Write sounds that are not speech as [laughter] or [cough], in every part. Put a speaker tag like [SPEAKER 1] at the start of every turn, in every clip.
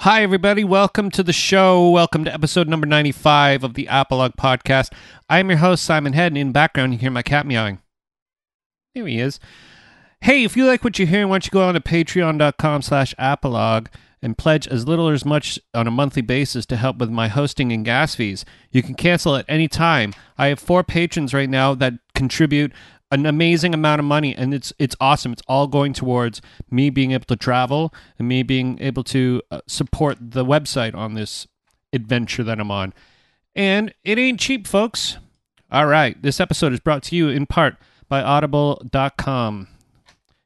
[SPEAKER 1] Hi, everybody. Welcome to the show. Welcome to episode number 95 of the Apologue Podcast. I am your host, Simon Head, and in the background, you hear my cat meowing. There he is. Hey, if you like what you're hearing, why don't you go on to patreon.com slash apologue and pledge as little or as much on a monthly basis to help with my hosting and gas fees. You can cancel at any time. I have four patrons right now that contribute an amazing amount of money and it's it's awesome. It's all going towards me being able to travel and me being able to uh, support the website on this adventure that I'm on. And it ain't cheap, folks. All right. This episode is brought to you in part by audible.com.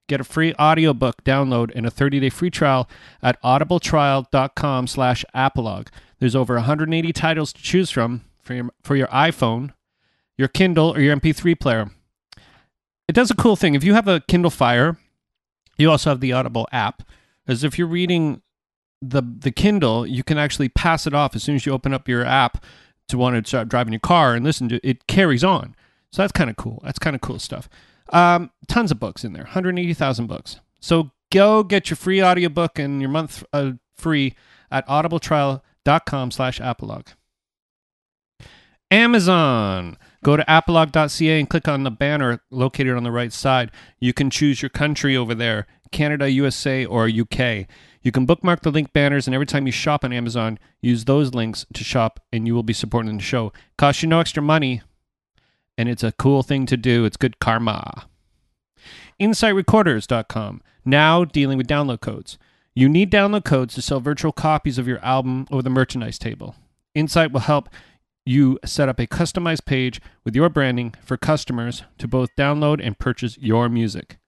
[SPEAKER 1] Get a free audiobook download and a 30-day free trial at audibletrial.com slash apologue. There's over 180 titles to choose from for your, for your iPhone, your Kindle, or your MP3 player. It does a cool thing. If you have a Kindle Fire, you also have the Audible app. As if you're reading the the Kindle, you can actually pass it off as soon as you open up your app to want to start driving your car and listen to it carries on. So that's kind of cool. That's kind of cool stuff. Um, tons of books in there, 180,000 books. So go get your free audiobook and your month uh, free at audibletrial.com slash apologue. Amazon. Go to apolog.ca and click on the banner located on the right side. You can choose your country over there Canada, USA, or UK. You can bookmark the link banners, and every time you shop on Amazon, use those links to shop, and you will be supporting the show. Costs you no extra money, and it's a cool thing to do. It's good karma. InsightRecorders.com, now dealing with download codes. You need download codes to sell virtual copies of your album over the merchandise table. Insight will help you set up a customized page with your branding for customers to both download and purchase your music.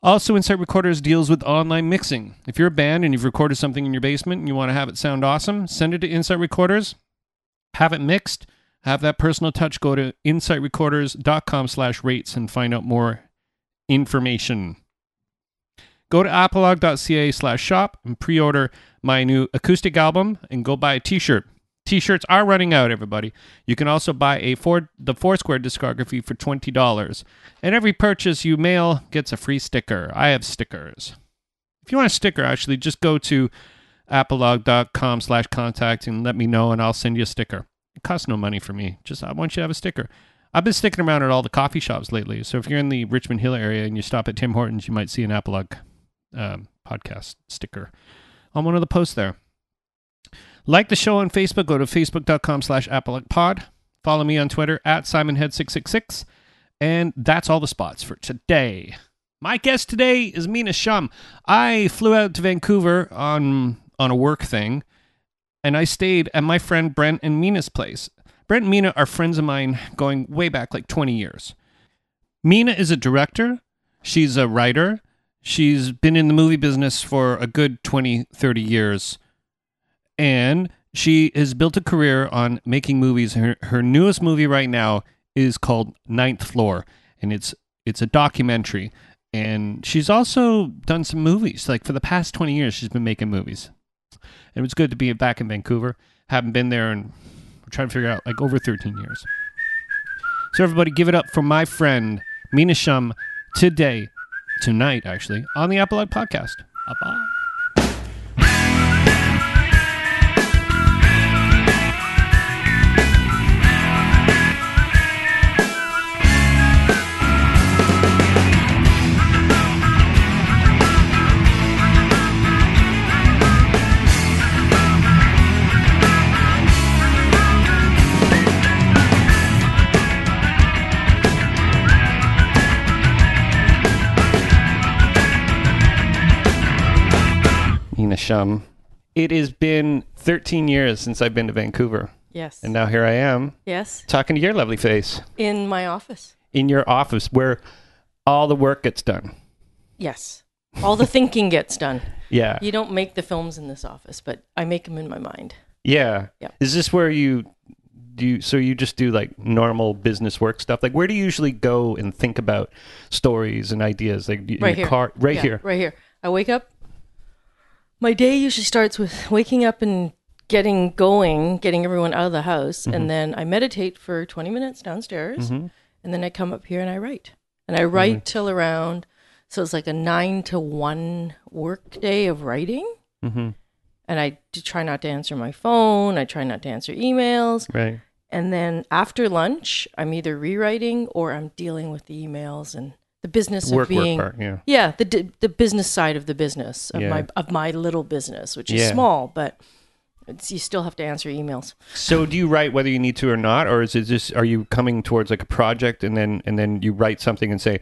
[SPEAKER 1] Also, Insight Recorders deals with online mixing. If you're a band and you've recorded something in your basement and you want to have it sound awesome, send it to Insight Recorders, have it mixed, have that personal touch. Go to insightrecorders.com slash rates and find out more information. Go to apolog.ca slash shop and pre order my new acoustic album and go buy a t shirt. T shirts are running out, everybody. You can also buy a four, the Foursquare discography for $20. And every purchase you mail gets a free sticker. I have stickers. If you want a sticker, actually, just go to apolog.com slash contact and let me know, and I'll send you a sticker. It costs no money for me. Just I want you to have a sticker. I've been sticking around at all the coffee shops lately. So if you're in the Richmond Hill area and you stop at Tim Hortons, you might see an Apolog um, podcast sticker on one of the posts there. Like the show on Facebook, go to facebook.com slash apologpod. Follow me on Twitter at SimonHead666. And that's all the spots for today. My guest today is Mina Shum. I flew out to Vancouver on on a work thing, and I stayed at my friend Brent and Mina's place. Brent and Mina are friends of mine going way back like 20 years. Mina is a director. She's a writer. She's been in the movie business for a good 20, 30 years and she has built a career on making movies. Her, her newest movie right now is called Ninth Floor, and it's it's a documentary. And she's also done some movies. Like for the past twenty years, she's been making movies. And it was good to be back in Vancouver. Haven't been there in we're trying to figure out like over thirteen years. So everybody, give it up for my friend Mina Shum today, tonight actually, on the Apologue Podcast. Apologue. Mina Shum. It has been 13 years since I've been to Vancouver,
[SPEAKER 2] Yes.
[SPEAKER 1] and now here I am
[SPEAKER 2] yes.
[SPEAKER 1] talking to your lovely face
[SPEAKER 2] In my office.
[SPEAKER 1] in your office where all the work gets done.
[SPEAKER 2] Yes. All the thinking gets done.
[SPEAKER 1] Yeah.
[SPEAKER 2] You don't make the films in this office, but I make them in my mind.
[SPEAKER 1] Yeah.
[SPEAKER 2] Yeah.
[SPEAKER 1] Is this where you do you, so you just do like normal business work stuff? Like where do you usually go and think about stories and ideas like in your
[SPEAKER 2] Right here.
[SPEAKER 1] car right
[SPEAKER 2] Yeah,
[SPEAKER 1] here.
[SPEAKER 2] Right here. I wake up. My day usually starts with waking up and getting going, getting everyone out of the house,
[SPEAKER 1] Mm-hmm.
[SPEAKER 2] and then I meditate for 20 minutes downstairs, and then I come up here and I write. And I write
[SPEAKER 1] Mm-hmm.
[SPEAKER 2] till
[SPEAKER 1] Mm-hmm.
[SPEAKER 2] around so it's like a 9 to 1 work day of writing. and I d- try not to answer my phone. I try not to answer emails.
[SPEAKER 1] Right.
[SPEAKER 2] And then after lunch, I'm either rewriting or I'm dealing with the emails and the business
[SPEAKER 1] Work,
[SPEAKER 2] of being
[SPEAKER 1] work part. Yeah.
[SPEAKER 2] yeah the d- the business side of the business of
[SPEAKER 1] Yeah.
[SPEAKER 2] my of my little business, which is
[SPEAKER 1] Yeah.
[SPEAKER 2] small, but it's, you still have to answer emails.
[SPEAKER 1] So do you write whether you need to or not, or is it just are you coming towards like a project and then and then you write something and say,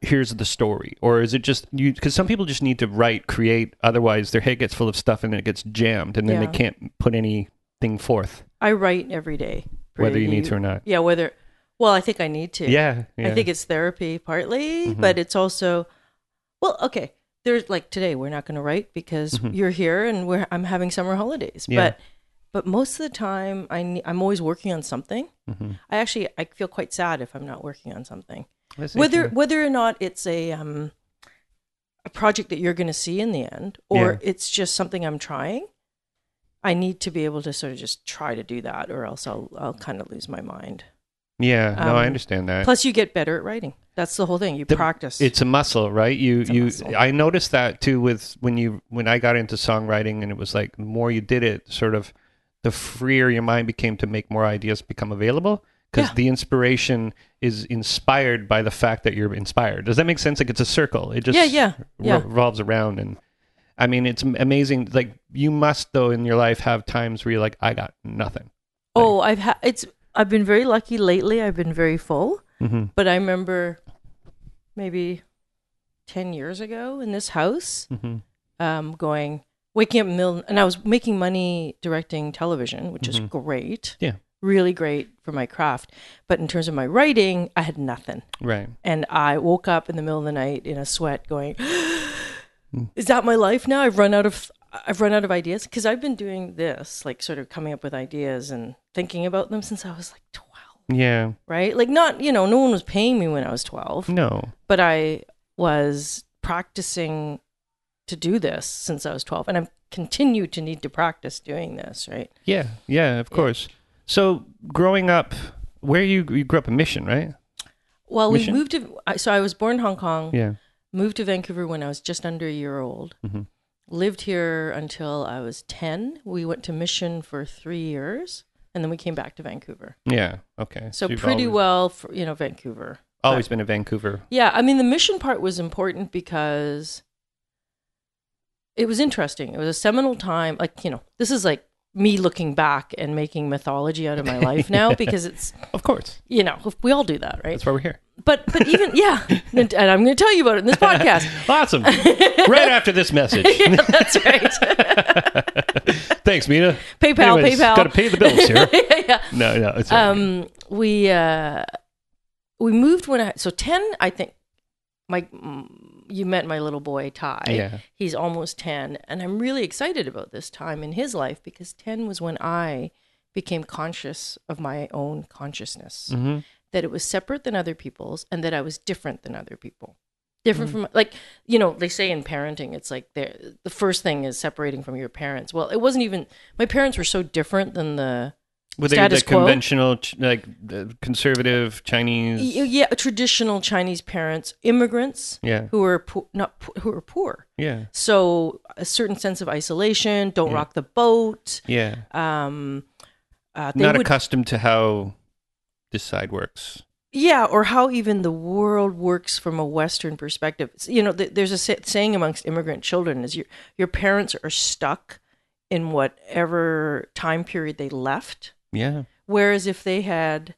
[SPEAKER 1] here's the story, or is it just you? Because some people just need to write, create. Otherwise, their head gets full of stuff and then it gets jammed, and then
[SPEAKER 2] Yeah.
[SPEAKER 1] they can't put anything forth,
[SPEAKER 2] I write every day,
[SPEAKER 1] whether you
[SPEAKER 2] pretty-
[SPEAKER 1] need to or not.
[SPEAKER 2] Yeah, whether well, I think I need to.
[SPEAKER 1] Yeah, Mm-hmm.
[SPEAKER 2] I think it's therapy partly, but it's also well, okay. There's like today we're not going to write because you're here and we're I'm having summer holidays.
[SPEAKER 1] Mm-hmm. Yeah.
[SPEAKER 2] But but most of the time I ne- I'm always working on something.
[SPEAKER 1] Mm-hmm.
[SPEAKER 2] I actually I feel quite sad if I'm not working on something.
[SPEAKER 1] it's
[SPEAKER 2] Whether whether or not it's a um a project that you're going to see in the end or it's just something I'm trying. I need to be able to sort of just try to do that or else I'll I'll kind of lose my mind.
[SPEAKER 1] yeah, no, I
[SPEAKER 2] um,
[SPEAKER 1] understand that.
[SPEAKER 2] Plus, you get better at writing. That's the whole thing. You
[SPEAKER 1] The-
[SPEAKER 2] practice.
[SPEAKER 1] It's a muscle, right? You
[SPEAKER 2] a
[SPEAKER 1] you
[SPEAKER 2] muscle.
[SPEAKER 1] I noticed that too with when you when I got into songwriting and it was like the more you did it, sort of the freer your mind became to make more ideas become available because
[SPEAKER 2] Yeah.
[SPEAKER 1] the inspiration is inspired by the fact that you're inspired. Does that make sense? Like it's a circle. It just
[SPEAKER 2] Yeah, yeah, yeah.
[SPEAKER 1] revolves around and I mean it's am- amazing like you must though in your life have times where you're like I got nothing.
[SPEAKER 2] oh, I've had it's. I've been very lucky lately. I've been very full.
[SPEAKER 1] Mhm.
[SPEAKER 2] But I remember maybe ten years ago in this house,
[SPEAKER 1] Mhm.
[SPEAKER 2] um, going waking up in the middle, and I was making money directing television, which is great,
[SPEAKER 1] Yeah.
[SPEAKER 2] really great for my craft. But in terms of my writing, I had nothing.
[SPEAKER 1] Right.
[SPEAKER 2] and I woke up in the middle of the night in a sweat, going, [gasps] "Is that my life now? I've run out of I've run out of ideas because I've been doing this, like sort of coming up with ideas and thinking about them since I was like twelve,
[SPEAKER 1] Yeah.
[SPEAKER 2] right? Like not you know, no one was paying me when I was twelve,
[SPEAKER 1] No.
[SPEAKER 2] but I was practicing to do this since I was twelve, and I'm continue to need to practice doing this, right?
[SPEAKER 1] Yeah, yeah, of course. So growing up, where you you grew up in Mission, right?
[SPEAKER 2] Well, we
[SPEAKER 1] Mission?
[SPEAKER 2] moved to I- so I was born in Hong Kong,
[SPEAKER 1] Yeah.
[SPEAKER 2] moved to Vancouver when I was just under a year old.
[SPEAKER 1] Mhm.
[SPEAKER 2] Lived here until I was 10. We went to Mission for three years and then we came back to Vancouver.
[SPEAKER 1] Yeah. Okay.
[SPEAKER 2] So,
[SPEAKER 1] you've
[SPEAKER 2] pretty
[SPEAKER 1] always,
[SPEAKER 2] well, for, you know, Vancouver.
[SPEAKER 1] Always been a Vancouver.
[SPEAKER 2] Yeah. I mean, the Mission part was important because it was interesting. It was a seminal time. Like, you know, this is like me looking back and making mythology out of my life
[SPEAKER 1] [laughs]
[SPEAKER 2] now because it's,
[SPEAKER 1] Of course.
[SPEAKER 2] you know, we all do that, right?
[SPEAKER 1] That's why we're here.
[SPEAKER 2] But, but
[SPEAKER 1] [laughs]
[SPEAKER 2] even, yeah. And I'm going to tell you about it in this podcast. [laughs]
[SPEAKER 1] Awesome. right after this message.
[SPEAKER 2] yeah, that's right.
[SPEAKER 1] [laughs] Thanks, Mina.
[SPEAKER 2] PayPal,
[SPEAKER 1] Anyways,
[SPEAKER 2] PayPal.
[SPEAKER 1] Gotta pay the bills here.
[SPEAKER 2] [laughs] yeah, yeah.
[SPEAKER 1] no, no. It's all right.
[SPEAKER 2] Um, we uh, we moved when I so ten. I think my mm, you met my little boy Ty.
[SPEAKER 1] Yeah.
[SPEAKER 2] he's almost ten, and I'm really excited about this time in his life because ten was when I became conscious of my own consciousness
[SPEAKER 1] Mhm.
[SPEAKER 2] that it was separate than other people's and that I was different than other people. Different from like you know they say in parenting it's like they're- the first thing is separating from your parents. Well, it wasn't even my parents were so different than the
[SPEAKER 1] Were they
[SPEAKER 2] status
[SPEAKER 1] the
[SPEAKER 2] quo?
[SPEAKER 1] conventional, ch- like uh, conservative Chinese?
[SPEAKER 2] Y- yeah traditional Chinese parents, immigrants
[SPEAKER 1] Yeah.
[SPEAKER 2] who were po- not po- who were poor.
[SPEAKER 1] Yeah.
[SPEAKER 2] So a certain sense of isolation, don't rock the boat.
[SPEAKER 1] Yeah.
[SPEAKER 2] Um, uh, they
[SPEAKER 1] Not
[SPEAKER 2] would,
[SPEAKER 1] accustomed to how this side works.
[SPEAKER 2] Yeah, or how even the world works from a Western perspective. S- You know, th- there's a sa- saying amongst immigrant children is your your parents are stuck in whatever time period they left,
[SPEAKER 1] Yeah.
[SPEAKER 2] whereas if they had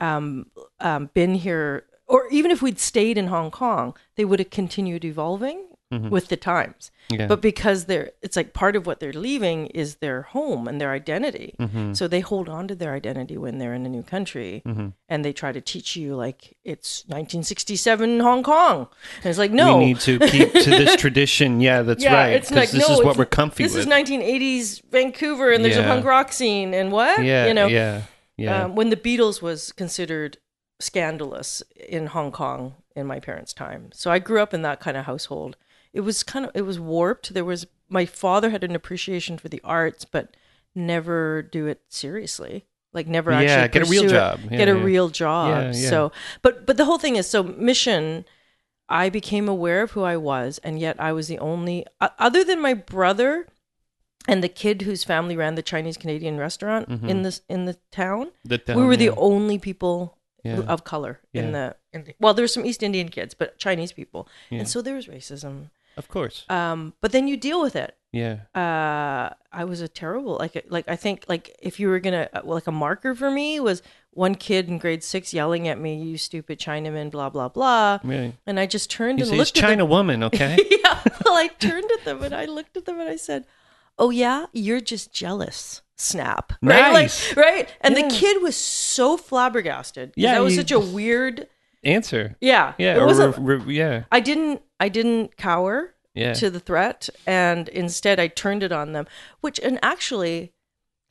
[SPEAKER 2] um, um, been here, or even if we'd stayed in Hong Kong, they would have continued evolving with the times.
[SPEAKER 1] Mm-hmm. Yeah.
[SPEAKER 2] But because they're, it's like part of what they're leaving is their home and their identity.
[SPEAKER 1] Mm-hmm.
[SPEAKER 2] So they hold on to their identity when they're in a new country and they try to teach you, like, it's 1967 Hong Kong. And it's like, no.
[SPEAKER 1] We need to keep to
[SPEAKER 2] [laughs]
[SPEAKER 1] this tradition. Yeah, that's
[SPEAKER 2] yeah,
[SPEAKER 1] right.
[SPEAKER 2] it's
[SPEAKER 1] 'cause
[SPEAKER 2] like
[SPEAKER 1] this
[SPEAKER 2] no,
[SPEAKER 1] is what
[SPEAKER 2] it's-
[SPEAKER 1] we're comfy
[SPEAKER 2] This
[SPEAKER 1] with.
[SPEAKER 2] is 1980s Vancouver, and there's a
[SPEAKER 1] Yeah.
[SPEAKER 2] punk rock scene, and what?
[SPEAKER 1] yeah,
[SPEAKER 2] you know,
[SPEAKER 1] yeah, yeah.
[SPEAKER 2] um, when the Beatles was considered scandalous in Hong Kong in my parents' time. So I grew up in that kind of household. It was kind of it was warped. There was my father had an appreciation for the arts, but never do it seriously. Like never
[SPEAKER 1] Yeah,
[SPEAKER 2] actually
[SPEAKER 1] get a real
[SPEAKER 2] pursue it,
[SPEAKER 1] job.
[SPEAKER 2] get
[SPEAKER 1] Yeah,
[SPEAKER 2] a
[SPEAKER 1] yeah.
[SPEAKER 2] real job.
[SPEAKER 1] Yeah, yeah.
[SPEAKER 2] So, but but the whole thing is so mission. I became aware of who I was, and yet I was the only o- other than my brother and the kid whose family ran the Chinese Canadian restaurant
[SPEAKER 1] Mm-hmm.
[SPEAKER 2] in this in the town.
[SPEAKER 1] The town,
[SPEAKER 2] we were the
[SPEAKER 1] yeah.
[SPEAKER 2] only people
[SPEAKER 1] Yeah.
[SPEAKER 2] who- of color
[SPEAKER 1] Yeah.
[SPEAKER 2] in the in the, well, there were some East Indian kids, but Chinese people,
[SPEAKER 1] Yeah.
[SPEAKER 2] and so there was racism.
[SPEAKER 1] Of course.
[SPEAKER 2] Um, but then you deal with it.
[SPEAKER 1] Yeah.
[SPEAKER 2] Uh, I was a terrible like like I think like if you were gonna uh, like a marker for me was one kid in grade six yelling at me, "You stupid Chinaman," blah blah blah,
[SPEAKER 1] Really.
[SPEAKER 2] and I just turned
[SPEAKER 1] You
[SPEAKER 2] and
[SPEAKER 1] say it's
[SPEAKER 2] looked at them.
[SPEAKER 1] China woman,
[SPEAKER 2] [laughs]
[SPEAKER 1] [laughs] okay?
[SPEAKER 2] yeah. Well, I turned at them and I looked at them and I said, "Oh yeah, you're just jealous." Snap. [laughs] Right.
[SPEAKER 1] Nice.
[SPEAKER 2] Like, right. And
[SPEAKER 1] Yeah.
[SPEAKER 2] the kid was so flabbergasted. 'cause
[SPEAKER 1] Yeah,
[SPEAKER 2] That was
[SPEAKER 1] you-
[SPEAKER 2] such a weird.
[SPEAKER 1] Answer.
[SPEAKER 2] Yeah.
[SPEAKER 1] Yeah.
[SPEAKER 2] It
[SPEAKER 1] or
[SPEAKER 2] wasn't.
[SPEAKER 1] re- re- yeah.
[SPEAKER 2] I didn't. I didn't cower
[SPEAKER 1] Yeah.
[SPEAKER 2] to the threat, and instead I turned it on them. Which and actually,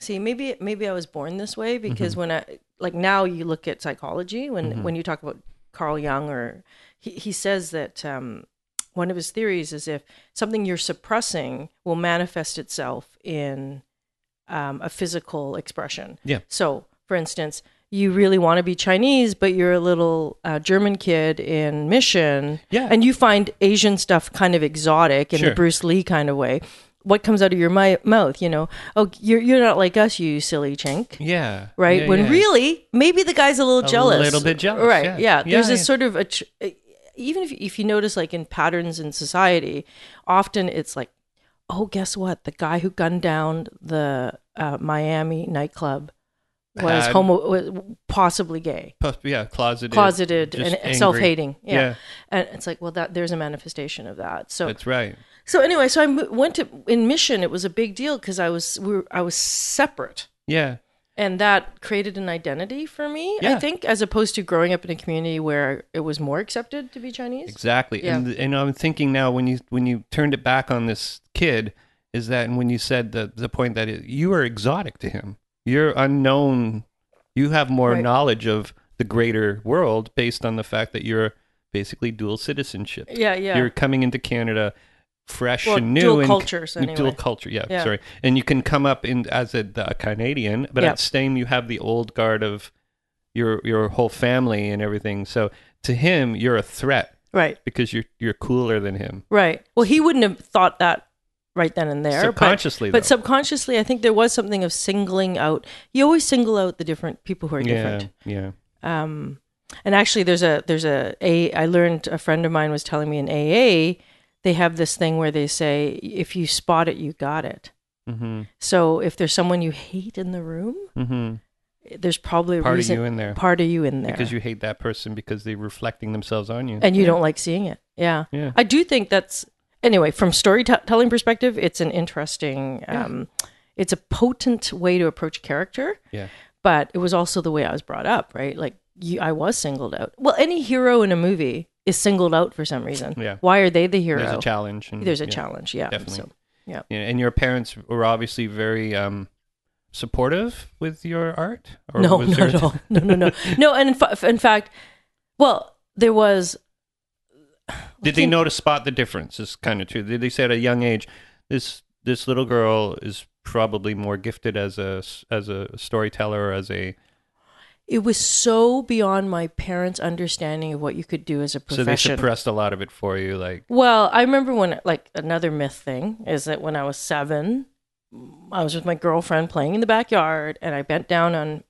[SPEAKER 2] see, maybe maybe I was born this way
[SPEAKER 1] Mm-hmm.
[SPEAKER 2] because when I like now you look at psychology when when you talk about Carl Jung or he he says that um, one of his theories is if something you're suppressing will manifest itself in um, a physical expression.
[SPEAKER 1] Yeah.
[SPEAKER 2] So, for instance. You really want to be Chinese, but you're a little uh, German kid in Mission,
[SPEAKER 1] Yeah.
[SPEAKER 2] and you find Asian stuff kind of exotic in
[SPEAKER 1] Sure.
[SPEAKER 2] the Bruce Lee kind of way. What comes out of your mi- mouth, you know? Oh, you're you're not like us, you silly chink,
[SPEAKER 1] yeah.
[SPEAKER 2] right?
[SPEAKER 1] Yeah,
[SPEAKER 2] when
[SPEAKER 1] yeah.
[SPEAKER 2] really, maybe the guy's a little
[SPEAKER 1] A
[SPEAKER 2] jealous,
[SPEAKER 1] little bit jealous,
[SPEAKER 2] right?
[SPEAKER 1] yeah.
[SPEAKER 2] Yeah,
[SPEAKER 1] Yeah,
[SPEAKER 2] there's
[SPEAKER 1] yeah.
[SPEAKER 2] this sort of a tr- e, even if if you notice like in patterns in society, often it's like, oh, guess what? The guy who gunned down the uh, Miami nightclub was
[SPEAKER 1] Had-
[SPEAKER 2] homo, was possibly gay
[SPEAKER 1] Puff- yeah, closeted,
[SPEAKER 2] closeted
[SPEAKER 1] just
[SPEAKER 2] and
[SPEAKER 1] angry.
[SPEAKER 2] self-hating yeah.
[SPEAKER 1] Yeah.
[SPEAKER 2] and it's like well that there's a manifestation of that so
[SPEAKER 1] That's right.
[SPEAKER 2] so anyway so i mo- went to in mission it was a big deal because i was we were, i was separate
[SPEAKER 1] Yeah,
[SPEAKER 2] and that created an identity for me
[SPEAKER 1] Yeah.
[SPEAKER 2] i think as opposed to growing up in a community where it was more accepted to be chinese
[SPEAKER 1] exactly. And and I'm thinking now when you when you turned it back on this kid is that and when you said the the point that it, you are exotic to him. You're unknown. You have more
[SPEAKER 2] Right.
[SPEAKER 1] knowledge of the greater world based on the fact that you're basically dual citizenship.
[SPEAKER 2] yeah yeah
[SPEAKER 1] You're coming into Canada fresh
[SPEAKER 2] Well,
[SPEAKER 1] and new
[SPEAKER 2] dual
[SPEAKER 1] and
[SPEAKER 2] cultures,
[SPEAKER 1] dual
[SPEAKER 2] anyway.
[SPEAKER 1] culture yeah,
[SPEAKER 2] Yeah.
[SPEAKER 1] sorry and you can come up in as a, the, a canadian but
[SPEAKER 2] Yeah.
[SPEAKER 1] at same you have the old guard of your your whole family and everything so to him you're a threat
[SPEAKER 2] right
[SPEAKER 1] because you're you're cooler than him
[SPEAKER 2] right well he wouldn't have thought that right then and there but-
[SPEAKER 1] Subconsciously,
[SPEAKER 2] but,
[SPEAKER 1] though.
[SPEAKER 2] subconsciously i think there was something of singling out you always single out the different people who are different
[SPEAKER 1] yeah yeah
[SPEAKER 2] um and actually there's a there's a a i learned a friend of mine was telling me in aa they have this thing where they say if you spot it you got it
[SPEAKER 1] mm-hmm
[SPEAKER 2] so if there's someone you hate in the room
[SPEAKER 1] mm-hmm
[SPEAKER 2] there's probably a
[SPEAKER 1] part of
[SPEAKER 2] reason
[SPEAKER 1] you in there
[SPEAKER 2] part of you in there
[SPEAKER 1] because you hate that person because they're reflecting themselves on you
[SPEAKER 2] and you don't like seeing it yeah
[SPEAKER 1] Yeah.
[SPEAKER 2] i do think that's anyway from storytelling perspective it's an interesting um it's a potent way to approach character
[SPEAKER 1] yeah
[SPEAKER 2] but it was also the way I was brought up, right? Like you, I was singled out. Well, any hero in a movie is singled out for some reason.
[SPEAKER 1] Yeah.
[SPEAKER 2] Why are they the hero?
[SPEAKER 1] there's a challenge and,
[SPEAKER 2] There's a
[SPEAKER 1] yeah.
[SPEAKER 2] challenge, Yeah.
[SPEAKER 1] definitely.
[SPEAKER 2] So, yeah.
[SPEAKER 1] Yeah, and your parents were obviously very um supportive with your art or
[SPEAKER 2] no,
[SPEAKER 1] was
[SPEAKER 2] [laughs] not
[SPEAKER 1] there-
[SPEAKER 2] at all. No, no, no, no. And in, fa- in fact, well, there was.
[SPEAKER 1] [laughs] Did they know to spot the difference? Is kind of true. Did they say at a young age, this this little girl is probably more gifted as a s- as a storyteller or as a
[SPEAKER 2] It was so beyond my parents' understanding of what you could do as a
[SPEAKER 1] so they
[SPEAKER 2] profession.
[SPEAKER 1] suppressed a lot of it for you, like
[SPEAKER 2] Well, I remember when, like, another myth thing is that when I was seven, I was with my girlfriend playing in the backyard, and I bent down on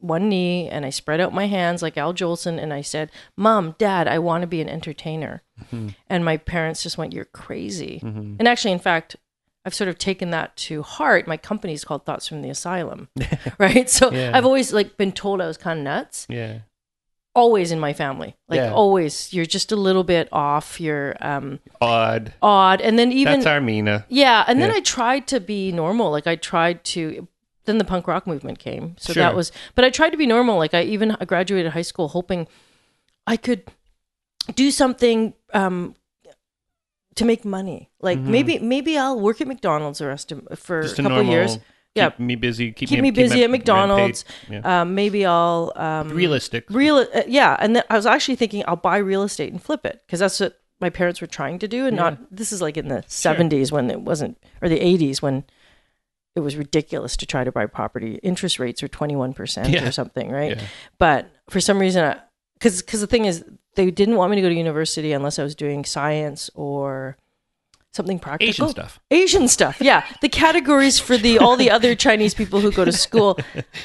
[SPEAKER 2] one knee and I spread out my hands like Al Jolson, and I said, "Mom, Dad, I want to be an entertainer."
[SPEAKER 1] Mm-hmm.
[SPEAKER 2] And my parents just went, "You're crazy." And actually, in fact. I've sort of taken that to heart. My company is called Thoughts from
[SPEAKER 1] [laughs]
[SPEAKER 2] the Asylum, right? So
[SPEAKER 1] Yeah.
[SPEAKER 2] I've always like been told I was kind of nuts,
[SPEAKER 1] yeah,
[SPEAKER 2] always in my family. Like
[SPEAKER 1] Yeah.
[SPEAKER 2] always, you're just a little bit off. You're um,
[SPEAKER 1] odd.
[SPEAKER 2] odd. And then even
[SPEAKER 1] That's our Mina.
[SPEAKER 2] yeah, and then
[SPEAKER 1] Yeah.
[SPEAKER 2] I tried to be normal. Like I tried to. Then the punk rock movement came, so
[SPEAKER 1] Sure.
[SPEAKER 2] that was. But I tried to be normal. Like I even graduated high school hoping I could do something um, to make money. Like maybe maybe I'll work at McDonald's the rest of for
[SPEAKER 1] Mm-hmm. Just
[SPEAKER 2] a
[SPEAKER 1] a
[SPEAKER 2] couple
[SPEAKER 1] normal.
[SPEAKER 2] years. Yeah,
[SPEAKER 1] keep me busy. Keep,
[SPEAKER 2] keep me busy at
[SPEAKER 1] my-
[SPEAKER 2] McDonald's.
[SPEAKER 1] paid. Yeah.
[SPEAKER 2] Um, maybe I'll um,
[SPEAKER 1] Realistic.
[SPEAKER 2] real uh, yeah and then i was actually thinking i'll buy real estate and flip it because that's what my parents were trying to do and not this is like in the 70s when it wasn't or the 80s when it was ridiculous to try to buy property interest rates were 21%
[SPEAKER 1] Yeah.
[SPEAKER 2] or something right
[SPEAKER 1] Yeah.
[SPEAKER 2] but for some reason because because the thing is they didn't want me to go to university unless i was doing science or something practical.
[SPEAKER 1] Asian stuff.
[SPEAKER 2] Asian stuff. Yeah, the categories for the all the other Chinese people who go to school.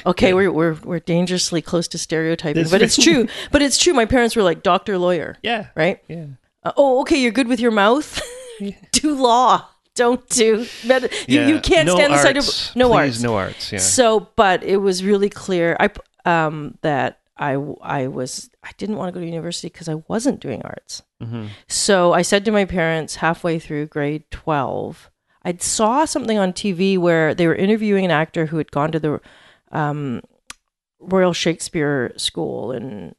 [SPEAKER 2] Okay, we're we're, we're dangerously close to stereotyping,
[SPEAKER 1] That's
[SPEAKER 2] but it's
[SPEAKER 1] right.
[SPEAKER 2] true. But it's true. My parents were like doctor, lawyer,
[SPEAKER 1] Yeah.
[SPEAKER 2] right?
[SPEAKER 1] Yeah.
[SPEAKER 2] Uh, oh, okay, you're good with your mouth. [laughs] do law. Don't do med- you, you
[SPEAKER 1] Yeah.
[SPEAKER 2] can't
[SPEAKER 1] No
[SPEAKER 2] stand the sight
[SPEAKER 1] arts.
[SPEAKER 2] of no
[SPEAKER 1] Please,
[SPEAKER 2] arts.
[SPEAKER 1] No arts. Yeah.
[SPEAKER 2] So, but it was really clear I p- um that I w- I was I didn't want to go to university because I wasn't doing arts.
[SPEAKER 1] Mhm.
[SPEAKER 2] So I said to my parents halfway through grade 12, I saw something on TV where they were interviewing an actor who had gone to the um, Royal Shakespeare School in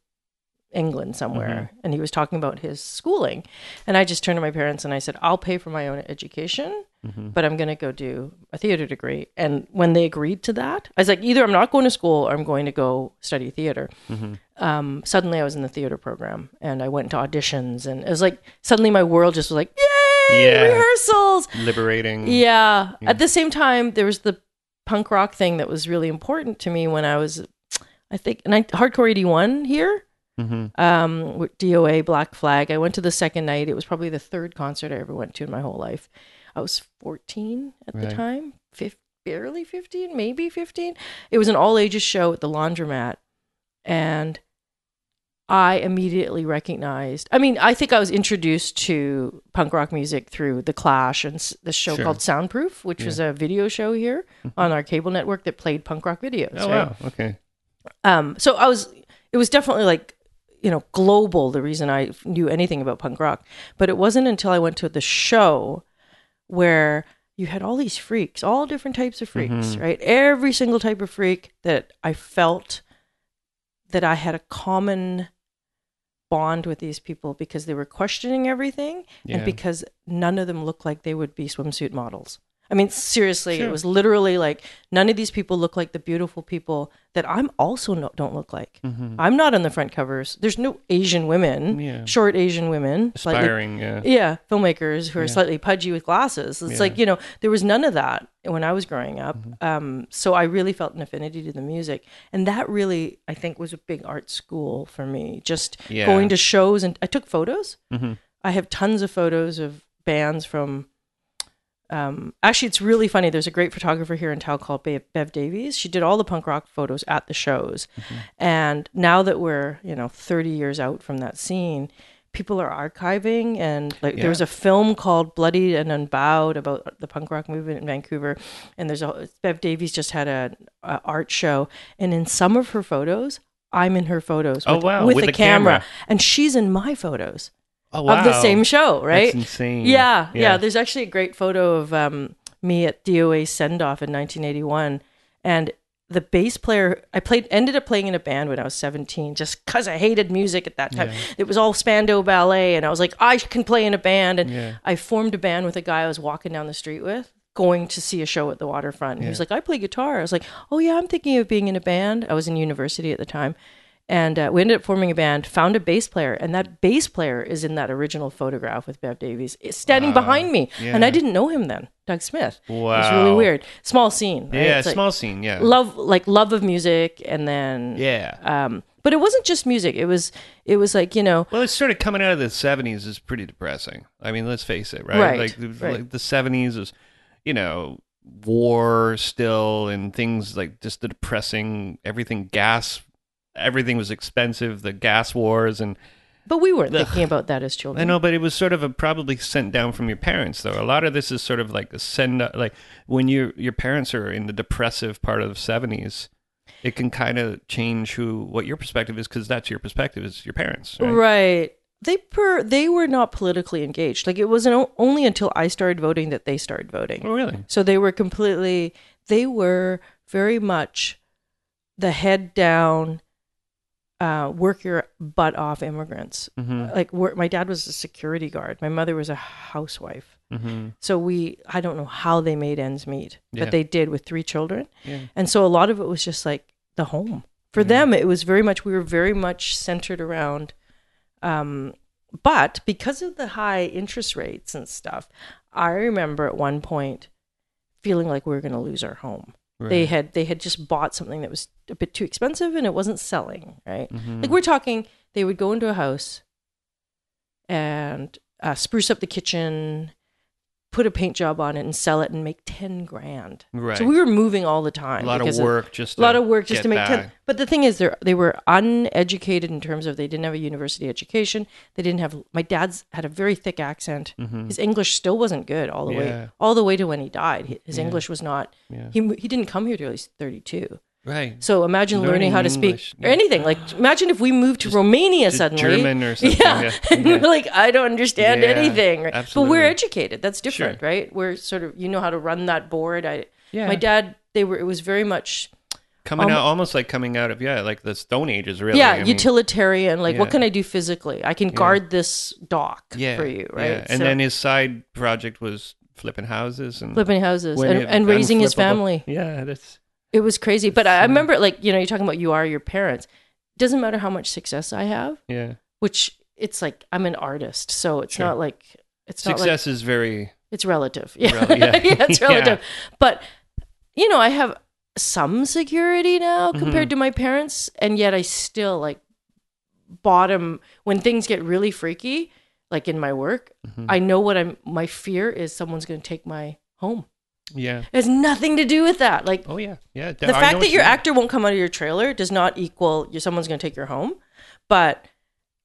[SPEAKER 2] England somewhere. And he was talking about his schooling. And I just turned to my parents and I said, I'll pay for my own education, but I'm going to go do a theater degree. And when they agreed to that, I was like, either I'm not going to school or I'm going to go study theater um, suddenly I was in the theater program and I went to auditions and it was like suddenly my world just was like, yay,
[SPEAKER 1] Yeah.
[SPEAKER 2] rehearsals.
[SPEAKER 1] Liberating.
[SPEAKER 2] Yeah. At the same time, there was the punk rock thing that was really important to me when I was, I think, and I, hardcore 81 here,
[SPEAKER 1] Mhm.
[SPEAKER 2] um, with DOA, Black Flag. I went to the second night. It was probably the third concert I ever went to in my whole life. I was 14 at
[SPEAKER 1] Right.
[SPEAKER 2] the time, fif- barely 15, maybe 15. It was an all ages show at the laundromat. And I immediately recognized. I mean, I think I was introduced to punk rock music through The Clash and s- the show
[SPEAKER 1] Sure. Mm-hmm.
[SPEAKER 2] called Soundproof, which was a video show here on our cable network that played punk rock videos.
[SPEAKER 1] Oh
[SPEAKER 2] right?
[SPEAKER 1] wow. Okay.
[SPEAKER 2] Um, so I was. It was definitely like you know global. The reason I knew anything about punk rock, but it wasn't until I went to the show where you had all these freaks, all different types of freaks,
[SPEAKER 1] Mm-hmm.
[SPEAKER 2] right? Every single type of freak that I felt that I had a common bond with these people because they were questioning everything
[SPEAKER 1] Yeah.
[SPEAKER 2] and because none of them looked like they would be swimsuit models. I mean, seriously,
[SPEAKER 1] Sure.
[SPEAKER 2] it was literally like none of these people look like the beautiful people that I'm also no, don't look like.
[SPEAKER 1] Mm-hmm.
[SPEAKER 2] I'm not on the front covers. There's no Asian women,
[SPEAKER 1] Yeah.
[SPEAKER 2] short Asian women, slightly
[SPEAKER 1] Aspiring. Yeah.
[SPEAKER 2] yeah, filmmakers who are slightly pudgy with glasses. It's like, you know, there was none of that when I was growing up.
[SPEAKER 1] Mm-hmm.
[SPEAKER 2] Um, so I really felt an affinity to the music. And that really, I think, was a big art school for me. Just
[SPEAKER 1] Yeah. Mm-hmm.
[SPEAKER 2] going to shows and I took photos. I have tons of photos of bands from. Um, actually, it's really funny. There's a great photographer here in town called Be- Bev Davies. She did all the punk rock photos at the shows,
[SPEAKER 1] Mm-hmm.
[SPEAKER 2] and now that we're you know 30 years out from that scene, people are archiving. And like,
[SPEAKER 1] Yeah.
[SPEAKER 2] there was a film called "Bloodied and Unbowed" about the punk rock movement in Vancouver, and there's a Bev Davies just had a, a art show, and in some of her photos, I'm in her photos.
[SPEAKER 1] Oh,
[SPEAKER 2] with,
[SPEAKER 1] wow,
[SPEAKER 2] With,
[SPEAKER 1] with
[SPEAKER 2] a
[SPEAKER 1] the
[SPEAKER 2] camera.
[SPEAKER 1] camera.
[SPEAKER 2] and she's in my photos
[SPEAKER 1] Oh wow.
[SPEAKER 2] of the same show, right?
[SPEAKER 1] That's insane.
[SPEAKER 2] Yeah, yeah, There's actually a great photo of um, me at DOA send off in 1981, and the bass player I played ended up playing in a band when I was 17, just because I hated music at that time. It was all spando ballet, and I was like, I can play in a band, and
[SPEAKER 1] Yeah.
[SPEAKER 2] I formed a band with a guy I was walking down the street with. Going to see a show at the waterfront. And He was like, I play guitar. I was like, Oh, yeah, I'm thinking of being in a band. I was in university at the time. And uh, we ended up forming a band, found a bass player, and that bass player is in that original photograph with Bev Davies, is standing behind me. And I
[SPEAKER 1] yeah.
[SPEAKER 2] didn't know him then, Doug Smith. It's really
[SPEAKER 1] Wow.
[SPEAKER 2] weird. Small scene. right?
[SPEAKER 1] Yeah.
[SPEAKER 2] It's like
[SPEAKER 1] small scene. Yeah.
[SPEAKER 2] love, like love of music, and then
[SPEAKER 1] yeah.
[SPEAKER 2] Um, but it wasn't just music. It was, it was like you know,
[SPEAKER 1] Well, it's sort of coming out of the '70s is pretty depressing. I mean, let's face it, right?
[SPEAKER 2] Right,
[SPEAKER 1] like, the-
[SPEAKER 2] right.
[SPEAKER 1] like the '70s is, you know, war still and things like just the depressing everything gas. Everything was expensive. The gas wars and
[SPEAKER 2] but we weren't thinking about that as children.
[SPEAKER 1] I know, but it was sort of a, probably sent down from your parents, though. A lot of this is sort of like a send, like when your your parents are in the depressive part of the seventies, it can kind of change who what your perspective is because that's your perspective is your parents, right?
[SPEAKER 2] Right. They per they were not politically engaged. Like it wasn't o- only until I started voting that they started voting.
[SPEAKER 1] Oh, really?
[SPEAKER 2] So they were completely they were very much the head down uh, work your butt off immigrants.
[SPEAKER 1] Mm-hmm.
[SPEAKER 2] Like work, my dad was a security guard. My mother was a housewife.
[SPEAKER 1] Mm-hmm.
[SPEAKER 2] So we I don't know how they made ends meet,
[SPEAKER 1] Yeah.
[SPEAKER 2] but they did with three children.
[SPEAKER 1] Yeah.
[SPEAKER 2] And so a lot of it was just like the home. For them, it was very much, we were very much centered around. Um, but because of the high interest rates and stuff, I remember at one point feeling like we were going to lose our home. They
[SPEAKER 1] Right.
[SPEAKER 2] had they had just bought something that was a bit too expensive and it wasn't selling, right?
[SPEAKER 1] Mm-hmm.
[SPEAKER 2] Like we're talking, they would go into a house and uh, spruce up the kitchen, put a paint job on it and sell it and make 10 grand.
[SPEAKER 1] Right.
[SPEAKER 2] So we were moving all the time.
[SPEAKER 1] a lot of
[SPEAKER 2] because
[SPEAKER 1] work just
[SPEAKER 2] a lot of work just
[SPEAKER 1] get
[SPEAKER 2] to make 10.
[SPEAKER 1] back.
[SPEAKER 2] But the thing is, they they were uneducated in terms of they didn't have a university education. They didn't have, my dad's had a very thick accent. His English still wasn't good all the
[SPEAKER 1] Mm-hmm. Yeah.
[SPEAKER 2] way, all the way to when he died. Hi- His English was not,
[SPEAKER 1] Yeah.
[SPEAKER 2] he, he didn't come here till he was 32.
[SPEAKER 1] right.
[SPEAKER 2] So imagine learning,
[SPEAKER 1] Learning
[SPEAKER 2] how to speak
[SPEAKER 1] English.
[SPEAKER 2] or anything. Like
[SPEAKER 1] [gasps]
[SPEAKER 2] imagine if we moved to Romania
[SPEAKER 1] just
[SPEAKER 2] suddenly, [laughs]
[SPEAKER 1] German or something,
[SPEAKER 2] Yeah,
[SPEAKER 1] yeah. Mm-hmm.
[SPEAKER 2] and we're like, I don't understand
[SPEAKER 1] Yeah,
[SPEAKER 2] anything. right? But
[SPEAKER 1] absolutely.
[SPEAKER 2] we're educated. That's different, right? We're sort of you know how to run that board. I,
[SPEAKER 1] Yeah.
[SPEAKER 2] my dad, they were. It was very much
[SPEAKER 1] Coming out almost like coming out of yeah, like the Stone Ages really.
[SPEAKER 2] yeah
[SPEAKER 1] I mean,
[SPEAKER 2] utilitarian. Like
[SPEAKER 1] Yeah.
[SPEAKER 2] what can I do physically? I can guard this dock for you, right?
[SPEAKER 1] Yeah. And
[SPEAKER 2] So,
[SPEAKER 1] then his side project was flipping houses and
[SPEAKER 2] flipping houses
[SPEAKER 1] when
[SPEAKER 2] and,
[SPEAKER 1] it-
[SPEAKER 2] and raising his
[SPEAKER 1] unflippable.
[SPEAKER 2] family.
[SPEAKER 1] Yeah, that's
[SPEAKER 2] It was crazy. But I, I remember, like you know, you're talking about you are your parents. Doesn't matter how much success I have.
[SPEAKER 1] yeah.
[SPEAKER 2] which it's like I'm an artist, so it's
[SPEAKER 1] Sure.
[SPEAKER 2] not like it's not like
[SPEAKER 1] Success is very
[SPEAKER 2] it's relative. [laughs] Yeah,
[SPEAKER 1] Rel- yeah.
[SPEAKER 2] Yeah,
[SPEAKER 1] [laughs]
[SPEAKER 2] it's
[SPEAKER 1] Yeah.
[SPEAKER 2] relative. But you know, I have some security now
[SPEAKER 1] Mm-hmm.
[SPEAKER 2] compared to my parents, and yet I still like bottom when things get really freaky, like in my work.
[SPEAKER 1] Mm-hmm.
[SPEAKER 2] I know what I'm. My fear is someone's going to take my home.
[SPEAKER 1] yeah.
[SPEAKER 2] It has nothing to do with that. Like
[SPEAKER 1] Oh yeah, yeah.
[SPEAKER 2] the fact that your actor won't come out of your trailer does not equal you someone's going to take your home, but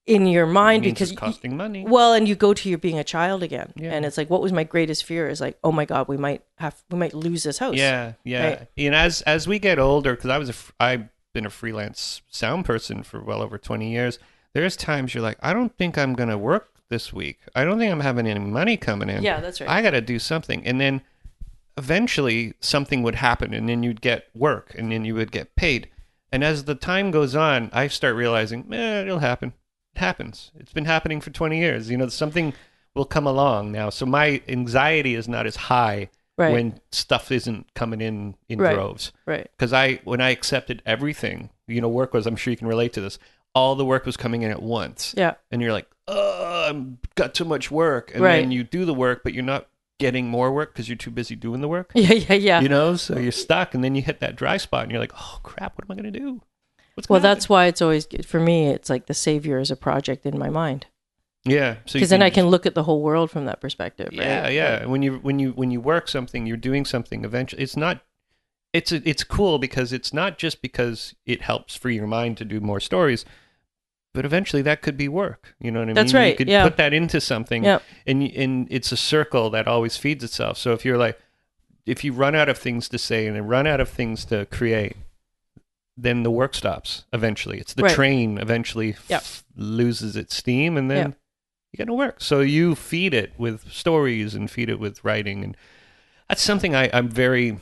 [SPEAKER 2] in your mind because
[SPEAKER 1] because it's costing money.
[SPEAKER 2] well, and you go to your being a child again,
[SPEAKER 1] Yeah.
[SPEAKER 2] and it's like, what was my greatest fear? Is like, oh my god, we might have, we might lose this house.
[SPEAKER 1] Yeah, yeah.
[SPEAKER 2] Right.
[SPEAKER 1] And as as we get older, because I was a, fr- I've been a freelance sound person for well over twenty years. There's times you're like, I don't think I'm gonna work this week. I don't think I'm having any money coming in.
[SPEAKER 2] Yeah, that's right.
[SPEAKER 1] I got to do something, and then eventually something would happen, and then you'd get work, and then you would get paid. And as the time goes on, I start realizing, eh, it'll happen. It happens. It's been happening for 20 years. You know, something will come along now. So my anxiety is not as high
[SPEAKER 2] Right.
[SPEAKER 1] when stuff isn't coming in in
[SPEAKER 2] Right.
[SPEAKER 1] droves.
[SPEAKER 2] right.
[SPEAKER 1] Because I, when I accepted everything, you know, work was, I'm sure you can relate to this, all the work was coming in at once.
[SPEAKER 2] Yeah, [laughs]
[SPEAKER 1] And you're like, oh, I've got too much work. And
[SPEAKER 2] Right.
[SPEAKER 1] then you do the work, but you're not getting more work because you're too busy doing the work.
[SPEAKER 2] yeah, yeah, yeah.
[SPEAKER 1] You know, so you're stuck. And then you hit that dry spot and you're like, oh, crap, what am I going to do? What's
[SPEAKER 2] well,
[SPEAKER 1] gonna
[SPEAKER 2] that's why it's always good for me. It's like the savior is a project in my mind
[SPEAKER 1] happen?" yeah. So you
[SPEAKER 2] because then I can look at the whole world from that perspective.
[SPEAKER 1] yeah
[SPEAKER 2] right?
[SPEAKER 1] yeah when you when you when you work something you're doing something eventually it's not it's a, it's cool because it's not just because it helps free your mind to do more stories but eventually that could be work you know what i
[SPEAKER 2] That's
[SPEAKER 1] mean you
[SPEAKER 2] right,
[SPEAKER 1] could
[SPEAKER 2] yeah.
[SPEAKER 1] put that into something
[SPEAKER 2] Yep.
[SPEAKER 1] and y- and it's a circle that always feeds itself so if you're like if you run out of things to say and then run out of things to create then the work stops eventually it's the
[SPEAKER 2] Right.
[SPEAKER 1] train eventually f-
[SPEAKER 2] Yep.
[SPEAKER 1] loses its steam and then
[SPEAKER 2] Yeah.
[SPEAKER 1] you got to work. So you feed it with stories and feed it with writing, and that's something I, I'm very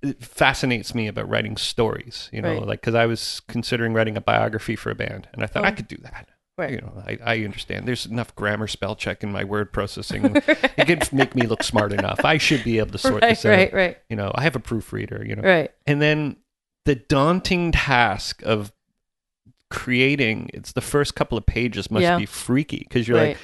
[SPEAKER 1] it fascinates me about writing stories. You know,
[SPEAKER 2] Right.
[SPEAKER 1] like because I was considering writing a biography for a band, and I thought I
[SPEAKER 2] Oh.
[SPEAKER 1] could do that.
[SPEAKER 2] Right.
[SPEAKER 1] You know, I, I understand. There's enough grammar, spell check in my word processing. it could make me look smart enough. I should be able to
[SPEAKER 2] [laughs]
[SPEAKER 1] sort
[SPEAKER 2] Right,
[SPEAKER 1] this out.
[SPEAKER 2] right, right.
[SPEAKER 1] You know, I have a proofreader. You know,
[SPEAKER 2] Right.
[SPEAKER 1] and then the daunting task of creating it's the first couple of pages must
[SPEAKER 2] Yeah.
[SPEAKER 1] be freaky because you're
[SPEAKER 2] right.
[SPEAKER 1] like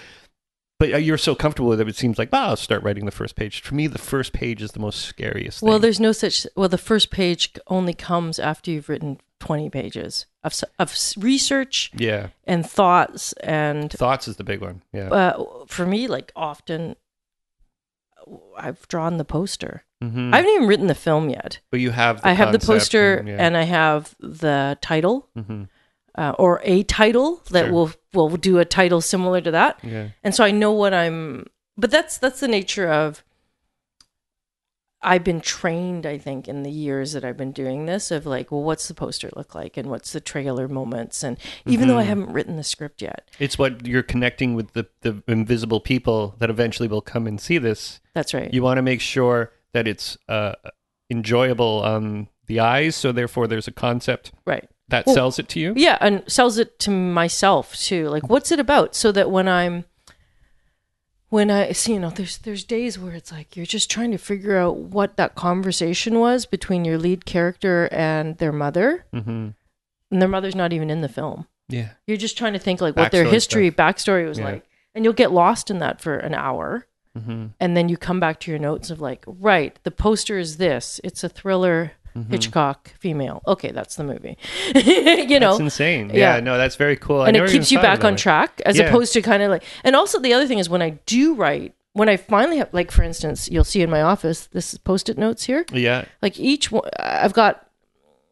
[SPEAKER 1] but uh, you're so comfortable with it it seems like oh, i'll start writing the first page for me the first page is the most scariest
[SPEAKER 2] well,
[SPEAKER 1] thing
[SPEAKER 2] there's no such. Well, the first page only comes after you've written twenty pages of s- of s- research
[SPEAKER 1] yeah
[SPEAKER 2] and thoughts and
[SPEAKER 1] thoughts is the big one yeah
[SPEAKER 2] uh, for me, like often, I've drawn the poster.
[SPEAKER 1] Mhm.
[SPEAKER 2] I haven't even written the film yet.
[SPEAKER 1] but you have the
[SPEAKER 2] I have the
[SPEAKER 1] concept
[SPEAKER 2] poster
[SPEAKER 1] and,
[SPEAKER 2] and,
[SPEAKER 1] yeah.
[SPEAKER 2] I have the title
[SPEAKER 1] Mhm.
[SPEAKER 2] uh, or a title that
[SPEAKER 1] Sure.
[SPEAKER 2] will will do a title similar to that,
[SPEAKER 1] yeah
[SPEAKER 2] and so I know what I'm. But that's that's the nature of. I've been trained, I think, in the years that I've been doing this, of like, well, what's the poster look like, and what's the trailer moments, and even
[SPEAKER 1] Mm-hmm.
[SPEAKER 2] though I haven't written the script yet,
[SPEAKER 1] it's what you're connecting with the, the invisible people that eventually will come and see this
[SPEAKER 2] that's right.
[SPEAKER 1] you want to make sure that it's uh, enjoyable on the eyes so therefore there's a concept
[SPEAKER 2] right.
[SPEAKER 1] that
[SPEAKER 2] Well-
[SPEAKER 1] sells it to you
[SPEAKER 2] Yeah, and sells it to myself too. Like, what's it about? So that when I'm, when I see, you know, there's there's days where it's like you're just trying to figure out what that conversation was between your lead character and their mother,
[SPEAKER 1] mm-hmm.
[SPEAKER 2] and their mother's not even in the film.
[SPEAKER 1] yeah
[SPEAKER 2] You're just trying to think like what their
[SPEAKER 1] Backstory
[SPEAKER 2] history, backstory was
[SPEAKER 1] Yeah.
[SPEAKER 2] like, and you'll get lost in that for an hour,
[SPEAKER 1] mm-hmm.
[SPEAKER 2] and then you come back to your notes of like, right, the poster is this. It's a thriller.
[SPEAKER 1] Mm-hmm.
[SPEAKER 2] Hitchcock female. Okay, that's the movie. [laughs] you know,
[SPEAKER 1] that's insane yeah,
[SPEAKER 2] yeah.
[SPEAKER 1] no that's very cool I
[SPEAKER 2] and
[SPEAKER 1] never
[SPEAKER 2] it
[SPEAKER 1] even
[SPEAKER 2] keeps you
[SPEAKER 1] thought
[SPEAKER 2] back
[SPEAKER 1] about
[SPEAKER 2] on
[SPEAKER 1] it.
[SPEAKER 2] track as
[SPEAKER 1] Yeah.
[SPEAKER 2] opposed to kind of like and also the other thing is when i do write when I finally have, like, for instance, you'll see in my office, this is post it notes here.
[SPEAKER 1] Yeah.
[SPEAKER 2] Like, each one, I've got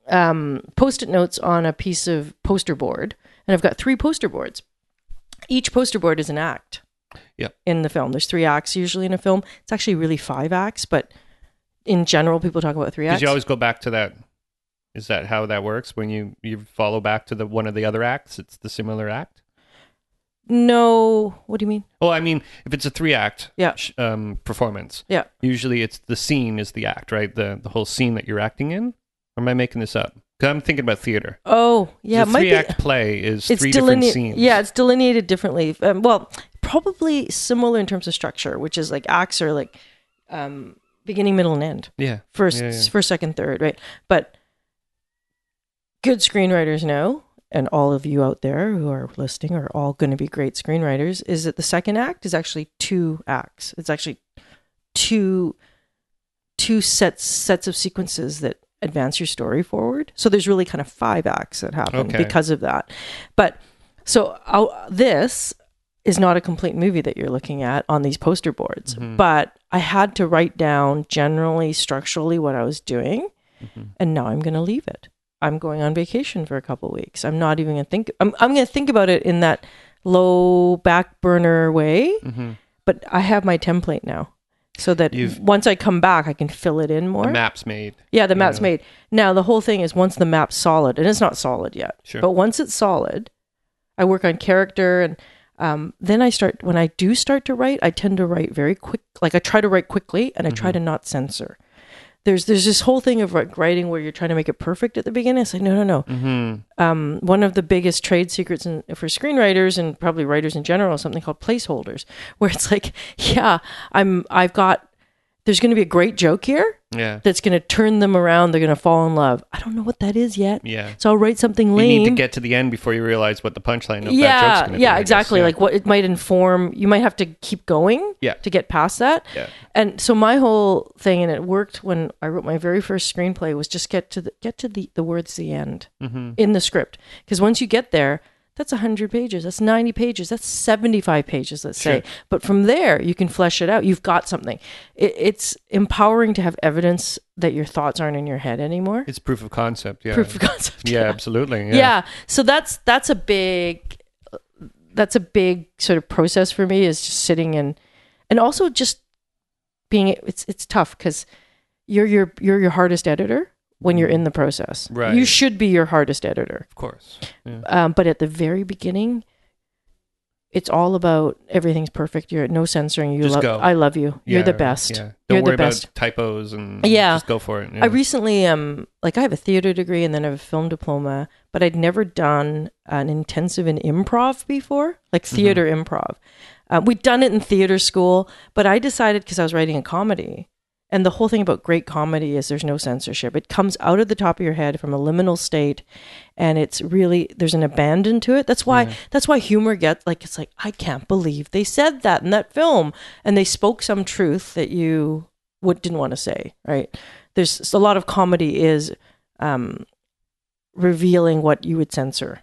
[SPEAKER 2] um, post it notes on a piece of poster board, and I've got three poster boards. Each poster board is an act
[SPEAKER 1] Yeah.
[SPEAKER 2] in the film. There's three acts usually in a film. It's actually really five acts, but in general, people talk about three
[SPEAKER 1] Did
[SPEAKER 2] acts.
[SPEAKER 1] you always go back to that? Is that how that works? When you you follow back to the one of the other acts, it's the similar act.
[SPEAKER 2] no, what do you mean?
[SPEAKER 1] Well, I mean, if it's a three act
[SPEAKER 2] Yeah.
[SPEAKER 1] sh- um, performance,
[SPEAKER 2] Yeah.
[SPEAKER 1] usually it's the scene is the act, right? The the whole scene that you're acting in. Or am I making this up? Because I'm thinking about theater.
[SPEAKER 2] Oh, yeah,
[SPEAKER 1] the
[SPEAKER 2] it might
[SPEAKER 1] three
[SPEAKER 2] be.
[SPEAKER 1] act play is
[SPEAKER 2] it's
[SPEAKER 1] three
[SPEAKER 2] deline-
[SPEAKER 1] different scenes.
[SPEAKER 2] Yeah, it's delineated differently. Um, well, probably similar in terms of structure, which is like acts are like um, beginning, middle, and end.
[SPEAKER 1] yeah,
[SPEAKER 2] First,
[SPEAKER 1] Yeah, yeah.
[SPEAKER 2] first, second, third, right? But good screenwriters know, and all of you out there who are listening are all going to be great screenwriters. Is that the second act is actually two acts? It's actually two two sets sets of sequences that advance your story forward. So there's really kind of five acts that happen
[SPEAKER 1] Okay.
[SPEAKER 2] because of that. But so i this is not a complete movie that you're looking at on these poster boards, but I had to write down generally structurally what I was doing, and now I'm going to leave it. I'm going on vacation for a couple weeks. I'm not even going to think. I'm I'm going to think about it in that low back burner way,
[SPEAKER 1] Mhm.
[SPEAKER 2] but I have my template now, so that
[SPEAKER 1] You've-
[SPEAKER 2] once I come back, I can fill it in more.
[SPEAKER 1] the map's made.
[SPEAKER 2] Yeah, the map's
[SPEAKER 1] Yeah.
[SPEAKER 2] made. Now the whole thing is once the map's solid, and it's not solid yet.
[SPEAKER 1] Sure.
[SPEAKER 2] But once it's solid, I work on character, and um, then I start. When I do start to write, I tend to write very quick. Like I try to write quickly, and I
[SPEAKER 1] Mm-hmm.
[SPEAKER 2] try to not censor. There's there's this whole thing of like, writing where you're trying to make it perfect at the beginning. It's like no no no.
[SPEAKER 1] Mm-hmm.
[SPEAKER 2] Um, one of the biggest trade secrets in, for screenwriters and probably writers in general is something called placeholders, [laughs] where it's like yeah I'm I've got there's going to be a great joke here
[SPEAKER 1] Yeah,
[SPEAKER 2] that's going to turn them around. They're going to fall in love. I don't know what that is yet.
[SPEAKER 1] yeah.
[SPEAKER 2] So I'll write something
[SPEAKER 1] You
[SPEAKER 2] lame.
[SPEAKER 1] need to get to the end before you realize what the punchline of that joke's
[SPEAKER 2] yeah,
[SPEAKER 1] going to be. I
[SPEAKER 2] yeah,
[SPEAKER 1] guess.
[SPEAKER 2] exactly.
[SPEAKER 1] Yeah.
[SPEAKER 2] Like what it might inform. You might have to keep going
[SPEAKER 1] Yeah.
[SPEAKER 2] to get past that.
[SPEAKER 1] Yeah.
[SPEAKER 2] And so my whole thing, and it worked when I wrote my very first screenplay, was just get to the get to the the words the end in the script. Because once you get there, that's hundred pages. That's ninety pages. That's seventy five pages. Let's say. But from there, you can flesh it out. You've got something. It, it's empowering to have evidence that your thoughts aren't in your head anymore.
[SPEAKER 1] it's proof of concept. Yeah,
[SPEAKER 2] Proof of concept.
[SPEAKER 1] yeah, absolutely.
[SPEAKER 2] yeah. So that's that's a big that's a big sort of process for me is just sitting and and also just being it's it's tough because you're your you're your hardest editor when you're in the process.
[SPEAKER 1] Right.
[SPEAKER 2] You should be your hardest editor.
[SPEAKER 1] of course. Yeah.
[SPEAKER 2] Um, but at the very beginning, it's all about everything's perfect. You're no censoring. You
[SPEAKER 1] Just
[SPEAKER 2] love.
[SPEAKER 1] go.
[SPEAKER 2] I love you.
[SPEAKER 1] Yeah,
[SPEAKER 2] you're the best.
[SPEAKER 1] Yeah. Don't
[SPEAKER 2] You're
[SPEAKER 1] worry
[SPEAKER 2] the best.
[SPEAKER 1] about typos and
[SPEAKER 2] Yeah.
[SPEAKER 1] just go for it.
[SPEAKER 2] I
[SPEAKER 1] yeah.
[SPEAKER 2] recently um like I have a theater degree and then I have a film diploma, but I'd never done an intensive in improv before, like theater improv. Uh, we'd done it in theater school, but I decided because I was writing a comedy, and the whole thing about great comedy is there's no censorship. It comes out of the top of your head from a liminal state, and it's really there's an abandon to it. That's why that's why humor gets like it's like I can't believe they said that in that film, and they spoke some truth that you what didn't want to say. Right? There's a lot of comedy is um, revealing what you would censor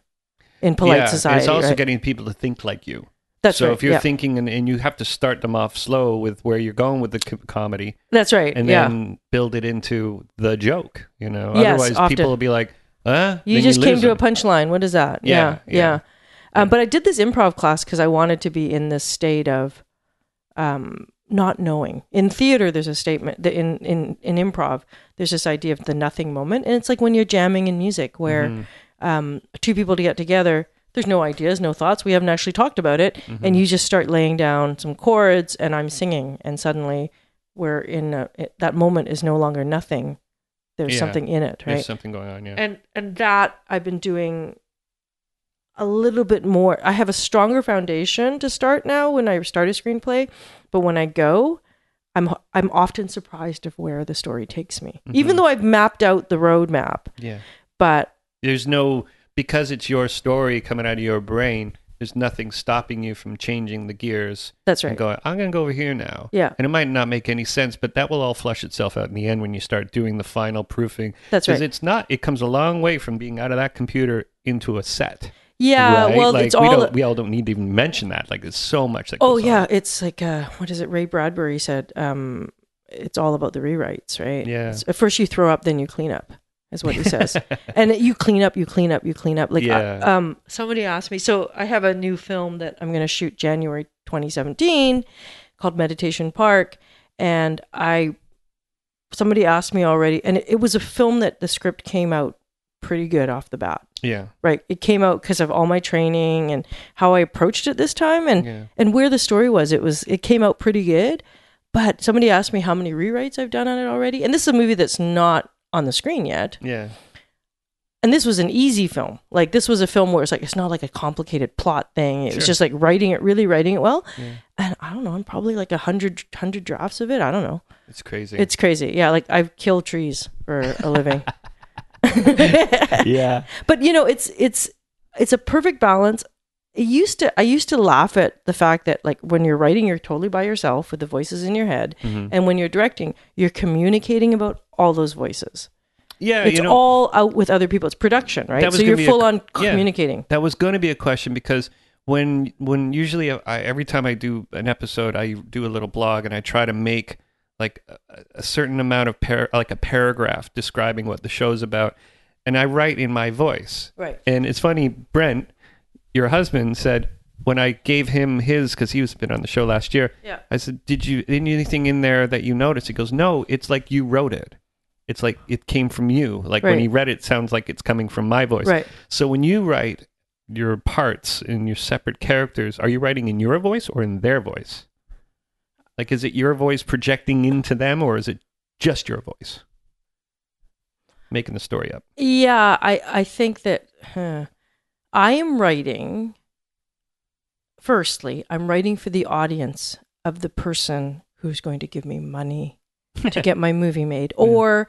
[SPEAKER 2] in polite
[SPEAKER 1] Yeah, and
[SPEAKER 2] society.
[SPEAKER 1] It's also
[SPEAKER 2] right?
[SPEAKER 1] getting people to think like you.
[SPEAKER 2] that's
[SPEAKER 1] so
[SPEAKER 2] right.
[SPEAKER 1] if you're
[SPEAKER 2] yeah.
[SPEAKER 1] thinking and, and you have to start them off slow with where you're going with the co- comedy
[SPEAKER 2] that's right.
[SPEAKER 1] and
[SPEAKER 2] yeah.
[SPEAKER 1] then build it into the joke, you know.
[SPEAKER 2] Yes,
[SPEAKER 1] Otherwise
[SPEAKER 2] often.
[SPEAKER 1] people will be like, "Huh?
[SPEAKER 2] You
[SPEAKER 1] Then
[SPEAKER 2] just came
[SPEAKER 1] lose
[SPEAKER 2] to a
[SPEAKER 1] them.
[SPEAKER 2] punchline. What is that?
[SPEAKER 1] Yeah,
[SPEAKER 2] Yeah,
[SPEAKER 1] yeah.
[SPEAKER 2] yeah. Um, but I did this improv class because I wanted to be in this state of um, not knowing. In theater, there's a statement that in, in in improv, there's this idea of the nothing moment, and it's like when you're jamming in music, where
[SPEAKER 1] Mm-hmm.
[SPEAKER 2] um, two people to get together. There's no ideas, no thoughts. We haven't actually talked about it,
[SPEAKER 1] Mm-hmm.
[SPEAKER 2] and you just start laying down some chords, and I'm singing, and suddenly we're in a, it, that moment is no longer nothing. There's
[SPEAKER 1] Yeah.
[SPEAKER 2] something in it, right?
[SPEAKER 1] There's something going on, yeah.
[SPEAKER 2] and and that I've been doing a little bit more. I have a stronger foundation to start now when I start a screenplay, but when I go, I'm I'm often surprised of where the story takes me.
[SPEAKER 1] Mm-hmm.
[SPEAKER 2] Even though I've mapped out the roadmap,
[SPEAKER 1] yeah.
[SPEAKER 2] but
[SPEAKER 1] There's no because it's your story coming out of your brain, there's nothing stopping you from changing the gears
[SPEAKER 2] that's
[SPEAKER 1] and
[SPEAKER 2] right.
[SPEAKER 1] going, I'm going to go over here now.
[SPEAKER 2] Yeah.
[SPEAKER 1] And it might not make any sense, but that will all flush itself out in the end when you start doing the final proofing.
[SPEAKER 2] That's
[SPEAKER 1] Because
[SPEAKER 2] right.
[SPEAKER 1] it's not, it comes a long way from being out of that computer into a set.
[SPEAKER 2] Yeah,
[SPEAKER 1] right?
[SPEAKER 2] well,
[SPEAKER 1] like,
[SPEAKER 2] it's
[SPEAKER 1] we
[SPEAKER 2] all.
[SPEAKER 1] Don't, we all don't need to even mention that. Like, there's so much. That
[SPEAKER 2] oh
[SPEAKER 1] goes
[SPEAKER 2] yeah,
[SPEAKER 1] on.
[SPEAKER 2] it's like uh, what is it? Ray Bradbury said, um, "It's all about the rewrites, right?
[SPEAKER 1] Yeah.
[SPEAKER 2] It's- at first you throw up, then you clean up." Is
[SPEAKER 1] [laughs]
[SPEAKER 2] what he says, and you clean up, you clean up, you clean up. Like,
[SPEAKER 1] Yeah.
[SPEAKER 2] uh, um, somebody asked me, so I have a new film that I'm going to shoot January 2017 called Meditation Park, and I, somebody asked me already, and it, it was a film that the script came out pretty good off the bat
[SPEAKER 1] yeah,
[SPEAKER 2] right it came out because of all my training and how i approached it this time and
[SPEAKER 1] Yeah.
[SPEAKER 2] and where the story was it was it came out pretty good but somebody asked me how many rewrites i've done on it already and this is a movie that's not on the screen yet
[SPEAKER 1] yeah,
[SPEAKER 2] and this was an easy film like this was a film where it's like it's not like a complicated plot thing it
[SPEAKER 1] Sure.
[SPEAKER 2] was just like writing it really writing it well
[SPEAKER 1] Yeah.
[SPEAKER 2] and i don't know i'm probably like a hundred hundred drafts of it i don't know
[SPEAKER 1] it's crazy.
[SPEAKER 2] [laughs] it's crazy yeah like i've killed trees for
[SPEAKER 1] [laughs]
[SPEAKER 2] a living [laughs]
[SPEAKER 1] yeah,
[SPEAKER 2] but you know it's it's it's a perfect balance it used to i used to laugh at the fact that like when you're writing you're totally by yourself with the voices in your head
[SPEAKER 1] Mm-hmm.
[SPEAKER 2] and when you're directing you're communicating about all those voices
[SPEAKER 1] yeah.
[SPEAKER 2] it's
[SPEAKER 1] you know,
[SPEAKER 2] all out with other people it's production right
[SPEAKER 1] That was
[SPEAKER 2] so
[SPEAKER 1] gonna
[SPEAKER 2] you're
[SPEAKER 1] be a-
[SPEAKER 2] full on
[SPEAKER 1] yeah.
[SPEAKER 2] communicating
[SPEAKER 1] that was going to be a question because when when usually I, every time I do an episode, I do a little blog and I try to make like a, a certain amount of par- like a paragraph describing what the show's about, and I write in my voice.
[SPEAKER 2] right
[SPEAKER 1] And it's funny, Brent, your husband said when I gave him his because he was been on the show last year.
[SPEAKER 2] Yeah.
[SPEAKER 1] I said, "Did you anything in there that you noticed?" He goes, "No, it's like you wrote it. It's like it came from you. Like when
[SPEAKER 2] Right.
[SPEAKER 1] he read it, it sounds like it's coming from my voice.
[SPEAKER 2] Right.
[SPEAKER 1] So when you write your parts and your separate characters, are you writing in your voice or in their voice? Like, is it your voice projecting into them, or is it just your voice making the story up?
[SPEAKER 2] yeah i i think that huh, i am writing firstly i'm writing for the audience of the person who's going to give
[SPEAKER 1] [laughs]
[SPEAKER 2] me money to get my movie made or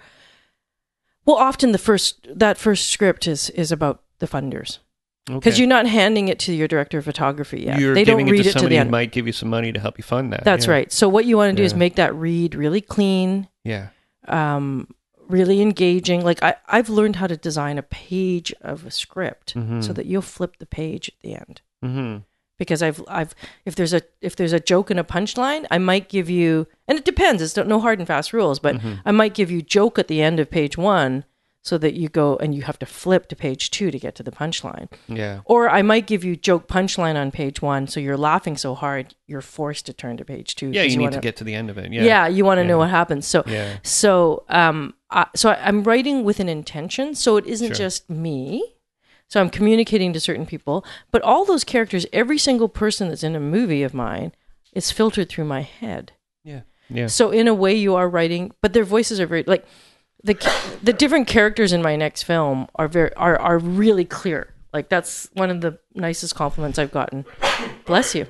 [SPEAKER 2] well often the first that first script is is about the funders because you're not handing it to your director of photography yet
[SPEAKER 1] You're
[SPEAKER 2] they
[SPEAKER 1] giving
[SPEAKER 2] don't read
[SPEAKER 1] it to
[SPEAKER 2] it to
[SPEAKER 1] somebody
[SPEAKER 2] the
[SPEAKER 1] who
[SPEAKER 2] end
[SPEAKER 1] might give you some money to help you fund that.
[SPEAKER 2] that's
[SPEAKER 1] yeah.
[SPEAKER 2] right so what you want to do is
[SPEAKER 1] Yeah.
[SPEAKER 2] make that read really clean
[SPEAKER 1] Yeah.
[SPEAKER 2] um, really engaging. Like I, I've learned how to design a page of a script
[SPEAKER 1] Mhm.
[SPEAKER 2] so that you'll flip the page at the end.
[SPEAKER 1] Mm-hmm.
[SPEAKER 2] Because I've, I've, if there's a, if there's a joke and a punchline, I might give you, and it depends. It's no hard and fast rules, but
[SPEAKER 1] Mm-hmm.
[SPEAKER 2] I might give you joke at the end of page one, so that you go and you have to flip to page two to get to the punchline.
[SPEAKER 1] Yeah.
[SPEAKER 2] Or I might give you joke punchline on page one, so you're laughing so hard you're forced to turn to page two.
[SPEAKER 1] Yeah,
[SPEAKER 2] 'cause
[SPEAKER 1] you need
[SPEAKER 2] wanna-
[SPEAKER 1] to get to the end of it. Yeah.
[SPEAKER 2] yeah, you want to know what happens so
[SPEAKER 1] Yeah.
[SPEAKER 2] so um I, so I, i'm writing with an intention so it isn't
[SPEAKER 1] Sure.
[SPEAKER 2] just me so i'm communicating to certain people but all those characters every single person that's in a movie of mine is filtered through my head
[SPEAKER 1] Yeah. Yeah.
[SPEAKER 2] so in a way you are writing but their voices are very like the ca- the different characters in my next film are very are are really clear like that's one of the nicest compliments i've gotten bless you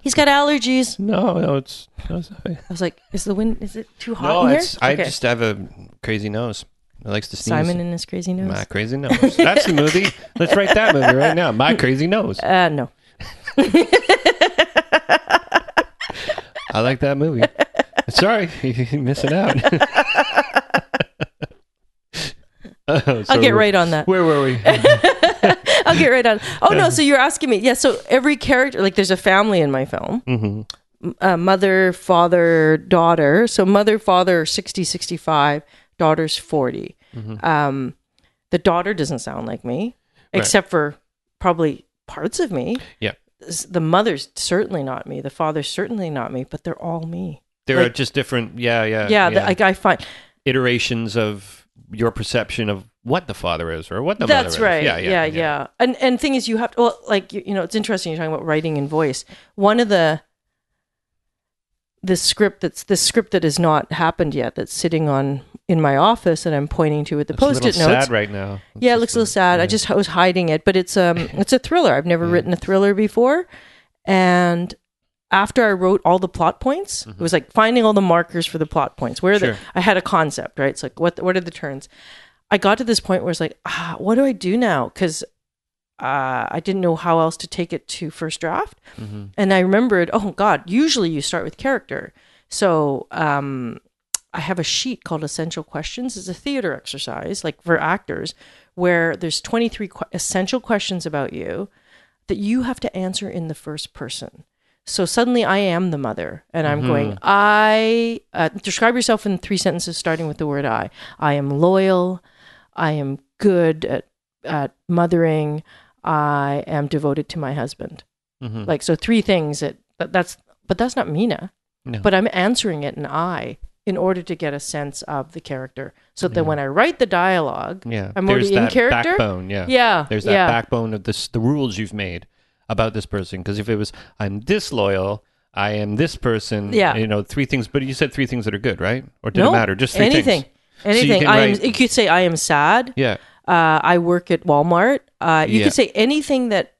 [SPEAKER 2] he's got allergies
[SPEAKER 1] No, no, it's. No, sorry.
[SPEAKER 2] I was like, "Is the wind? Is it too hot
[SPEAKER 1] no
[SPEAKER 2] in here?"
[SPEAKER 1] it's, I just have a crazy nose. It likes to sneeze.
[SPEAKER 2] Simon and his crazy nose.
[SPEAKER 1] My crazy nose. That's the movie. Let's write that movie right now. My crazy nose.
[SPEAKER 2] Uh, no,
[SPEAKER 1] I like that movie. Sorry, [laughs] you're missing out. [laughs] Oh,
[SPEAKER 2] I'll
[SPEAKER 1] so
[SPEAKER 2] get right on that.
[SPEAKER 1] Where were
[SPEAKER 2] [laughs]
[SPEAKER 1] we?
[SPEAKER 2] I'll get right
[SPEAKER 1] [laughs]
[SPEAKER 2] on. Oh no, so you're asking me? Yeah. So every character, like, there's a family in my film:
[SPEAKER 1] hmm
[SPEAKER 2] M- uh, mother, father, daughter. So mother, father, 60, 65. Daughter's 40 Um, the daughter doesn't sound like me,
[SPEAKER 1] Mm-hmm. Right.
[SPEAKER 2] except for probably parts of me.
[SPEAKER 1] Yeah.
[SPEAKER 2] S- The mother's certainly not me. The father's certainly not me. But they're all me.
[SPEAKER 1] There are
[SPEAKER 2] Like-
[SPEAKER 1] just different, yeah, Uh, yeah,
[SPEAKER 2] yeah. The, like I find.
[SPEAKER 1] iterations of your perception of what the father is or what the mother is.
[SPEAKER 2] That's right. Yeah yeah, yeah, And and thing is, you have to well, like you, you know, it's interesting. You're talking about writing in voice. One of the the script that's the script that has not happened yet. That's sitting on in my office, and I'm pointing to with the
[SPEAKER 1] It's a little
[SPEAKER 2] post-it
[SPEAKER 1] sad
[SPEAKER 2] notes.
[SPEAKER 1] right now. Mm-hmm. It's
[SPEAKER 2] Yeah, it looks
[SPEAKER 1] just
[SPEAKER 2] a little sad. I just was hiding it, but it's um it's a thriller. I've never written a thriller before, and after I wrote all the plot points, it was like finding all the markers for the plot points. Where are
[SPEAKER 1] Sure.
[SPEAKER 2] the I had a concept, right? It's like what what are the turns? I got to this point where it's like, ah, what do I do now? Because uh, I didn't know how else to take it to first draft, and I remembered, oh God, usually you start with character. So um, I have a sheet called Essential Questions. It's a theater exercise, like for actors, where there's 23 que- essential questions about you that you have to answer in the first person. So suddenly I am the mother and I'm going, I uh, describe yourself in three sentences, starting with the word I. I am loyal. I am good at, at mothering. I am devoted to my husband.
[SPEAKER 1] Mhm.
[SPEAKER 2] Like, so three things that, that that's, but that's not Mina.
[SPEAKER 1] No.
[SPEAKER 2] But I'm answering it in I in order to get a sense of the character. So that
[SPEAKER 1] Yeah.
[SPEAKER 2] when I write the dialogue,
[SPEAKER 1] yeah.
[SPEAKER 2] I'm
[SPEAKER 1] There's
[SPEAKER 2] already in
[SPEAKER 1] that
[SPEAKER 2] character.
[SPEAKER 1] backbone. Yeah.
[SPEAKER 2] Yeah.
[SPEAKER 1] There's that
[SPEAKER 2] yeah.
[SPEAKER 1] backbone of this, the rules you've made about this person. Because if it was, I'm disloyal, I am this person,
[SPEAKER 2] Yeah.
[SPEAKER 1] you know, three things, but you said three things that are good, right? Or did
[SPEAKER 2] No,
[SPEAKER 1] it matter? Just three
[SPEAKER 2] anything.
[SPEAKER 1] things. you
[SPEAKER 2] Anything.
[SPEAKER 1] can
[SPEAKER 2] I am,
[SPEAKER 1] write-
[SPEAKER 2] you could say I am sad.
[SPEAKER 1] Yeah.
[SPEAKER 2] Uh, I work at Walmart. Uh, you
[SPEAKER 1] Yeah.
[SPEAKER 2] could say anything that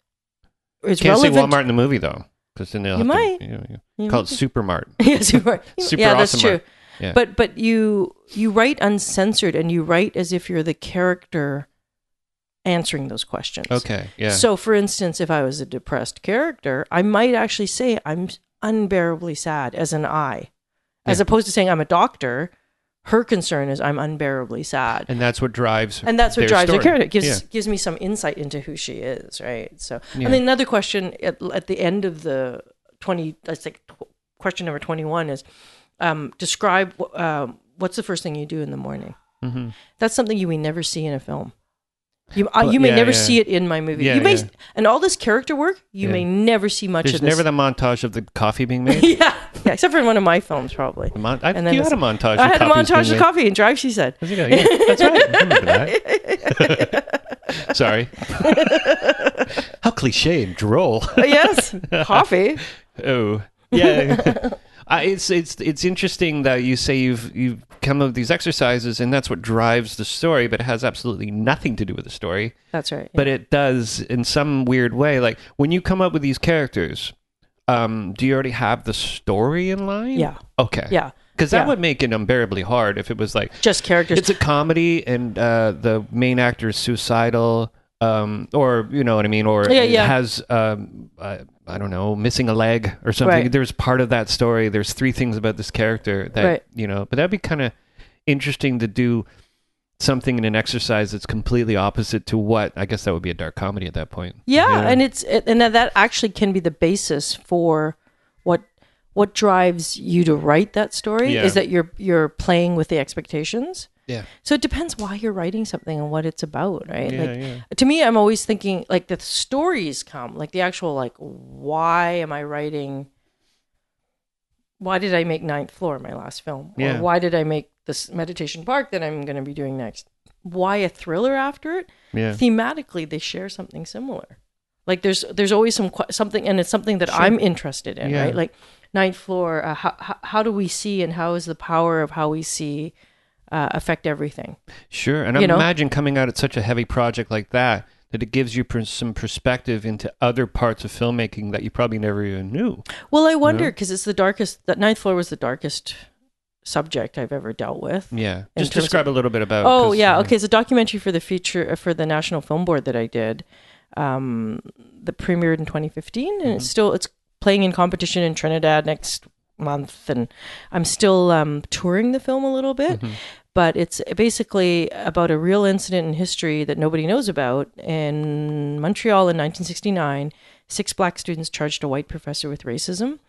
[SPEAKER 2] is
[SPEAKER 1] Can't say
[SPEAKER 2] relevant.
[SPEAKER 1] Walmart in the movie, though. Because then they'll
[SPEAKER 2] You
[SPEAKER 1] have
[SPEAKER 2] might.
[SPEAKER 1] to you know, you
[SPEAKER 2] You [laughs]
[SPEAKER 1] call it Supermart.
[SPEAKER 2] yes, you are.
[SPEAKER 1] [laughs] Super
[SPEAKER 2] yeah, that's
[SPEAKER 1] awesome
[SPEAKER 2] true.
[SPEAKER 1] art. Yeah.
[SPEAKER 2] But but you you write uncensored and you write as if you're the character answering those questions.
[SPEAKER 1] Okay. Yeah.
[SPEAKER 2] So, for instance, if I was a depressed character, I might actually say I'm unbearably sad as an I, as
[SPEAKER 1] Yeah.
[SPEAKER 2] opposed to saying I'm a doctor. Her concern is I'm unbearably sad,
[SPEAKER 1] and that's what drives.
[SPEAKER 2] and that's what
[SPEAKER 1] their
[SPEAKER 2] drives
[SPEAKER 1] story.
[SPEAKER 2] the character. It gives
[SPEAKER 1] Yeah.
[SPEAKER 2] gives me some insight into who she is, right? So,
[SPEAKER 1] Yeah.
[SPEAKER 2] and then another question at, at the end of the twenty, that's like tw- question number twenty one is, um, describe um, what's the first thing you do in the morning.
[SPEAKER 1] Mhm.
[SPEAKER 2] That's something you may never see in a film. You, uh,
[SPEAKER 1] But-
[SPEAKER 2] you may
[SPEAKER 1] yeah,
[SPEAKER 2] never
[SPEAKER 1] yeah.
[SPEAKER 2] see it in my movie.
[SPEAKER 1] Yeah,
[SPEAKER 2] you may,
[SPEAKER 1] yeah.
[SPEAKER 2] and all this character work, you
[SPEAKER 1] Yeah.
[SPEAKER 2] may never see much
[SPEAKER 1] There's
[SPEAKER 2] of this.
[SPEAKER 1] never the montage of the coffee being made.
[SPEAKER 2] [laughs] yeah, yeah, except for in one of my films, probably.
[SPEAKER 1] The Mon- I
[SPEAKER 2] And
[SPEAKER 1] think
[SPEAKER 2] then
[SPEAKER 1] you had a
[SPEAKER 2] this-
[SPEAKER 1] montage.
[SPEAKER 2] I
[SPEAKER 1] of
[SPEAKER 2] had a
[SPEAKER 1] coffees
[SPEAKER 2] montage
[SPEAKER 1] being
[SPEAKER 2] of
[SPEAKER 1] made.
[SPEAKER 2] coffee and drive.
[SPEAKER 1] [laughs]
[SPEAKER 2] She said,
[SPEAKER 1] I think I- yeah, that's [laughs] right. I remember that. [laughs] Sorry. How cliche and droll.
[SPEAKER 2] "Yes, coffee."
[SPEAKER 1] [laughs] Oh, yeah. I, it's it's it's interesting that you say you've you've come up with these exercises, and that's what drives the story, but it has absolutely nothing to do with the story.
[SPEAKER 2] That's right.
[SPEAKER 1] But it does in some weird way. Like when you come up with these characters, um, do you already have the story in line?
[SPEAKER 2] Yeah.
[SPEAKER 1] Okay.
[SPEAKER 2] yeah,
[SPEAKER 1] Because that
[SPEAKER 2] Yeah.
[SPEAKER 1] would make it unbearably hard if it was like
[SPEAKER 2] just characters.
[SPEAKER 1] it's a comedy and uh, the main actor is suicidal um, or you know what i mean or
[SPEAKER 2] Yeah, yeah.
[SPEAKER 1] has um, uh, i don't know missing a leg or something
[SPEAKER 2] Right.
[SPEAKER 1] there's part of that story there's three things about this character that
[SPEAKER 2] Right.
[SPEAKER 1] you know but that'd be kind of interesting to do something in an exercise that's completely opposite to what i guess that would be a dark comedy at that point
[SPEAKER 2] Yeah, and it's and that- that actually can be the basis for what what drives you to write that story
[SPEAKER 1] Yeah.
[SPEAKER 2] is that you're you're playing with the expectations.
[SPEAKER 1] yeah
[SPEAKER 2] So it depends why you're writing something and what it's about, right?
[SPEAKER 1] Yeah,
[SPEAKER 2] like
[SPEAKER 1] yeah.
[SPEAKER 2] to me I'm always thinking like the stories come, like the actual like why am I writing why did I make Ninth Floor my last film?
[SPEAKER 1] Yeah.
[SPEAKER 2] Or why did I make this meditation park that I'm going to be doing next? Why a thriller after it?
[SPEAKER 1] yeah
[SPEAKER 2] thematically they share something similar like there's there's always some que- something and it's something that i'm interested in
[SPEAKER 1] Yeah.
[SPEAKER 2] right like ninth floor uh, how, how, how do we see and how is the power of how we see uh, affect everything
[SPEAKER 1] Sure, and
[SPEAKER 2] You know?
[SPEAKER 1] imagine coming out at such a heavy project like that that it gives you pers- some perspective into other parts of filmmaking that you probably never even knew.
[SPEAKER 2] well i wonder because it's the darkest that ninth floor was the darkest subject i've ever dealt with
[SPEAKER 1] Yeah,
[SPEAKER 2] In
[SPEAKER 1] just
[SPEAKER 2] terms
[SPEAKER 1] describe a little bit about.
[SPEAKER 2] Oh
[SPEAKER 1] 'cause,
[SPEAKER 2] yeah,
[SPEAKER 1] uh,
[SPEAKER 2] okay. It's a documentary for the feature for the National Film Board that I did. Um, the premiered in 2015, and it's still it's playing in competition in Trinidad next month, and I'm still um, touring the film a little bit. But it's basically about a real incident in history that nobody knows about in Montreal in 1969. Six black students charged a white professor with racism,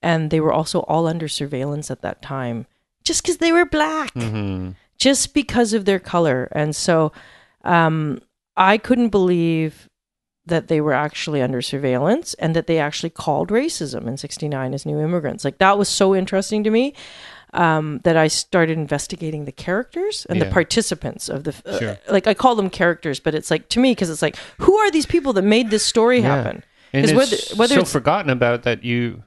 [SPEAKER 2] and they were also all under surveillance at that time just because they were black
[SPEAKER 1] Mm-hmm.
[SPEAKER 2] just because of their color. And so um, I couldn't believe that they were actually under surveillance and that they actually called racism in 69 as new immigrants. Like that was so interesting to me um, that I started investigating the characters and
[SPEAKER 1] Yeah.
[SPEAKER 2] the participants of the, uh,
[SPEAKER 1] Sure.
[SPEAKER 2] like I call them characters, but it's like to me, because it's like, who are these people that made this story
[SPEAKER 1] Yeah.
[SPEAKER 2] happen?
[SPEAKER 1] And
[SPEAKER 2] 'Cause
[SPEAKER 1] it's
[SPEAKER 2] whether, whether
[SPEAKER 1] so
[SPEAKER 2] it's
[SPEAKER 1] forgotten about that you.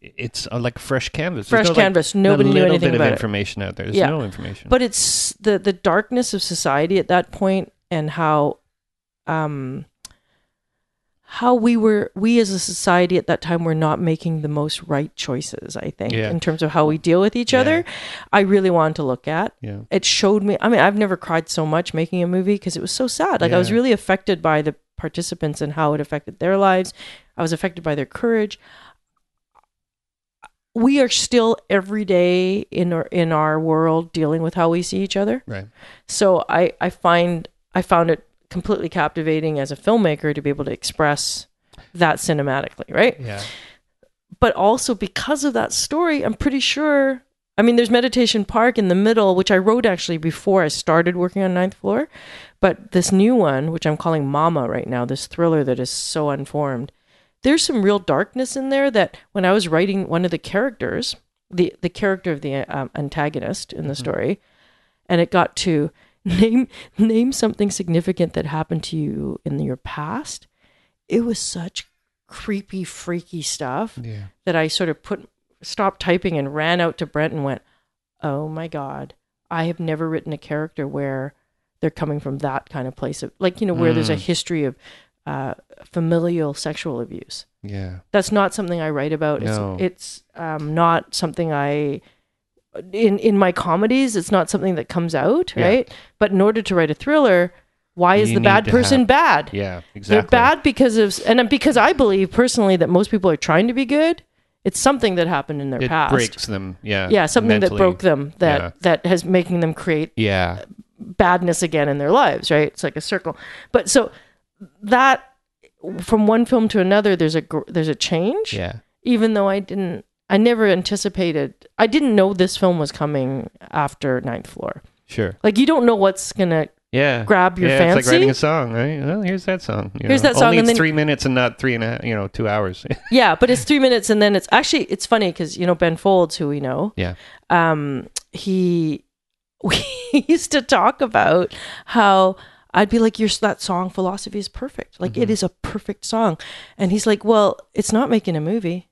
[SPEAKER 1] It's uh, like fresh canvas. There's
[SPEAKER 2] Fresh
[SPEAKER 1] no, like,
[SPEAKER 2] canvas. Nobody
[SPEAKER 1] a
[SPEAKER 2] knew
[SPEAKER 1] little
[SPEAKER 2] anything
[SPEAKER 1] bit
[SPEAKER 2] about
[SPEAKER 1] of
[SPEAKER 2] it.
[SPEAKER 1] information out there. There's
[SPEAKER 2] Yeah.
[SPEAKER 1] no information.
[SPEAKER 2] but it's the the darkness of society at that point and how um how we were we as a society at that time were not making the most right choices i think
[SPEAKER 1] Yeah.
[SPEAKER 2] in terms of how we deal with each other i really wanted to look at
[SPEAKER 1] yeah,
[SPEAKER 2] it showed me i mean i've never cried so much making a movie because it was so sad like i was
[SPEAKER 1] Yeah.
[SPEAKER 2] really affected by the participants and how it affected their lives i was affected by their courage we are still every day in our in our world dealing with how we see each other.
[SPEAKER 1] Right.
[SPEAKER 2] So I I find I found it completely captivating as a filmmaker to be able to express that cinematically, right?
[SPEAKER 1] Yeah.
[SPEAKER 2] but also because of that story, I'm pretty sure. I mean, there's Meditation Park in the middle, which I wrote actually before I started working on Ninth Floor. But this new one, which I'm calling Mama right now, this thriller that is so unformed, there's some real darkness in there that when I was writing one of the characters, the, the character of the um, antagonist in the story, and it got to [laughs] name name something significant that happened to you in your past, it was such creepy, freaky stuff
[SPEAKER 1] Yeah.
[SPEAKER 2] that I sort of put stopped typing and ran out to Brent and went, "Oh my god, I have never written a character where they're coming from that kind of place of like you know where there's a
[SPEAKER 1] Mm.
[SPEAKER 2] history of uh, familial sexual abuse.
[SPEAKER 1] Yeah.
[SPEAKER 2] That's not something I write about.
[SPEAKER 1] No.
[SPEAKER 2] It's, it's um, not something I in in my comedies. It's not something that comes out
[SPEAKER 1] Yeah.
[SPEAKER 2] right. But in order to write a thriller, why is
[SPEAKER 1] You
[SPEAKER 2] the
[SPEAKER 1] need
[SPEAKER 2] bad
[SPEAKER 1] to
[SPEAKER 2] person
[SPEAKER 1] have-
[SPEAKER 2] bad?
[SPEAKER 1] Yeah. Exactly.
[SPEAKER 2] They're bad because of, and uh, because I believe personally that most people are trying to be good. It's something that happened in their
[SPEAKER 1] It
[SPEAKER 2] past.
[SPEAKER 1] breaks them. Yeah.
[SPEAKER 2] Yeah, something that
[SPEAKER 1] mentally.
[SPEAKER 2] broke them that
[SPEAKER 1] Yeah.
[SPEAKER 2] that has making them create
[SPEAKER 1] Yeah.
[SPEAKER 2] badness again in their lives. Right? It's like a circle. But so that from one film to another, there's a gr- there's a change.
[SPEAKER 1] Yeah.
[SPEAKER 2] Even though I didn't, I never anticipated. I didn't know this film was coming after Ninth Floor.
[SPEAKER 1] Sure.
[SPEAKER 2] Like you don't know what's gonna
[SPEAKER 1] Yeah.
[SPEAKER 2] grab your
[SPEAKER 1] yeah, It's
[SPEAKER 2] fancy.
[SPEAKER 1] like writing a song, right? Well, here's that song. you
[SPEAKER 2] Here's
[SPEAKER 1] know.
[SPEAKER 2] that song,
[SPEAKER 1] Only
[SPEAKER 2] and
[SPEAKER 1] it's
[SPEAKER 2] then-
[SPEAKER 1] three minutes and not three and a half, you know, two hours. [laughs]
[SPEAKER 2] yeah, but it's three minutes, and then it's actually it's funny because you know Ben Folds, who we know,
[SPEAKER 1] yeah.
[SPEAKER 2] um, he [laughs] we used to talk about how I'd be like, "Your that song philosophy is perfect. Like
[SPEAKER 1] Mm-hmm.
[SPEAKER 2] it is a perfect song," and he's like, "Well, it's not making a movie.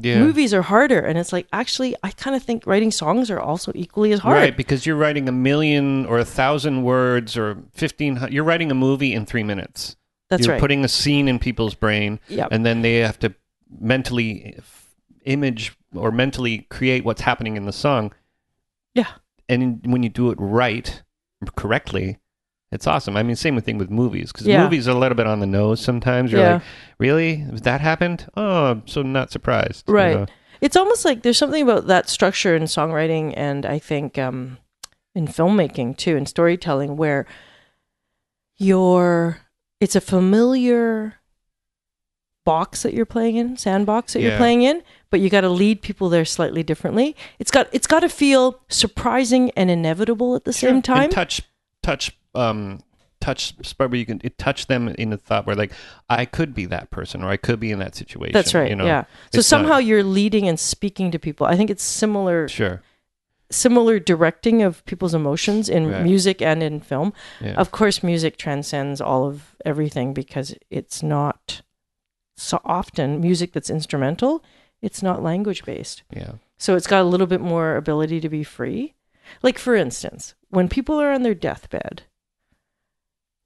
[SPEAKER 1] Yeah.
[SPEAKER 2] Movies are harder." And it's like, actually, I kind of think writing songs are also equally as hard.
[SPEAKER 1] Right, because you're writing a million or a thousand words or fifteen. hun- You're writing a movie in three minutes.
[SPEAKER 2] That's
[SPEAKER 1] you're
[SPEAKER 2] right.
[SPEAKER 1] putting a scene in people's brain,
[SPEAKER 2] Yep.
[SPEAKER 1] and then they have to mentally f- image or mentally create what's happening in the song.
[SPEAKER 2] yeah,
[SPEAKER 1] And when you do it right, correctly, it's awesome. I mean, same thing with movies because
[SPEAKER 2] Yeah.
[SPEAKER 1] movies are a little bit on the nose sometimes. You're
[SPEAKER 2] Yeah.
[SPEAKER 1] like, really, that happened? Oh, I'm so not surprised. you
[SPEAKER 2] right.
[SPEAKER 1] know?
[SPEAKER 2] It's almost like there's something about that structure in songwriting, and I think um, in filmmaking too, in storytelling, where your it's a familiar box that you're playing in, sandbox that
[SPEAKER 1] Yeah.
[SPEAKER 2] you're playing in, but you got to lead people there slightly differently. It's got it's got to feel surprising and inevitable at the
[SPEAKER 1] Sure.
[SPEAKER 2] same time.
[SPEAKER 1] And touch, touch, um, touch spot where you can it touch them in the thought where like I could be that person or I could be in that situation.
[SPEAKER 2] That's right.
[SPEAKER 1] You know,
[SPEAKER 2] yeah. So
[SPEAKER 1] It's not-
[SPEAKER 2] somehow you're leading and speaking to people. I think it's similar
[SPEAKER 1] sure.
[SPEAKER 2] similar directing of people's emotions in
[SPEAKER 1] Right.
[SPEAKER 2] music and in film.
[SPEAKER 1] Yeah.
[SPEAKER 2] Of course, music transcends all of everything because it's not so often music that's instrumental, it's not language based.
[SPEAKER 1] Yeah. [laughs]
[SPEAKER 2] So it's got a little bit more ability to be free. Like, for instance, when people are on their deathbed,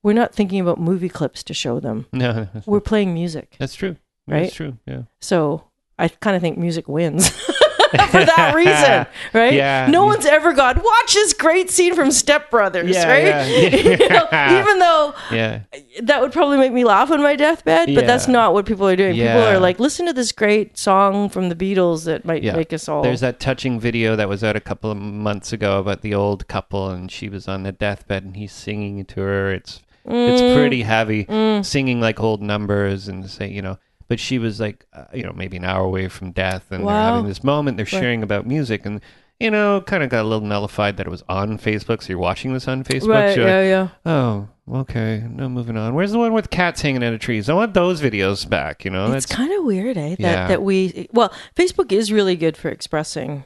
[SPEAKER 2] we're not thinking about movie clips to show them,
[SPEAKER 1] No, that's-
[SPEAKER 2] we're playing music.
[SPEAKER 1] that's true.
[SPEAKER 2] Right?
[SPEAKER 1] That's true. Yeah.
[SPEAKER 2] So I kind of think music wins [laughs] for that reason,
[SPEAKER 1] [laughs]
[SPEAKER 2] right?
[SPEAKER 1] Yeah.
[SPEAKER 2] No one's ever gone, watch this great scene from Step Brothers,
[SPEAKER 1] Yeah,
[SPEAKER 2] right?
[SPEAKER 1] yeah.
[SPEAKER 2] [laughs] You know, even though
[SPEAKER 1] Yeah.
[SPEAKER 2] that would probably make me laugh on my deathbed, but that's
[SPEAKER 1] Yeah.
[SPEAKER 2] not what people are doing. People
[SPEAKER 1] Yeah.
[SPEAKER 2] are like, listen to this great song from the Beatles that might
[SPEAKER 1] Yeah.
[SPEAKER 2] make us all.
[SPEAKER 1] There's that touching video that was out a couple of months ago about the old couple and she was on the deathbed and he's singing to her. It's it's
[SPEAKER 2] Mm.
[SPEAKER 1] pretty heavy, singing like old numbers and say, you know. But she was like, uh, you know, maybe an hour away from death, and they're
[SPEAKER 2] Wow.
[SPEAKER 1] having this moment. They're sharing about music, and you know, kind of got a little nullified that it was on Facebook. So you're watching this on Facebook.
[SPEAKER 2] right,
[SPEAKER 1] so
[SPEAKER 2] yeah,
[SPEAKER 1] you're like,
[SPEAKER 2] yeah.
[SPEAKER 1] oh, okay. No, moving on. Where's the one with cats hanging out of trees? I want those videos back. You know,
[SPEAKER 2] it's kind of weird, eh? That,
[SPEAKER 1] Oh, Yeah.
[SPEAKER 2] that we, well, Facebook is really good for expressing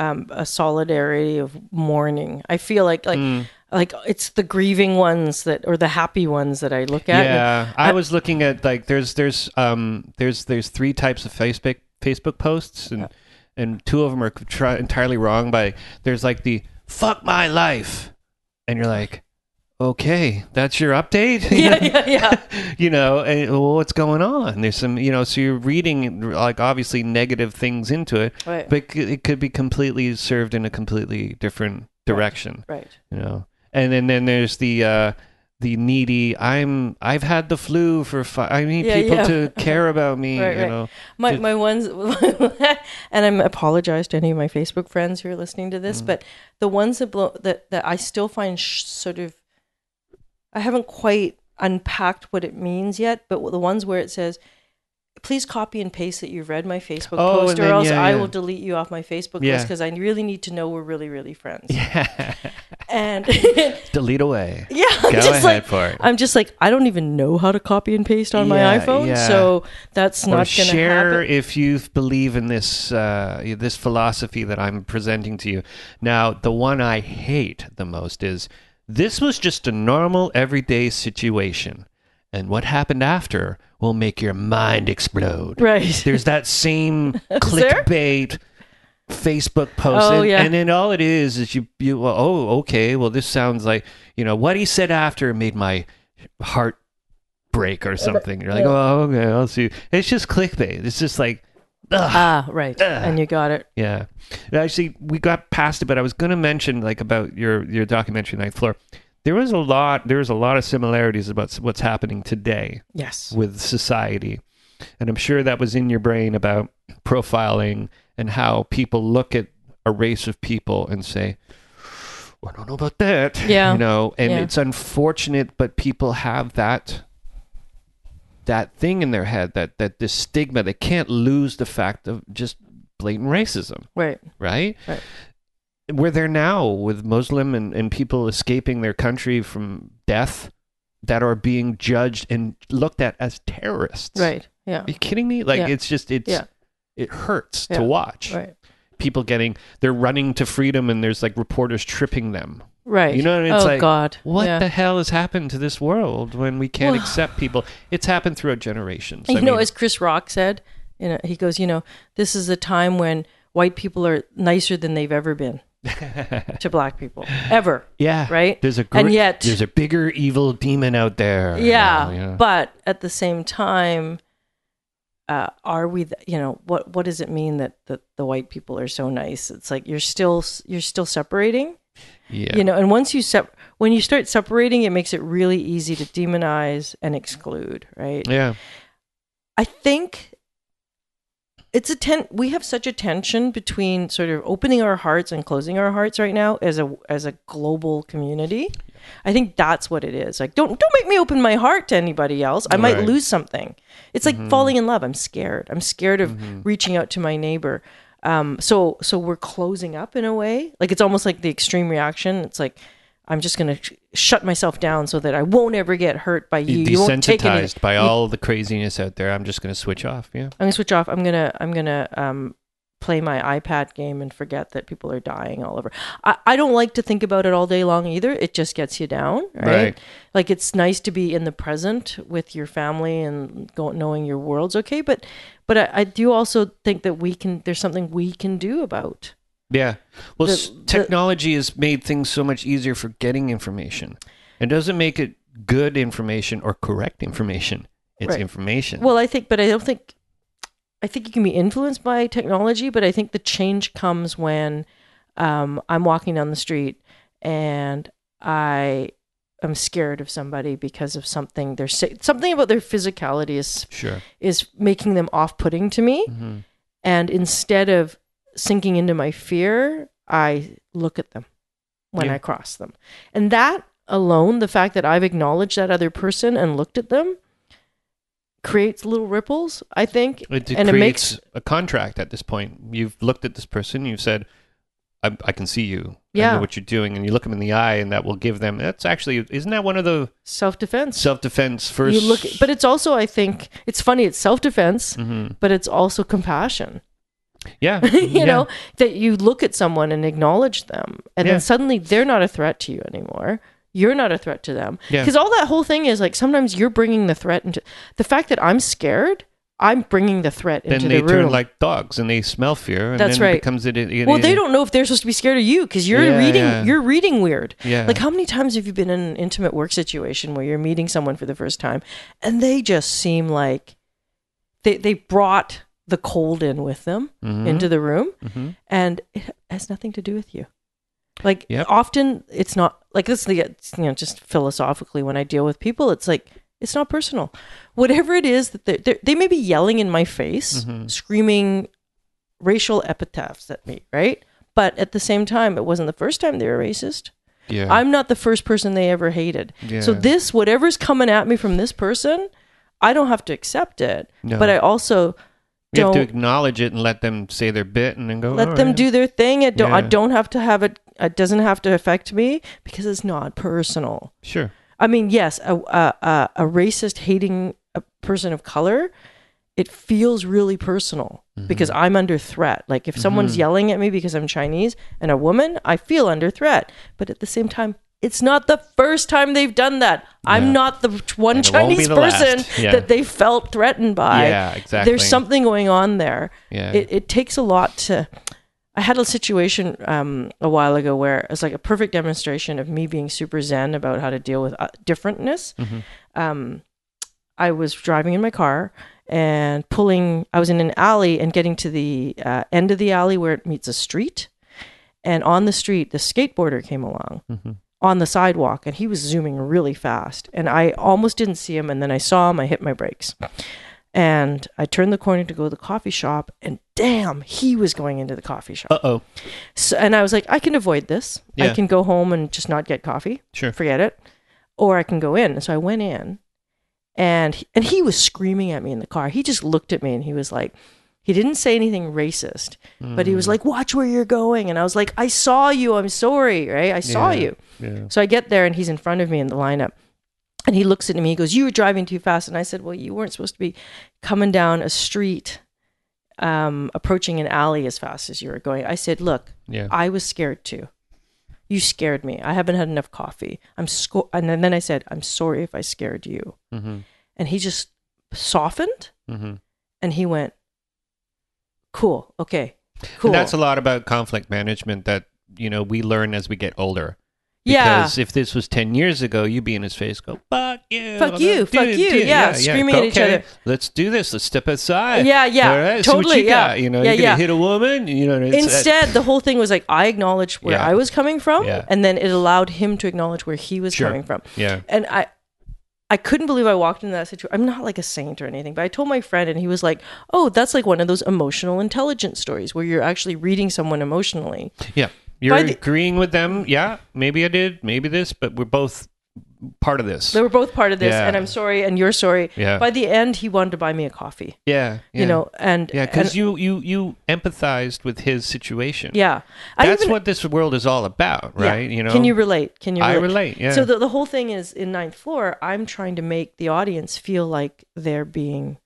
[SPEAKER 2] um, a solidarity of mourning. I feel like, like,
[SPEAKER 1] Mm.
[SPEAKER 2] like it's the grieving ones that, or the happy ones that I look at.
[SPEAKER 1] Yeah, I
[SPEAKER 2] I-
[SPEAKER 1] was looking at like there's there's um there's there's three types of Facebook Facebook posts and and two of them are try, entirely wrong. By there's like the fuck my life, and you're like, okay, that's your update. [laughs]
[SPEAKER 2] [laughs] yeah, yeah, yeah.
[SPEAKER 1] you know, and well, what's going on? There's some you know, so you're reading like obviously negative things into it,
[SPEAKER 2] Right.
[SPEAKER 1] but c- it could be completely served in a completely different direction
[SPEAKER 2] right.
[SPEAKER 1] you know and then then there's the uh the needy. I'm I've had the flu for fi- I need
[SPEAKER 2] Yeah,
[SPEAKER 1] people
[SPEAKER 2] yeah.
[SPEAKER 1] to care about me,
[SPEAKER 2] [laughs] Right,
[SPEAKER 1] you
[SPEAKER 2] right.
[SPEAKER 1] know.
[SPEAKER 2] My
[SPEAKER 1] Did-
[SPEAKER 2] my ones, [laughs] and I'm apologize to any of my Facebook friends who are listening to
[SPEAKER 1] Mm.
[SPEAKER 2] this, but the ones that blow that that I still find sh- sort of, I haven't quite unpacked what it means yet. But the ones where it says, "Please copy and paste that you've read my Facebook
[SPEAKER 1] Oh, and
[SPEAKER 2] post, or
[SPEAKER 1] then-
[SPEAKER 2] else
[SPEAKER 1] yeah,
[SPEAKER 2] I
[SPEAKER 1] yeah.
[SPEAKER 2] will delete you off my Facebook
[SPEAKER 1] Yeah.
[SPEAKER 2] list because I really need to know we're really really friends."
[SPEAKER 1] Yeah.
[SPEAKER 2] And
[SPEAKER 1] [laughs]
[SPEAKER 2] [laughs]
[SPEAKER 1] Delete away.
[SPEAKER 2] yeah, I'm
[SPEAKER 1] Go
[SPEAKER 2] just
[SPEAKER 1] ahead
[SPEAKER 2] like.
[SPEAKER 1] for it.
[SPEAKER 2] I'm just like I don't even know how to copy and paste on my
[SPEAKER 1] Yeah,
[SPEAKER 2] iPhone,
[SPEAKER 1] yeah.
[SPEAKER 2] so that's
[SPEAKER 1] or
[SPEAKER 2] not going to
[SPEAKER 1] share
[SPEAKER 2] happen.
[SPEAKER 1] if you believe in this uh, this philosophy that I'm presenting to you. Now, the one I hate the most is this was just a normal everyday situation, and what happened after will make your mind explode.
[SPEAKER 2] Right.
[SPEAKER 1] There's that
[SPEAKER 2] [laughs]
[SPEAKER 1] same
[SPEAKER 2] there?
[SPEAKER 1] clickbait Facebook post,
[SPEAKER 2] Oh,
[SPEAKER 1] and,
[SPEAKER 2] yeah.
[SPEAKER 1] and then all it is is you you well, oh okay well this sounds like you know what he said after made my heart break or something. You're like oh okay I'll see. It's just clickbait. It's just like ugh.
[SPEAKER 2] Ah, right.
[SPEAKER 1] Ugh.
[SPEAKER 2] And you got it.
[SPEAKER 1] Yeah. And Actually, we got past it, but I was going to mention like about your your documentary Ninth Floor. There was a lot. There was a lot of similarities about s- what's happening today
[SPEAKER 2] Yes.
[SPEAKER 1] with society, and I'm sure that was in your brain about profiling and how people look at a race of people and say, "I don't know about that."
[SPEAKER 2] Yeah.
[SPEAKER 1] You know, and
[SPEAKER 2] Yeah.
[SPEAKER 1] it's unfortunate, but people have that that thing in their head that that this stigma. They can't lose the fact of just blatant racism
[SPEAKER 2] Right.
[SPEAKER 1] right?
[SPEAKER 2] Right.
[SPEAKER 1] We're there now with Muslim and, and people escaping their country from death that are being judged and looked at as terrorists.
[SPEAKER 2] Right. Yeah.
[SPEAKER 1] Are you kidding me? Like
[SPEAKER 2] Yeah.
[SPEAKER 1] it's just it's
[SPEAKER 2] Yeah.
[SPEAKER 1] it hurts
[SPEAKER 2] Yeah.
[SPEAKER 1] to watch.
[SPEAKER 2] Right.
[SPEAKER 1] People getting they're running to freedom and there's like reporters tripping them.
[SPEAKER 2] Right.
[SPEAKER 1] You know what I mean? It's
[SPEAKER 2] Oh
[SPEAKER 1] like,
[SPEAKER 2] God.
[SPEAKER 1] What
[SPEAKER 2] yeah.
[SPEAKER 1] the hell has happened to this world when we can't
[SPEAKER 2] Well-
[SPEAKER 1] accept people? It's happened throughout generations.
[SPEAKER 2] You
[SPEAKER 1] I
[SPEAKER 2] know,
[SPEAKER 1] mean,
[SPEAKER 2] as Chris Rock said, you know, he goes, you know, this is a time when white people are nicer than they've ever been to black people
[SPEAKER 1] [sighs]
[SPEAKER 2] ever.
[SPEAKER 1] [laughs] yeah,
[SPEAKER 2] right?
[SPEAKER 1] There's a
[SPEAKER 2] And
[SPEAKER 1] gr-
[SPEAKER 2] yet-
[SPEAKER 1] there's a bigger evil demon out there. you
[SPEAKER 2] yeah,
[SPEAKER 1] know,
[SPEAKER 2] but at the same time uh, are we th- you know what what does it mean that, that the white people are so nice it's like you're still s- you're still separating
[SPEAKER 1] yeah.
[SPEAKER 2] you know and once you sep- when you start separating it makes it really easy to demonize and exclude right
[SPEAKER 1] yeah.
[SPEAKER 2] I think it's a ten. We have such a tension between sort of opening our hearts and closing our hearts right now as a as a global community. I think that's what it is. Like, don't don't make me open my heart to anybody else. I might
[SPEAKER 1] Right.
[SPEAKER 2] lose something. It's like falling in love. I'm scared. I'm scared of reaching out to my neighbor. Um, so so we're closing up in a way. Like it's almost like the extreme reaction. It's like I'm just gonna sh- shut myself down so that I won't ever get hurt by you. You won't take anything.
[SPEAKER 1] desensitized by all the craziness out there. I'm just going to switch off. Yeah.
[SPEAKER 2] I'm gonna switch off. I'm gonna I'm gonna um, play my iPad game and forget that people are dying all over. I, I don't like to think about it all day long either. It just gets you down, right?
[SPEAKER 1] Right.
[SPEAKER 2] Like it's nice to be in the present with your family and go, knowing your world's okay. But but I, I do also think that we can. There's something we can do about.
[SPEAKER 1] Yeah. Well,
[SPEAKER 2] The-
[SPEAKER 1] s-
[SPEAKER 2] the-
[SPEAKER 1] technology has made things so much easier for getting information. It doesn't make it good information or correct information. It's
[SPEAKER 2] Right.
[SPEAKER 1] information.
[SPEAKER 2] Well, I think, but I don't think. I think you can be influenced by technology, but I think the change comes when um, I'm walking down the street and I am scared of somebody because of something they're sa- something about their physicality is
[SPEAKER 1] sure.
[SPEAKER 2] is making them off-putting to me,
[SPEAKER 1] Mhm.
[SPEAKER 2] and instead of sinking into my fear, I look at them when
[SPEAKER 1] Yeah.
[SPEAKER 2] I cross them, and that alone, the fact that I've acknowledged that other person and looked at them creates little ripples, I think,
[SPEAKER 1] It,
[SPEAKER 2] and
[SPEAKER 1] creates
[SPEAKER 2] it makes
[SPEAKER 1] a contract at this point. You've looked at this person. You've said, I, I can see you. I
[SPEAKER 2] Yeah.
[SPEAKER 1] know what you're doing. And you look them in the eye, and that will give them. That's actually, isn't that one of the
[SPEAKER 2] self-defense.
[SPEAKER 1] self defense first?
[SPEAKER 2] You look, but it's also, I think, it's funny. It's self-defense,
[SPEAKER 1] Mhm.
[SPEAKER 2] but it's also compassion.
[SPEAKER 1] Yeah.
[SPEAKER 2] [laughs] you
[SPEAKER 1] Yeah.
[SPEAKER 2] know that you look at someone and acknowledge them, and
[SPEAKER 1] Yeah.
[SPEAKER 2] then suddenly they're not a threat to you anymore. You're not a threat to them
[SPEAKER 1] Yeah.
[SPEAKER 2] because all that whole thing is like sometimes you're bringing the threat into the fact that I'm scared. I'm bringing the threat into
[SPEAKER 1] Then they
[SPEAKER 2] the room.
[SPEAKER 1] turn like dogs and they smell fear. And
[SPEAKER 2] That's
[SPEAKER 1] then
[SPEAKER 2] right.
[SPEAKER 1] It becomes it, it,
[SPEAKER 2] well,
[SPEAKER 1] it-
[SPEAKER 2] they don't know if they're supposed to be scared of you because you're
[SPEAKER 1] Yeah,
[SPEAKER 2] reading.
[SPEAKER 1] yeah.
[SPEAKER 2] You're reading weird.
[SPEAKER 1] Yeah.
[SPEAKER 2] Like how many times have you been in an intimate work situation where you're meeting someone for the first time and they just seem like they they brought the
[SPEAKER 1] Mm-hmm.
[SPEAKER 2] cold in with them into the room
[SPEAKER 1] Mhm.
[SPEAKER 2] and it has nothing to do with you. Like
[SPEAKER 1] Yep.
[SPEAKER 2] often it's not like this. is the it's, you know just philosophically when I deal with people, it's like it's not personal. Whatever it is that they're, they're, they may be yelling in my face,
[SPEAKER 1] Mm-hmm.
[SPEAKER 2] screaming racial epithets at me, right? But at the same time, it wasn't the first time they were racist.
[SPEAKER 1] Yeah.
[SPEAKER 2] I'm not the first person they ever hated. So
[SPEAKER 1] Yeah.
[SPEAKER 2] this whatever's coming at me from this person, I don't have to accept it.
[SPEAKER 1] No.
[SPEAKER 2] But I also
[SPEAKER 1] you have
[SPEAKER 2] don't
[SPEAKER 1] to acknowledge it and let them say their bit and then go.
[SPEAKER 2] let
[SPEAKER 1] "All
[SPEAKER 2] them
[SPEAKER 1] right."
[SPEAKER 2] do their thing. It don't, I
[SPEAKER 1] Oh, Yeah.
[SPEAKER 2] don't have to have it. It doesn't have to affect me because it's not personal.
[SPEAKER 1] Sure.
[SPEAKER 2] I mean, yes, a a, a, a racist hating a person of color, it feels really personal
[SPEAKER 1] Mm-hmm.
[SPEAKER 2] because I'm under threat. Like if someone's yelling at me because I'm Chinese and a woman, I feel under threat. But at the same time. It's not the first time they've done that.
[SPEAKER 1] Yeah.
[SPEAKER 2] I'm not the one
[SPEAKER 1] And it won't be
[SPEAKER 2] Chinese
[SPEAKER 1] the
[SPEAKER 2] person
[SPEAKER 1] last. Yeah.
[SPEAKER 2] that they felt threatened by.
[SPEAKER 1] Yeah, exactly.
[SPEAKER 2] There's something going on there
[SPEAKER 1] Yeah.
[SPEAKER 2] it, it takes a lot to i had a situation um, a while ago where it was like a perfect demonstration of me being super zen about how to deal with uh, differentness um, i was driving in my car and pulling i was in an alley and getting to the uh, end of the alley where it meets a street and on the street the skateboarder came along on the sidewalk and he was zooming really fast and i almost didn't see him and then i saw him i hit my brakes and i turned the corner to go to the coffee shop and damn he was going into the coffee shop
[SPEAKER 1] Uh oh.
[SPEAKER 2] so, and i was like i can avoid this
[SPEAKER 1] Yeah.
[SPEAKER 2] i can go home and just not get coffee
[SPEAKER 1] Sure.
[SPEAKER 2] forget it or i can go in and so i went in and he, and he was screaming at me in the car he just looked at me and he was like he didn't say anything racist but he was like watch where you're going and i was like i saw you i'm sorry right i saw
[SPEAKER 1] Yeah.
[SPEAKER 2] you
[SPEAKER 1] Yeah.
[SPEAKER 2] so I get there and he's in front of me in the lineup. And he looks at me, he goes, You were driving too fast. And I said, Well, you weren't supposed to be coming down a street, um, approaching an alley as fast as you were going. I said, Look,
[SPEAKER 1] Yeah.
[SPEAKER 2] I was scared too. You scared me. I haven't had enough coffee. I'm sco- and then, then I said, I'm sorry if I scared you.
[SPEAKER 1] Mm-hmm.
[SPEAKER 2] And he just softened
[SPEAKER 1] Mm-hmm.
[SPEAKER 2] and he went, Cool, okay. Cool.
[SPEAKER 1] And that's a lot about conflict management that you know we learn as we get older.
[SPEAKER 2] yeah.
[SPEAKER 1] Because if this was ten years ago, you'd be in his face, go fuck you,
[SPEAKER 2] Fuck you,
[SPEAKER 1] Do
[SPEAKER 2] fuck
[SPEAKER 1] it,
[SPEAKER 2] you."
[SPEAKER 1] do it."
[SPEAKER 2] Yeah, screaming at each other.
[SPEAKER 1] Let's do this. Let's step aside.
[SPEAKER 2] Yeah, yeah,
[SPEAKER 1] All right, see what
[SPEAKER 2] totally,
[SPEAKER 1] you
[SPEAKER 2] yeah.
[SPEAKER 1] got, You know,
[SPEAKER 2] Yeah,
[SPEAKER 1] you're
[SPEAKER 2] yeah.
[SPEAKER 1] gonna hit a woman. You know, it's- uh,
[SPEAKER 2] Instead, the whole thing was like I acknowledged where
[SPEAKER 1] Yeah.
[SPEAKER 2] I was coming from,
[SPEAKER 1] Yeah.
[SPEAKER 2] and then it allowed him to acknowledge where he was
[SPEAKER 1] Sure.
[SPEAKER 2] coming from.
[SPEAKER 1] yeah,
[SPEAKER 2] And I, I couldn't believe I walked into that situation. I'm not like a saint or anything, but I told my friend, and he was like, "Oh, that's like one of those emotional intelligence stories where you're actually reading someone emotionally."
[SPEAKER 1] yeah. You're
[SPEAKER 2] By the-
[SPEAKER 1] agreeing with them. Yeah, maybe I did, maybe this, but we're both part of this.
[SPEAKER 2] They were both part of this,
[SPEAKER 1] Yeah.
[SPEAKER 2] and I'm sorry, and you're sorry.
[SPEAKER 1] Yeah.
[SPEAKER 2] By the end, he wanted to buy me a coffee,
[SPEAKER 1] yeah, yeah.
[SPEAKER 2] you know, and
[SPEAKER 1] yeah,
[SPEAKER 2] and-
[SPEAKER 1] because you you you empathized with his situation.
[SPEAKER 2] yeah, I
[SPEAKER 1] that's
[SPEAKER 2] even-
[SPEAKER 1] what this world is all about,
[SPEAKER 2] Yeah.
[SPEAKER 1] right? You know,
[SPEAKER 2] can you relate? Can you?
[SPEAKER 1] I
[SPEAKER 2] Relate?
[SPEAKER 1] relate, yeah.
[SPEAKER 2] So the, the whole thing is in ninth floor. I'm trying to make the audience feel like they're being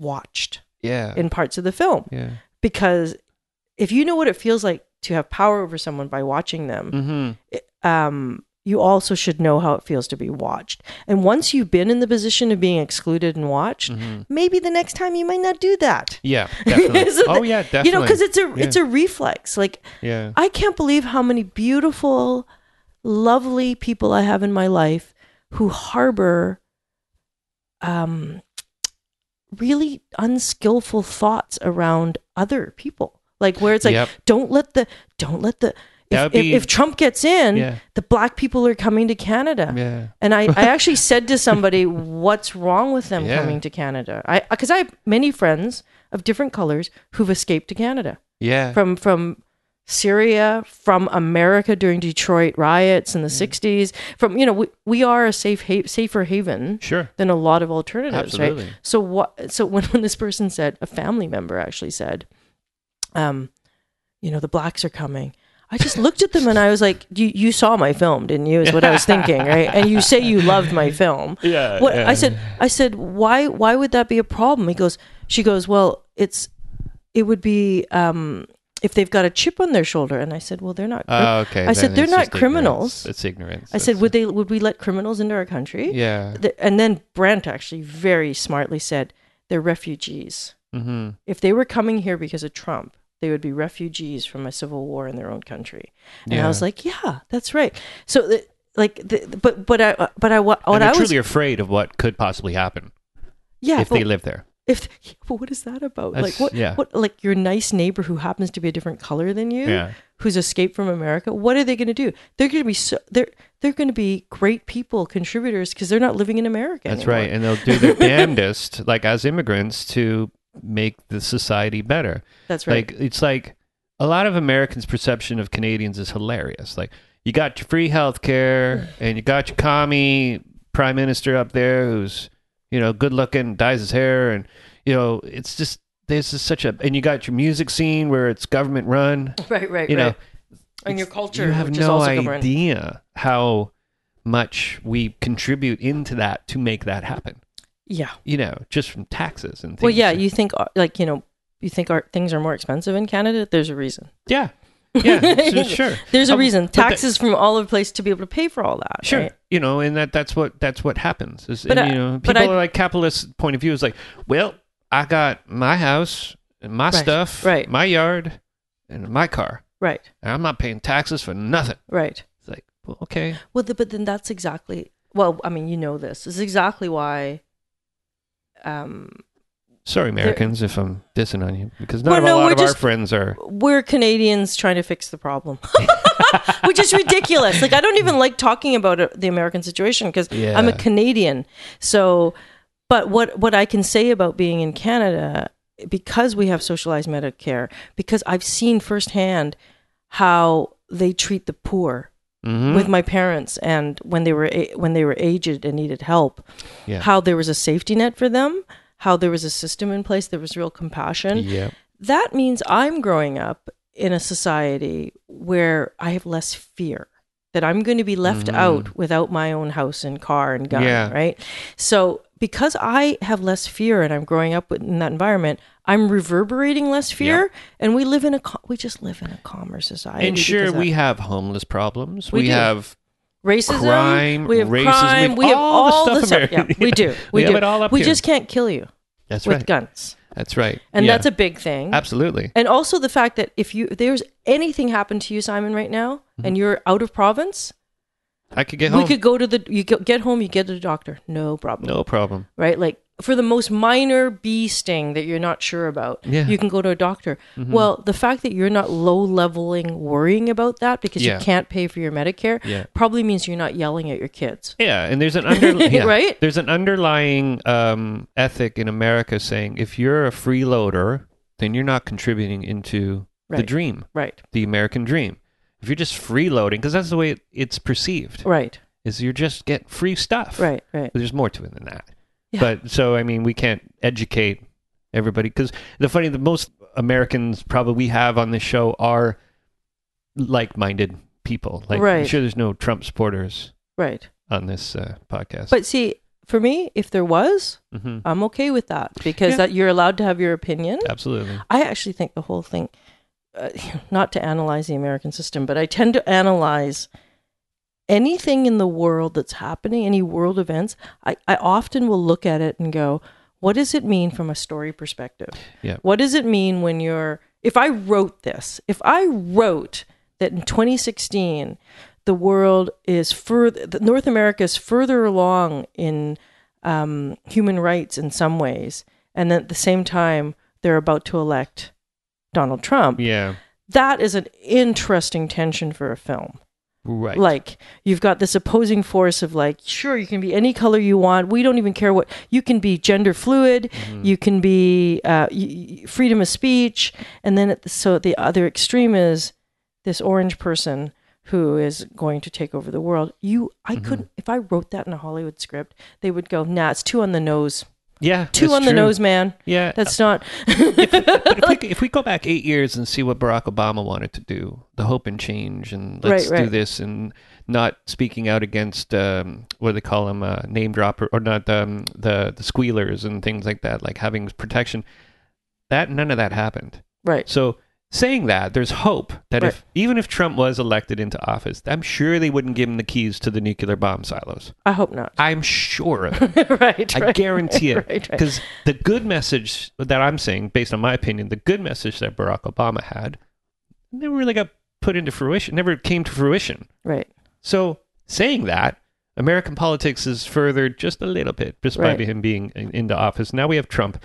[SPEAKER 2] watched
[SPEAKER 1] yeah,
[SPEAKER 2] [laughs] in parts of the film
[SPEAKER 1] yeah,
[SPEAKER 2] because if you know what it feels like to have power over someone by watching them,
[SPEAKER 1] mm-hmm.
[SPEAKER 2] um, you also should know how it feels to be watched. And once you've been in the position of being excluded and watched,
[SPEAKER 1] Mm-hmm.
[SPEAKER 2] maybe the next time you might not do that. [laughs]
[SPEAKER 1] yeah, definitely.
[SPEAKER 2] So
[SPEAKER 1] oh
[SPEAKER 2] that-
[SPEAKER 1] yeah, definitely.
[SPEAKER 2] You know, because it's a
[SPEAKER 1] Yeah.
[SPEAKER 2] it's a reflex. Like
[SPEAKER 1] yeah,
[SPEAKER 2] I can't believe how many beautiful, lovely people I have in my life who harbor um, really unskillful thoughts around other people. Like where it's like,
[SPEAKER 1] Yep.
[SPEAKER 2] don't let the, don't let the.
[SPEAKER 1] That
[SPEAKER 2] If,
[SPEAKER 1] would be-
[SPEAKER 2] if, if Trump gets in,
[SPEAKER 1] Yeah.
[SPEAKER 2] the black people are coming to Canada.
[SPEAKER 1] yeah.
[SPEAKER 2] And I,
[SPEAKER 1] [laughs]
[SPEAKER 2] I actually said to somebody, what's wrong with them
[SPEAKER 1] Yeah.
[SPEAKER 2] coming to Canada? I Because I have many friends of different colors who've escaped to Canada
[SPEAKER 1] Yeah.
[SPEAKER 2] from from Syria, from America during Detroit riots
[SPEAKER 1] Mm.
[SPEAKER 2] in the '60s. From you know, we, we are a safe ha- safer haven
[SPEAKER 1] sure.
[SPEAKER 2] than a lot of alternatives,
[SPEAKER 1] Absolutely.
[SPEAKER 2] right? So what? So when [laughs] when this person said, a family member actually said, um, you know, the blacks are coming. I just looked at them and I was like, "You you saw my film, didn't you?" Is what I was
[SPEAKER 1] [laughs]
[SPEAKER 2] thinking, right? And you say you loved my film.
[SPEAKER 1] Yeah,
[SPEAKER 2] What
[SPEAKER 1] yeah.
[SPEAKER 2] I said, I said, why why would that be a problem? He goes, she goes, well, it's it would be um, if they've got a chip on their shoulder. And I said, well, they're not. cri-
[SPEAKER 1] Oh, okay.
[SPEAKER 2] I said
[SPEAKER 1] then
[SPEAKER 2] they're
[SPEAKER 1] it's
[SPEAKER 2] not
[SPEAKER 1] just
[SPEAKER 2] criminals.
[SPEAKER 1] Ignorance. It's ignorance.
[SPEAKER 2] I said,
[SPEAKER 1] That's-
[SPEAKER 2] would they would we let criminals into our country?
[SPEAKER 1] yeah.
[SPEAKER 2] Th- and then Brent actually very smartly said they're refugees.
[SPEAKER 1] Mm-hmm.
[SPEAKER 2] If they were coming here because of Trump, they would be refugees from a civil war in their own country. And
[SPEAKER 1] Yeah.
[SPEAKER 2] I was like, yeah, that's right. So th- like, th- but but I but I what,
[SPEAKER 1] And
[SPEAKER 2] what
[SPEAKER 1] they're
[SPEAKER 2] I was
[SPEAKER 1] truly afraid of what could possibly happen
[SPEAKER 2] yeah
[SPEAKER 1] if
[SPEAKER 2] but
[SPEAKER 1] they live there.
[SPEAKER 2] if [laughs] well, what is that about?
[SPEAKER 1] That's-
[SPEAKER 2] like what?
[SPEAKER 1] yeah.
[SPEAKER 2] What like your nice neighbor who happens to be a different color than you,
[SPEAKER 1] Yeah.
[SPEAKER 2] who's escaped from America? What are they going to do? They're going to be so they're they're going to be great people contributors because they're not living in America.
[SPEAKER 1] That's
[SPEAKER 2] anymore.
[SPEAKER 1] right. And they'll do
[SPEAKER 2] [laughs]
[SPEAKER 1] their damnedest, like as immigrants, to make the society better.
[SPEAKER 2] That's right.
[SPEAKER 1] Like it's like a lot of Americans' perception of Canadians is hilarious. Like you got your free health care and you got your commie prime minister up there who's, you know, good looking, dyes his hair and you know, it's just there's just such a and you got your music scene where it's government run.
[SPEAKER 2] [laughs] right. Right.
[SPEAKER 1] You
[SPEAKER 2] right.
[SPEAKER 1] know,
[SPEAKER 2] and your
[SPEAKER 1] it's-
[SPEAKER 2] culture,
[SPEAKER 1] You have
[SPEAKER 2] which
[SPEAKER 1] no
[SPEAKER 2] is also government.
[SPEAKER 1] idea how much we contribute into that to make that happen.
[SPEAKER 2] Yeah.
[SPEAKER 1] You know, just from taxes and things.
[SPEAKER 2] Well, yeah. You think uh, like you know you think our things are more expensive in Canada. There's a reason.
[SPEAKER 1] yeah, yeah, so sure.
[SPEAKER 2] [laughs] There's a
[SPEAKER 1] Um,
[SPEAKER 2] reason.
[SPEAKER 1] but the-
[SPEAKER 2] Taxes from all over the place to be able to pay for all that.
[SPEAKER 1] Sure,
[SPEAKER 2] right?
[SPEAKER 1] you know, and that that's what that's what happens. Is,
[SPEAKER 2] But
[SPEAKER 1] and,
[SPEAKER 2] I-
[SPEAKER 1] you know,
[SPEAKER 2] but
[SPEAKER 1] people
[SPEAKER 2] I-
[SPEAKER 1] are like capitalist point of view is like, well, I got my house and my stuff,
[SPEAKER 2] right.
[SPEAKER 1] my yard, and my car,
[SPEAKER 2] Right.
[SPEAKER 1] and I'm not paying taxes for nothing.
[SPEAKER 2] Right.
[SPEAKER 1] It's like, well, okay,
[SPEAKER 2] Well, the, but then that's exactly. Well, I mean, you know this. This is exactly why. Um,
[SPEAKER 1] sorry, Americans, if I'm dissing on you, because
[SPEAKER 2] Well,
[SPEAKER 1] not
[SPEAKER 2] no,
[SPEAKER 1] a lot
[SPEAKER 2] we're
[SPEAKER 1] of our
[SPEAKER 2] just-
[SPEAKER 1] friends are.
[SPEAKER 2] we're Canadians trying to fix the [laughs] problem, [laughs] which is ridiculous. Like I don't even like talking about it, the American situation because I'm a
[SPEAKER 1] Yeah.
[SPEAKER 2] Canadian. So, but what what I can say about being in Canada because we have socialized Medicare, because I've seen firsthand how they treat the poor. [laughs]
[SPEAKER 1] Mhm.
[SPEAKER 2] with my parents and when they were a- when they were aged and needed help
[SPEAKER 1] Yeah.
[SPEAKER 2] how there was a safety net for them how there was a system in place there was real compassion
[SPEAKER 1] Yeah.
[SPEAKER 2] that means i'm growing up in a society where i have less fear that i'm going to be left out without my own house and car and gun
[SPEAKER 1] Mm. Yeah.
[SPEAKER 2] right so because i have less fear and i'm growing up with- in that environment i'm reverberating less fear and we live in a cal- we just live in a calmer society
[SPEAKER 1] And sure,
[SPEAKER 2] because of-
[SPEAKER 1] we have homeless problems.
[SPEAKER 2] We
[SPEAKER 1] We,
[SPEAKER 2] do.
[SPEAKER 1] have
[SPEAKER 2] racism,
[SPEAKER 1] crime,
[SPEAKER 2] we have
[SPEAKER 1] racism,
[SPEAKER 2] crime, we have all, the stuff.
[SPEAKER 1] America-
[SPEAKER 2] yeah,
[SPEAKER 1] [laughs]
[SPEAKER 2] we do. We,
[SPEAKER 1] We have
[SPEAKER 2] do.
[SPEAKER 1] it all up
[SPEAKER 2] we
[SPEAKER 1] here.
[SPEAKER 2] just can't kill you
[SPEAKER 1] that's
[SPEAKER 2] with
[SPEAKER 1] right.
[SPEAKER 2] guns,
[SPEAKER 1] That's right.
[SPEAKER 2] and
[SPEAKER 1] Yeah.
[SPEAKER 2] that's a big thing.
[SPEAKER 1] absolutely.
[SPEAKER 2] And also the fact that if you if there's anything happened to you, Simon, right now, and you're out of province,
[SPEAKER 1] I could Mm-hmm. get
[SPEAKER 2] we
[SPEAKER 1] home.
[SPEAKER 2] could go to the you go, get home, you get to the doctor, no problem,
[SPEAKER 1] no problem.
[SPEAKER 2] right? Like for the most minor bee sting that you're not sure about,
[SPEAKER 1] Yeah. Mm-hmm.
[SPEAKER 2] you can go to a doctor. Well, the fact that you're not low leveling worrying about that because
[SPEAKER 1] Yeah.
[SPEAKER 2] you can't pay for your Medicare
[SPEAKER 1] Yeah.
[SPEAKER 2] probably means you're not yelling at your kids.
[SPEAKER 1] Yeah, and
[SPEAKER 2] [laughs]
[SPEAKER 1] there's an under yeah.
[SPEAKER 2] Right?
[SPEAKER 1] There's an underlying um, ethic in America saying if you're a freeloader, then you're not contributing into the
[SPEAKER 2] Right.
[SPEAKER 1] dream,
[SPEAKER 2] Right.
[SPEAKER 1] the American dream. If you're just freeloading, because that's the way it, it's perceived,
[SPEAKER 2] Right.
[SPEAKER 1] is you're just getting free stuff.
[SPEAKER 2] Right, right.
[SPEAKER 1] But there's more to it than that.
[SPEAKER 2] Yeah.
[SPEAKER 1] But so I mean, we can't educate everybody because the funny, the most Americans probably we have on this show are like-minded people. Like, I'm
[SPEAKER 2] Right.
[SPEAKER 1] sure there's no Trump supporters
[SPEAKER 2] Right.
[SPEAKER 1] on this uh, podcast.
[SPEAKER 2] But see, for me, if there was,
[SPEAKER 1] hmm
[SPEAKER 2] I'm okay with that because
[SPEAKER 1] Yeah.
[SPEAKER 2] that you're allowed to have your opinion.
[SPEAKER 1] absolutely.
[SPEAKER 2] I actually think the whole thing uh, [laughs] not to analyze the American system, but I tend to analyze anything in the world that's happening, any world events. I, I often will look at it and go, what does it mean from a story perspective?
[SPEAKER 1] Yeah.
[SPEAKER 2] What does it mean when you're, if I wrote this, if I wrote that in 2016, the world is further, that North America is further along in um, human rights in some ways, and at the same time, they're about to elect Donald Trump
[SPEAKER 1] Yeah.
[SPEAKER 2] that is an interesting tension for a film.
[SPEAKER 1] Right.
[SPEAKER 2] Like you've got this opposing force of like, sure, you can be any color you want. We don't even care what you can be gender fluid.
[SPEAKER 1] Mm. Mm-hmm.
[SPEAKER 2] You can be uh, y- y- freedom of speech, and then at the, so the other extreme is this orange person who is going to take over the world. You, I
[SPEAKER 1] Mm-hmm.
[SPEAKER 2] couldn't. If I wrote that in a Hollywood script, they would go, nah, it's two on the nose,
[SPEAKER 1] yeah.
[SPEAKER 2] two
[SPEAKER 1] that's
[SPEAKER 2] on the
[SPEAKER 1] true.
[SPEAKER 2] nose, man.
[SPEAKER 1] Yeah.
[SPEAKER 2] That's not
[SPEAKER 1] but if, we, if we go back eight years and see what Barack Obama wanted to do, the hope and change, and let's
[SPEAKER 2] Right,
[SPEAKER 1] do
[SPEAKER 2] right.
[SPEAKER 1] this, and not speaking out against um, what do they call them, uh, name dropper, or not um, the the squealers and things like that, like having protection. That none of that happened.
[SPEAKER 2] right.
[SPEAKER 1] So saying that, there's hope that
[SPEAKER 2] Right.
[SPEAKER 1] if even if Trump was elected into office, I'm sure they wouldn't give him the keys to the nuclear bomb silos.
[SPEAKER 2] I hope not. [laughs]
[SPEAKER 1] I'm sure of it.
[SPEAKER 2] right, [laughs] right.
[SPEAKER 1] I guarantee it.
[SPEAKER 2] Right, right.
[SPEAKER 1] Because the good message that I'm saying, based on my opinion, the good message that Barack Obama had never really got put into fruition, never came to fruition.
[SPEAKER 2] Right.
[SPEAKER 1] So, saying that, American politics is furthered just a little bit just
[SPEAKER 2] Right.
[SPEAKER 1] by him being in, into office. Now we have Trump.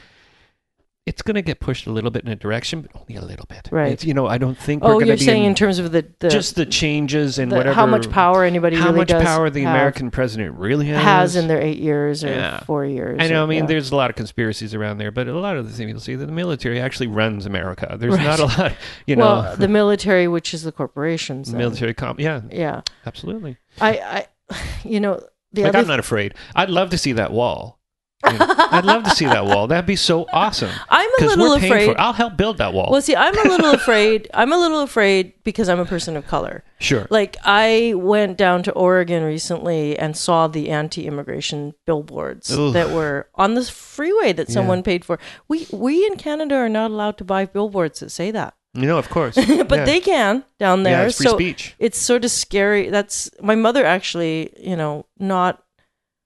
[SPEAKER 1] it's going to get pushed a little bit in a direction, but only a little bit.
[SPEAKER 2] Right.
[SPEAKER 1] It's, you know, I don't think we're
[SPEAKER 2] Oh,
[SPEAKER 1] going
[SPEAKER 2] you're
[SPEAKER 1] to be
[SPEAKER 2] saying in,
[SPEAKER 1] in
[SPEAKER 2] terms of the, the
[SPEAKER 1] just the changes and
[SPEAKER 2] the-
[SPEAKER 1] whatever
[SPEAKER 2] how much power anybody
[SPEAKER 1] how
[SPEAKER 2] really
[SPEAKER 1] much
[SPEAKER 2] does
[SPEAKER 1] power the
[SPEAKER 2] have-
[SPEAKER 1] American president really has.
[SPEAKER 2] has in their eight years or
[SPEAKER 1] Yeah.
[SPEAKER 2] four years.
[SPEAKER 1] I know.
[SPEAKER 2] or-
[SPEAKER 1] I mean,
[SPEAKER 2] yeah.
[SPEAKER 1] there's a lot of conspiracies around there, but a lot of the things you'll see that the military actually runs America. There's not a
[SPEAKER 2] [laughs]
[SPEAKER 1] lot, you know,
[SPEAKER 2] well, the military, which is the corporations, then.
[SPEAKER 1] military comp. Yeah,
[SPEAKER 2] Yeah,
[SPEAKER 1] absolutely.
[SPEAKER 2] I, I, [sighs] you know, the
[SPEAKER 1] like,
[SPEAKER 2] other
[SPEAKER 1] I'm not afraid. I'd love to see that wall. You know, I'd love to see that wall. That'd be
[SPEAKER 2] [laughs]
[SPEAKER 1] so awesome.
[SPEAKER 2] I'm a
[SPEAKER 1] Because
[SPEAKER 2] little
[SPEAKER 1] we're paying
[SPEAKER 2] afraid.
[SPEAKER 1] for it. I'll help build that wall.
[SPEAKER 2] Well, see, I'm a
[SPEAKER 1] [laughs]
[SPEAKER 2] little afraid. I'm a little afraid because I'm a person of color.
[SPEAKER 1] sure.
[SPEAKER 2] Like, I went down to Oregon recently and saw the anti immigration billboards
[SPEAKER 1] Ugh.
[SPEAKER 2] that were on the freeway that someone paid for. We, we in Canada are not allowed to buy billboards that say that,
[SPEAKER 1] you know, of course.
[SPEAKER 2] [laughs] but they can down there.
[SPEAKER 1] Yeah, it's free
[SPEAKER 2] so
[SPEAKER 1] speech.
[SPEAKER 2] it's sort of scary. That's my mother actually, you know, not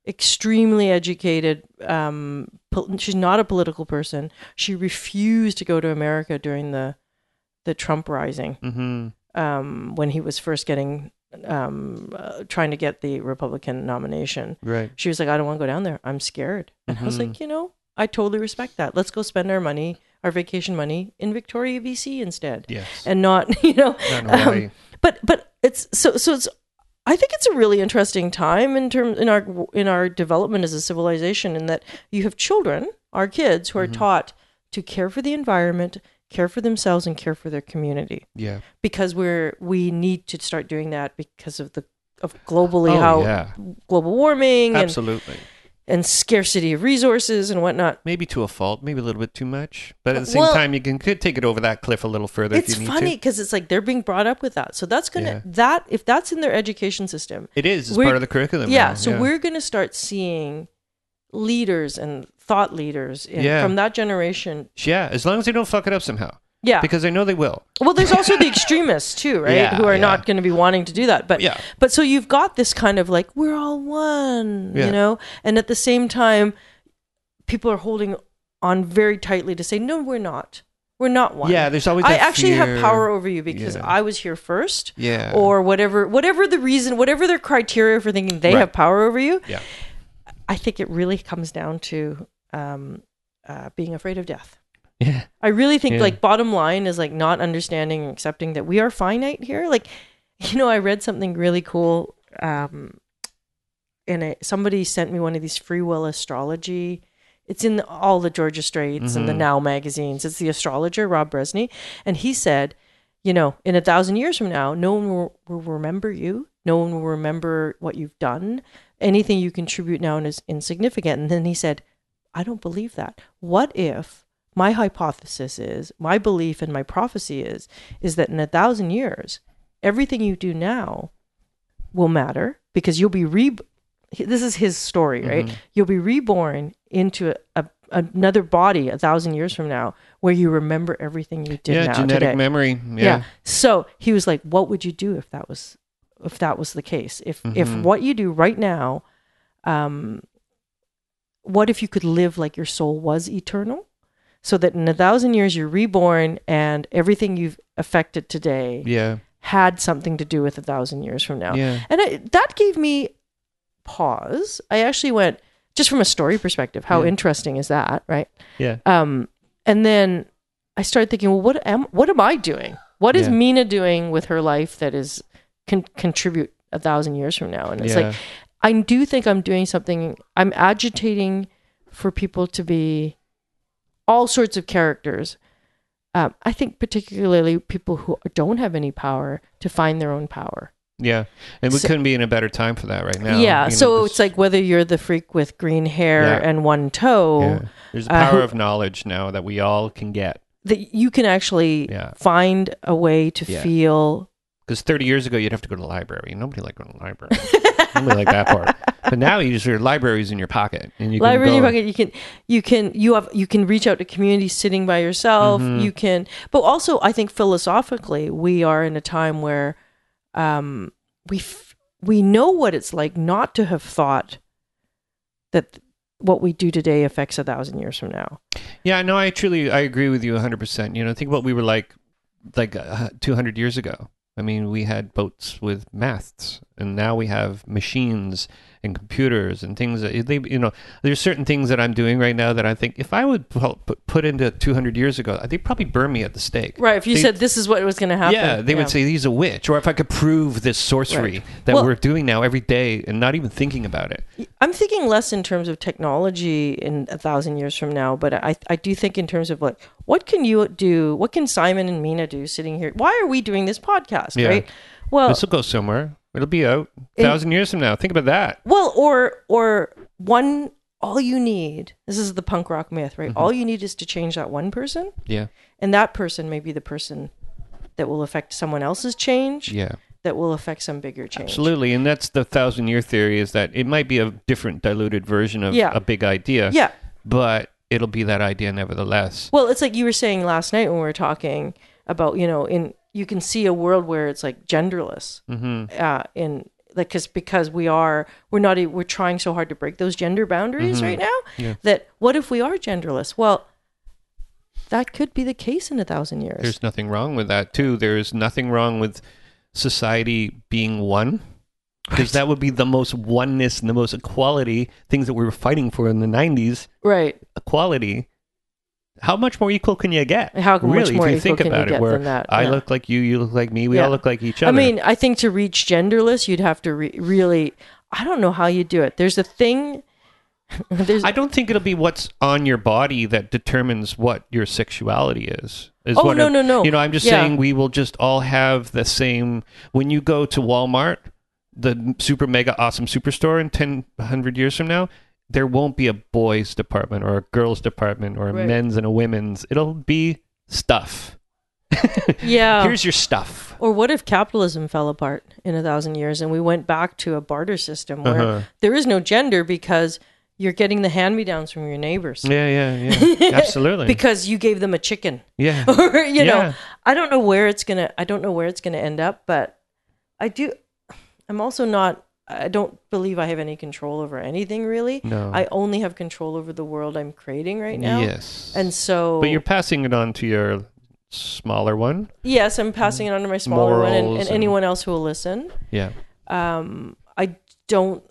[SPEAKER 2] extremely educated. Um, pol- she's not a political person. She refused to go to America during the the Trump rising
[SPEAKER 1] hmm
[SPEAKER 2] um, when he was first getting um, uh, trying to get the Republican nomination.
[SPEAKER 1] Right.
[SPEAKER 2] She was like, "I don't want to go down there. I'm scared." And I was
[SPEAKER 1] Mhm.
[SPEAKER 2] like, "You know, I totally respect that. Let's go spend our money, our vacation money, in Victoria, BC instead."
[SPEAKER 1] Yes.
[SPEAKER 2] And not, [laughs] you know,
[SPEAKER 1] Not in
[SPEAKER 2] um,
[SPEAKER 1] Hawaii.
[SPEAKER 2] but but it's so so it's I think it's a really interesting time in terms in our in our development as a civilization in that you have children, our kids who
[SPEAKER 1] Mm-hmm.
[SPEAKER 2] are taught to care for the environment, care for themselves and care for their community
[SPEAKER 1] yeah.
[SPEAKER 2] because we're we need to start doing that because of the of globally
[SPEAKER 1] Oh,
[SPEAKER 2] how
[SPEAKER 1] yeah.
[SPEAKER 2] global warming and,
[SPEAKER 1] Absolutely.
[SPEAKER 2] and scarcity of resources and whatnot.
[SPEAKER 1] Maybe to a fault, maybe a little bit too much, but at the same
[SPEAKER 2] Well-
[SPEAKER 1] time, you can could take it over that cliff a little further
[SPEAKER 2] It's
[SPEAKER 1] if you need
[SPEAKER 2] funny
[SPEAKER 1] to.
[SPEAKER 2] because it's like they're being brought up with that. So that's gonna
[SPEAKER 1] Yeah.
[SPEAKER 2] that if that's in their education system,
[SPEAKER 1] It is. It's
[SPEAKER 2] We're-
[SPEAKER 1] part of the curriculum.
[SPEAKER 2] yeah
[SPEAKER 1] now,
[SPEAKER 2] so we're going to start seeing leaders and thought leaders in,
[SPEAKER 1] Yeah.
[SPEAKER 2] from that generation
[SPEAKER 1] yeah. As long as they don't fuck it up somehow,
[SPEAKER 2] yeah
[SPEAKER 1] because I know they will.
[SPEAKER 2] well there's also the extremists too right
[SPEAKER 1] Yeah,
[SPEAKER 2] who are
[SPEAKER 1] yeah.
[SPEAKER 2] not going to be wanting to do that but
[SPEAKER 1] Yeah.
[SPEAKER 2] but so you've got this kind of like we're all one
[SPEAKER 1] Yeah.
[SPEAKER 2] you know and at the same time people are holding on very tightly to say no we're not we're not one
[SPEAKER 1] Yeah, there's always
[SPEAKER 2] i
[SPEAKER 1] that
[SPEAKER 2] actually have
[SPEAKER 1] fear.
[SPEAKER 2] power over you because
[SPEAKER 1] Yeah.
[SPEAKER 2] i was here first
[SPEAKER 1] Yeah.
[SPEAKER 2] or whatever whatever the reason whatever their criteria for thinking they
[SPEAKER 1] Right.
[SPEAKER 2] have power over you
[SPEAKER 1] Yeah.
[SPEAKER 2] I think it really comes down to um, uh, being afraid of death.
[SPEAKER 1] yeah.
[SPEAKER 2] I really think
[SPEAKER 1] Yeah.
[SPEAKER 2] like bottom line is like not understanding and accepting that we are finite here. Like, [laughs] you know, I read something really cool. Um, and it, somebody sent me one of these free will astrology. It's in all the Georgia Straits and the Now magazines. It's the astrologer Rob Bresney, and he said, you know, in a thousand years from now, no one will, will remember you. No one will remember what you've done. Anything you contribute now is insignificant. And then he said, I don't believe that. What if my hypothesis is, my belief and my prophecy is, is that in a thousand years, everything you do now will matter because you'll be re. This is his story, right?
[SPEAKER 1] Mm-hmm.
[SPEAKER 2] You'll be reborn into a, a, another body a thousand years from now, where you remember everything you did
[SPEAKER 1] Yeah.
[SPEAKER 2] now
[SPEAKER 1] Genetic
[SPEAKER 2] today.
[SPEAKER 1] memory.
[SPEAKER 2] Yeah.
[SPEAKER 1] Yeah.
[SPEAKER 2] So he was like, "What would you do if that was, if that was the case? If if what you do right now, um, what if you could live like your soul was eternal, so that in a thousand years you're reborn and everything you've affected today
[SPEAKER 1] Yeah.
[SPEAKER 2] had something to do with a thousand years from now.
[SPEAKER 1] Yeah.
[SPEAKER 2] And I, that gave me pause. I actually went just from a story perspective. How
[SPEAKER 1] Yeah.
[SPEAKER 2] interesting is that, right?
[SPEAKER 1] Yeah.
[SPEAKER 2] Um, and then I started thinking, well, what am what am I doing? What is
[SPEAKER 1] Yeah.
[SPEAKER 2] Mina doing with her life that is can contribute a thousand years from now? And it's
[SPEAKER 1] Yeah.
[SPEAKER 2] like I do think I'm doing something. I'm agitating for people to be all sorts of characters. Um, I think particularly people who don't have any power to find their own power.
[SPEAKER 1] Yeah. And we
[SPEAKER 2] So-
[SPEAKER 1] couldn't be in a better time for that right now.
[SPEAKER 2] yeah.
[SPEAKER 1] You know,
[SPEAKER 2] So
[SPEAKER 1] this-
[SPEAKER 2] it's like whether you're the freak with green hair
[SPEAKER 1] Yeah.
[SPEAKER 2] and one toe.
[SPEAKER 1] Yeah. There's a
[SPEAKER 2] uh,
[SPEAKER 1] power
[SPEAKER 2] who-
[SPEAKER 1] of knowledge now that we all can get.
[SPEAKER 2] that you can actually
[SPEAKER 1] Yeah.
[SPEAKER 2] find a way to
[SPEAKER 1] Yeah.
[SPEAKER 2] feel
[SPEAKER 1] Because 30 years ago, you'd have to go to the library. Nobody liked going to the
[SPEAKER 2] [laughs]
[SPEAKER 1] library. Nobody liked that part. But now you just your libraries in your pocket, and you
[SPEAKER 2] library
[SPEAKER 1] can
[SPEAKER 2] in your
[SPEAKER 1] go.
[SPEAKER 2] pocket. You can you can you have you can reach out to community sitting by yourself.
[SPEAKER 1] Mm-hmm.
[SPEAKER 2] You can, but also I think philosophically we are in a time where um, we f- we know what it's like not to have thought that what we do today affects a thousand years from now.
[SPEAKER 1] Yeah, no, I truly I agree with you 100%. You know, think what we were like like uh, 200 years ago. I mean, we had boats with masts and now we have machines and computers and things that they you know there's certain things that I'm doing right now that I think if I would pu- pu- put into 200 years ago they'd probably burn me at the stake
[SPEAKER 2] Right. If you
[SPEAKER 1] They-
[SPEAKER 2] said this is what was going to happen.
[SPEAKER 1] yeah they would say he's a witch or if I could prove this sorcery
[SPEAKER 2] Right.
[SPEAKER 1] that
[SPEAKER 2] Well-
[SPEAKER 1] we're doing now every day and not even thinking about it
[SPEAKER 2] I'm thinking less in terms of technology in a thousand years from now, but I, I do think in terms of like, what can you do? What can Simon and Mina do sitting here? Why are we doing this podcast,
[SPEAKER 1] Yeah.
[SPEAKER 2] right? Well,
[SPEAKER 1] this will go somewhere it'll be out a thousand years from now think about that
[SPEAKER 2] well, or or one. All you need. This is the punk rock myth,
[SPEAKER 1] Mm-hmm.
[SPEAKER 2] right? All you need is to change that one person,
[SPEAKER 1] yeah
[SPEAKER 2] and that person may be the person that will affect someone else's change,
[SPEAKER 1] yeah
[SPEAKER 2] that will affect some bigger change.
[SPEAKER 1] Absolutely, and that's the thousand year theory is that it might be a different diluted version of
[SPEAKER 2] Yeah.
[SPEAKER 1] a big idea.
[SPEAKER 2] Yeah.
[SPEAKER 1] But it'll be that idea nevertheless.
[SPEAKER 2] Well, it's like you were saying last night when we were talking about, you know, in you can see a world where it's like genderless. Mm-hmm. Uh, in like cause, because we are we're not e- we're trying so hard to break those gender boundaries
[SPEAKER 1] Mm-hmm.
[SPEAKER 2] right now. That what if we are genderless? Well, that could be the case in a thousand years.
[SPEAKER 1] There's nothing wrong with that too. There's nothing wrong with society being one. Because that would be the most oneness and the most equality things that we were fighting for in the nineties.
[SPEAKER 2] right.
[SPEAKER 1] Equality. How much more equal can you get?
[SPEAKER 2] How much
[SPEAKER 1] really,
[SPEAKER 2] more
[SPEAKER 1] if you
[SPEAKER 2] equal
[SPEAKER 1] think
[SPEAKER 2] can you
[SPEAKER 1] about it,
[SPEAKER 2] get
[SPEAKER 1] where
[SPEAKER 2] than that?
[SPEAKER 1] I
[SPEAKER 2] Yeah.
[SPEAKER 1] look like you, you look like me, we
[SPEAKER 2] Yeah.
[SPEAKER 1] all look like each other.
[SPEAKER 2] I mean, I think to reach genderless, you'd have to re- really. I don't know how you do it. There's a thing. [laughs] there's
[SPEAKER 1] I don't think it'll be what's on your body that determines what your sexuality is. is
[SPEAKER 2] Oh,
[SPEAKER 1] what
[SPEAKER 2] no,
[SPEAKER 1] I'm-
[SPEAKER 2] no, no.
[SPEAKER 1] You know, I'm just
[SPEAKER 2] Yeah.
[SPEAKER 1] saying we will just all have the same. When you go to Walmart, the super mega awesome superstore in 10, 100 years from now, there won't be a boys department or a girls department or a
[SPEAKER 2] Right.
[SPEAKER 1] men's and a women's. It'll be stuff.
[SPEAKER 2] yeah.
[SPEAKER 1] Here's your
[SPEAKER 2] [laughs]
[SPEAKER 1] stuff.
[SPEAKER 2] Or what if capitalism fell apart in a thousand years and we went back to a barter system where
[SPEAKER 1] Uh-huh.
[SPEAKER 2] there is no gender because you're getting the hand me downs from your neighbors
[SPEAKER 1] Yeah, yeah, yeah. Absolutely.
[SPEAKER 2] [laughs] because you gave them a chicken. [laughs]
[SPEAKER 1] yeah.
[SPEAKER 2] Or
[SPEAKER 1] Yeah.
[SPEAKER 2] you know, I don't know where it's gonna. I don't know where it's gonna end up, but I do. I'm also not. I don't believe I have any control over anything really.
[SPEAKER 1] No.
[SPEAKER 2] I only have control over the world I'm creating right now.
[SPEAKER 1] Yes.
[SPEAKER 2] And so,
[SPEAKER 1] but you're passing it on to your smaller one.
[SPEAKER 2] yes, I'm passing it on to my smaller one and,
[SPEAKER 1] Morals
[SPEAKER 2] and
[SPEAKER 1] and-
[SPEAKER 2] anyone else who will listen.
[SPEAKER 1] Yeah.
[SPEAKER 2] um, I don't.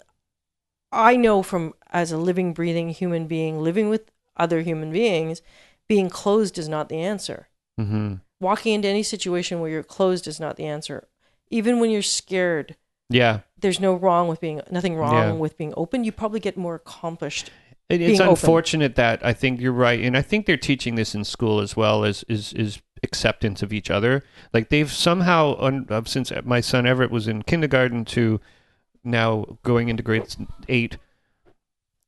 [SPEAKER 2] I know from as a living, breathing human being, living with other human beings, being closed is not the answer.
[SPEAKER 1] Mm-hmm.
[SPEAKER 2] Walking into any situation where you're closed is not the answer. Even when you're scared,
[SPEAKER 1] Yeah.
[SPEAKER 2] there's no wrong with being nothing wrong
[SPEAKER 1] Yeah.
[SPEAKER 2] with being open. You probably get more accomplished.
[SPEAKER 1] It,
[SPEAKER 2] being
[SPEAKER 1] it's
[SPEAKER 2] open.
[SPEAKER 1] unfortunate that I think you're right, and I think they're teaching this in school as well as is is acceptance of each other. Like they've somehow un, uh, since my son Everett was in kindergarten to now going into grade eight,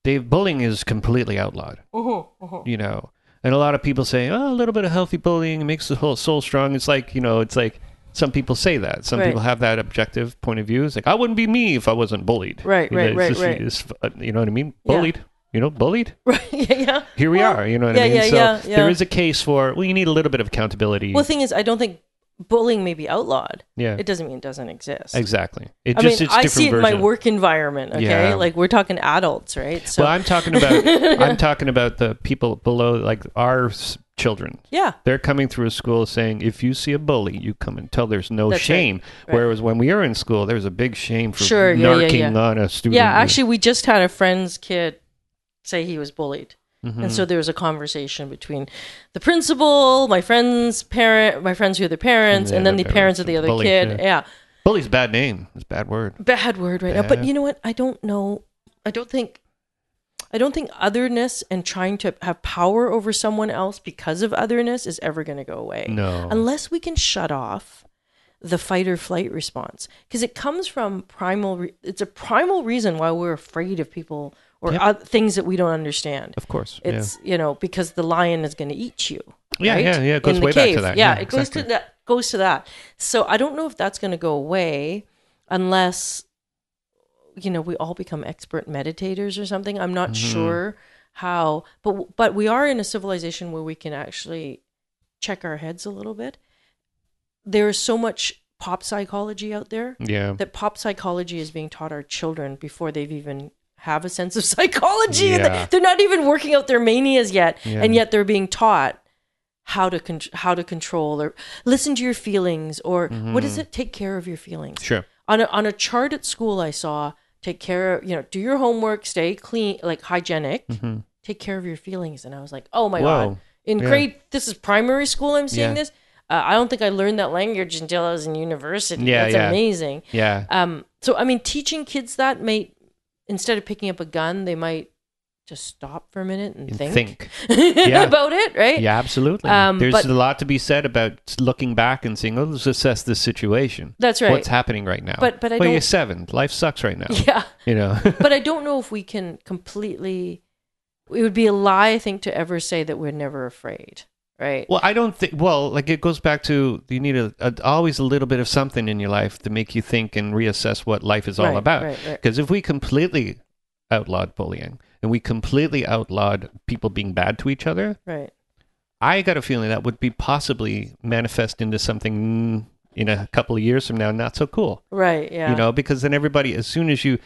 [SPEAKER 1] they bullying is completely outlawed. You know, and a lot of people say, "Oh, a little bit of healthy bullying makes the whole soul strong." It's like you know, it's like some people say that. Some
[SPEAKER 2] Right.
[SPEAKER 1] people have that objective point of view. It's like I wouldn't be me if I wasn't bullied.
[SPEAKER 2] Right,
[SPEAKER 1] You know,
[SPEAKER 2] right,
[SPEAKER 1] it's
[SPEAKER 2] right,
[SPEAKER 1] just-
[SPEAKER 2] right.
[SPEAKER 1] it's- uh, you know what I mean?
[SPEAKER 2] Yeah.
[SPEAKER 1] Bullied. You know, bullied
[SPEAKER 2] [laughs] Right? yeah, yeah.
[SPEAKER 1] here we
[SPEAKER 2] Well,
[SPEAKER 1] are. You know what
[SPEAKER 2] yeah,
[SPEAKER 1] I mean?
[SPEAKER 2] yeah,
[SPEAKER 1] so
[SPEAKER 2] yeah, yeah.
[SPEAKER 1] there is a case for well, you need a little bit of accountability.
[SPEAKER 2] Well, the thing is, I don't think bullying may be outlawed.
[SPEAKER 1] yeah,
[SPEAKER 2] It doesn't mean it doesn't exist.
[SPEAKER 1] exactly. It
[SPEAKER 2] I mean,
[SPEAKER 1] just it's
[SPEAKER 2] I
[SPEAKER 1] different
[SPEAKER 2] see it in
[SPEAKER 1] version.
[SPEAKER 2] my work environment. Okay,
[SPEAKER 1] Yeah.
[SPEAKER 2] like we're talking adults, right? So
[SPEAKER 1] Well, I'm talking about
[SPEAKER 2] [laughs]
[SPEAKER 1] I'm talking about the people below, like our s- children.
[SPEAKER 2] yeah,
[SPEAKER 1] They're coming through a school saying, if you see a bully, you come and tell. There's no
[SPEAKER 2] That's right.
[SPEAKER 1] shame.
[SPEAKER 2] Right.
[SPEAKER 1] Whereas when we were in school, there was a big shame for
[SPEAKER 2] Sure, yeah, yeah,
[SPEAKER 1] narking
[SPEAKER 2] yeah.
[SPEAKER 1] on a student.
[SPEAKER 2] Yeah, actually, we just had a friend's kid say he was bullied.
[SPEAKER 1] Mm-hmm.
[SPEAKER 2] And so there was a conversation between the principal, my friend's parent, my friends who are the parents,
[SPEAKER 1] the
[SPEAKER 2] and then
[SPEAKER 1] other
[SPEAKER 2] the parents
[SPEAKER 1] parents.
[SPEAKER 2] of the other
[SPEAKER 1] Bully,
[SPEAKER 2] kid.
[SPEAKER 1] yeah.
[SPEAKER 2] Yeah.
[SPEAKER 1] bully's a bad name. It's a bad word.
[SPEAKER 2] Bad word right now. But
[SPEAKER 1] Yeah.
[SPEAKER 2] you know what? I don't know. I don't think. I don't think otherness and trying to have power over someone else because of otherness is ever going to go away.
[SPEAKER 1] No.
[SPEAKER 2] Unless we can shut off the fight or flight response because it comes from primal re- it's a primal reason why we're afraid of people or
[SPEAKER 1] Yep.
[SPEAKER 2] oth- things that we don't understand
[SPEAKER 1] Of course. yeah.
[SPEAKER 2] it's you know because the lion is going to eat you
[SPEAKER 1] Yeah,
[SPEAKER 2] right?
[SPEAKER 1] yeah, yeah, it goes
[SPEAKER 2] In the
[SPEAKER 1] way back to
[SPEAKER 2] cave.
[SPEAKER 1] that.
[SPEAKER 2] yeah,
[SPEAKER 1] Yeah,
[SPEAKER 2] it goes
[SPEAKER 1] exactly.
[SPEAKER 2] to that goes to that so i don't know if that's going to go away unless you know we all become expert meditators or something i'm not
[SPEAKER 1] Mm-hmm.
[SPEAKER 2] sure how but but we are in a civilization where we can actually check our heads a little bit there is so much pop psychology out there
[SPEAKER 1] yeah.
[SPEAKER 2] that pop psychology is being taught our children before they've even have a sense of [laughs] psychology.
[SPEAKER 1] Yeah.
[SPEAKER 2] They're not even working out their manias yet,
[SPEAKER 1] Yeah.
[SPEAKER 2] and yet they're being taught how to
[SPEAKER 1] Mm-hmm.
[SPEAKER 2] con- how to control or listen to your feelings or what does it take care of your feelings.
[SPEAKER 1] Sure.
[SPEAKER 2] on a, on a chart at school I saw take care of you know do your homework, stay clean, like hygienic, take care of your feelings, and I was like, oh my
[SPEAKER 1] Mm-hmm. Whoa.
[SPEAKER 2] god, in
[SPEAKER 1] Yeah.
[SPEAKER 2] grade this is primary school I'm seeing
[SPEAKER 1] Yeah.
[SPEAKER 2] this. Uh, I don't think I learned that language until I was in university.
[SPEAKER 1] Yeah,
[SPEAKER 2] That's
[SPEAKER 1] yeah.
[SPEAKER 2] amazing.
[SPEAKER 1] Yeah.
[SPEAKER 2] Um, so I mean, teaching kids that may instead of picking up a gun, they might just stop for a minute and,
[SPEAKER 1] And
[SPEAKER 2] think,
[SPEAKER 1] think. [laughs] Yeah.
[SPEAKER 2] [laughs] about it, right?
[SPEAKER 1] Yeah, absolutely.
[SPEAKER 2] Um,
[SPEAKER 1] There's
[SPEAKER 2] but-
[SPEAKER 1] a lot to be said about looking back and seeing, oh, let's assess this situation.
[SPEAKER 2] That's right.
[SPEAKER 1] What's happening right now?
[SPEAKER 2] But- but I
[SPEAKER 1] well, you're
[SPEAKER 2] don't-
[SPEAKER 1] seven. Life sucks right now.
[SPEAKER 2] [laughs] Yeah.
[SPEAKER 1] You know.
[SPEAKER 2] but I don't know if we can completely. It would be a lie, I think, to ever say that we're never afraid, right?
[SPEAKER 1] well, I don't think. Well, like it goes back to you need a, a always a little bit of something in your life to make you think and reassess what life is all
[SPEAKER 2] Right,
[SPEAKER 1] about.
[SPEAKER 2] right, right.
[SPEAKER 1] Because if we completely outlawed bullying and we completely outlawed people being bad to each other,
[SPEAKER 2] right.
[SPEAKER 1] I got a feeling that would be possibly manifest into something mm, in a couple of years from now not so cool.
[SPEAKER 2] Right. Yeah.
[SPEAKER 1] You know, because then everybody as soon as you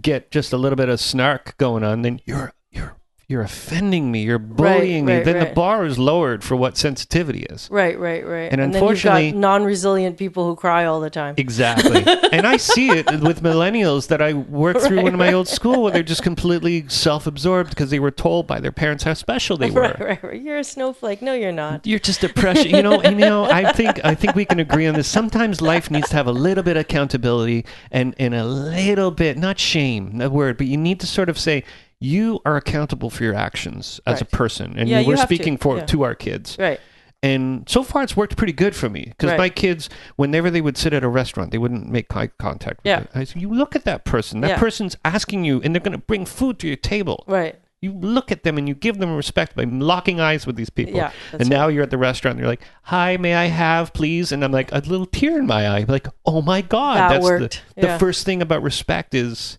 [SPEAKER 1] get just a little bit of snark going on, then you're you're you're offending me, you're bullying me.
[SPEAKER 2] right,
[SPEAKER 1] then the
[SPEAKER 2] right.
[SPEAKER 1] bar is lowered for what sensitivity is.
[SPEAKER 2] Right. Right. Right.
[SPEAKER 1] And
[SPEAKER 2] then you've got
[SPEAKER 1] unfortunately-
[SPEAKER 2] non-resilient people who cry all the time. [laughs]
[SPEAKER 1] Exactly. and I see it with millennials that I worked through in my old school where they're just completely self-absorbed because they were told by their parents how special they were.
[SPEAKER 2] Right. Right. Right. You're a snowflake. No, you're not.
[SPEAKER 1] You're just a pressure, you know. You know, I think I think we can agree on this. Sometimes life needs to have a little bit of accountability and and a little bit, not shame, the word, but you need to sort of say you are accountable for your actions as a
[SPEAKER 2] Right.
[SPEAKER 1] person, and
[SPEAKER 2] Yeah,
[SPEAKER 1] we're
[SPEAKER 2] you have to,
[SPEAKER 1] speaking for
[SPEAKER 2] yeah.
[SPEAKER 1] to our kids.
[SPEAKER 2] Right.
[SPEAKER 1] And so far, it's worked pretty good for me because
[SPEAKER 2] Right.
[SPEAKER 1] my kids, whenever they would sit at a restaurant, they wouldn't make eye contact. With
[SPEAKER 2] Yeah.
[SPEAKER 1] it. I said, you look at that person. That
[SPEAKER 2] Yeah.
[SPEAKER 1] person's asking you, and they're going to bring food to your table
[SPEAKER 2] Right.
[SPEAKER 1] you look at them and you give them respect by locking eyes with these people.
[SPEAKER 2] Yeah, that's
[SPEAKER 1] and now you're at the restaurant and you're like, "Hi, may I have, please?" And I'm like, a little tear in my eye. I'm like, "Oh my god,
[SPEAKER 2] That
[SPEAKER 1] that's
[SPEAKER 2] worked.
[SPEAKER 1] the, the
[SPEAKER 2] Yeah.
[SPEAKER 1] first thing about respect is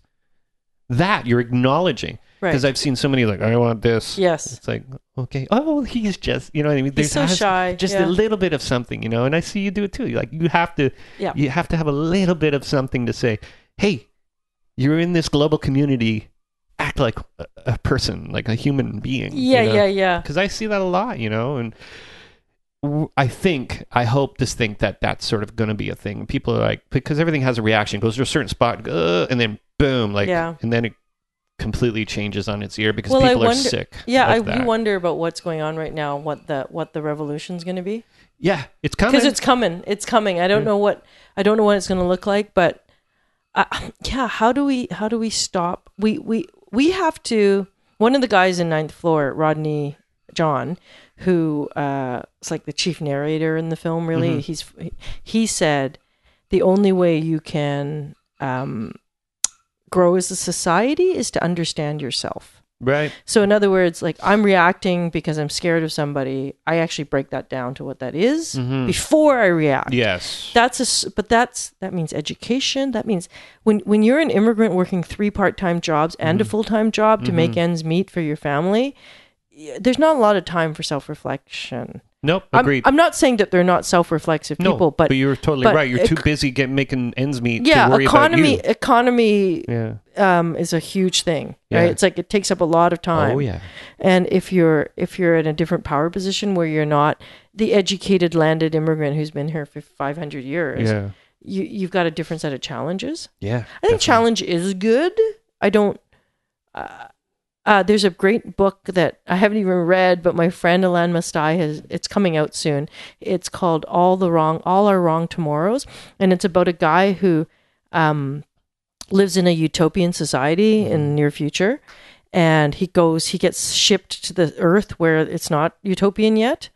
[SPEAKER 1] that you're acknowledging."
[SPEAKER 2] Right.
[SPEAKER 1] Because I've seen so many like, "I want this."
[SPEAKER 2] Yes.
[SPEAKER 1] It's like, okay, oh, he's just, you know what I mean?
[SPEAKER 2] He's so
[SPEAKER 1] has-
[SPEAKER 2] shy,
[SPEAKER 1] Just
[SPEAKER 2] yeah.
[SPEAKER 1] a little bit of something, you know. And I see you do it too. You're Like you have to,
[SPEAKER 2] Yeah.
[SPEAKER 1] you have to have a little bit of something to say. Hey, you're in this global community. Act like a, a person, like a human being.
[SPEAKER 2] Yeah. Yeah. Yeah.
[SPEAKER 1] Because I see that a lot, you know, and w- I think, I hope, just think that that's sort of going to be a thing. People are like, because everything has a reaction, goes to a certain spot, uh, and then boom, like,
[SPEAKER 2] Yeah.
[SPEAKER 1] and then it completely changes on its ear because
[SPEAKER 2] Well, I
[SPEAKER 1] people are
[SPEAKER 2] wonder-
[SPEAKER 1] sick.
[SPEAKER 2] Yeah.
[SPEAKER 1] of
[SPEAKER 2] I
[SPEAKER 1] that.
[SPEAKER 2] do wonder about what's going on right now. What the what the revolution's going to be.
[SPEAKER 1] Yeah, it's coming.
[SPEAKER 2] because it's coming. It's coming. I don't know what I don't know what it's going to look like, but uh, yeah, how do we how do we stop? We we we have to. One of the guys in Ninth Floor, Rodney John, who uh, is like the chief narrator in the film. Really, he's he said the only way you can um, grow as a society is to understand yourself.
[SPEAKER 1] right.
[SPEAKER 2] So in other words, like I'm reacting because I'm scared of somebody. I actually break that down to what that is
[SPEAKER 1] Mm-hmm.
[SPEAKER 2] before I react.
[SPEAKER 1] Yes.
[SPEAKER 2] That's a s- but that's that means education. That means when when you're an immigrant working three part-time jobs and
[SPEAKER 1] Mm-hmm.
[SPEAKER 2] a full-time job to make ends meet for your family, y- there's not a lot of time for self-reflection.
[SPEAKER 1] nope.
[SPEAKER 2] I'm-
[SPEAKER 1] Agreed.
[SPEAKER 2] I'm, not saying that they're not self-reflexive
[SPEAKER 1] no,
[SPEAKER 2] people, but,
[SPEAKER 1] you're totally
[SPEAKER 2] but
[SPEAKER 1] right. You're
[SPEAKER 2] ec-
[SPEAKER 1] too busy get, making ends meet to
[SPEAKER 2] yeah,
[SPEAKER 1] worry
[SPEAKER 2] economy
[SPEAKER 1] about
[SPEAKER 2] economy
[SPEAKER 1] you. Yeah.
[SPEAKER 2] um, is a huge thing,
[SPEAKER 1] Yeah.
[SPEAKER 2] right? It's like it takes up a lot of time.
[SPEAKER 1] Oh, yeah.
[SPEAKER 2] And if you're if you're in a different power position where you're not the educated landed immigrant who's been here for 500 years,
[SPEAKER 1] Yeah.
[SPEAKER 2] you you've got a different set of challenges.
[SPEAKER 1] Yeah.
[SPEAKER 2] I think challenge is good. I don't. Uh, uh, there's a great book that I haven't even read, but my friend Alan Mastai has. It's coming out soon. It's called All the Wrong, All Our Wrong Tomorrows, and it's about a guy who um, lives in a utopian society in the near future, and he goes, he gets shipped to the Earth where it's not utopian yet,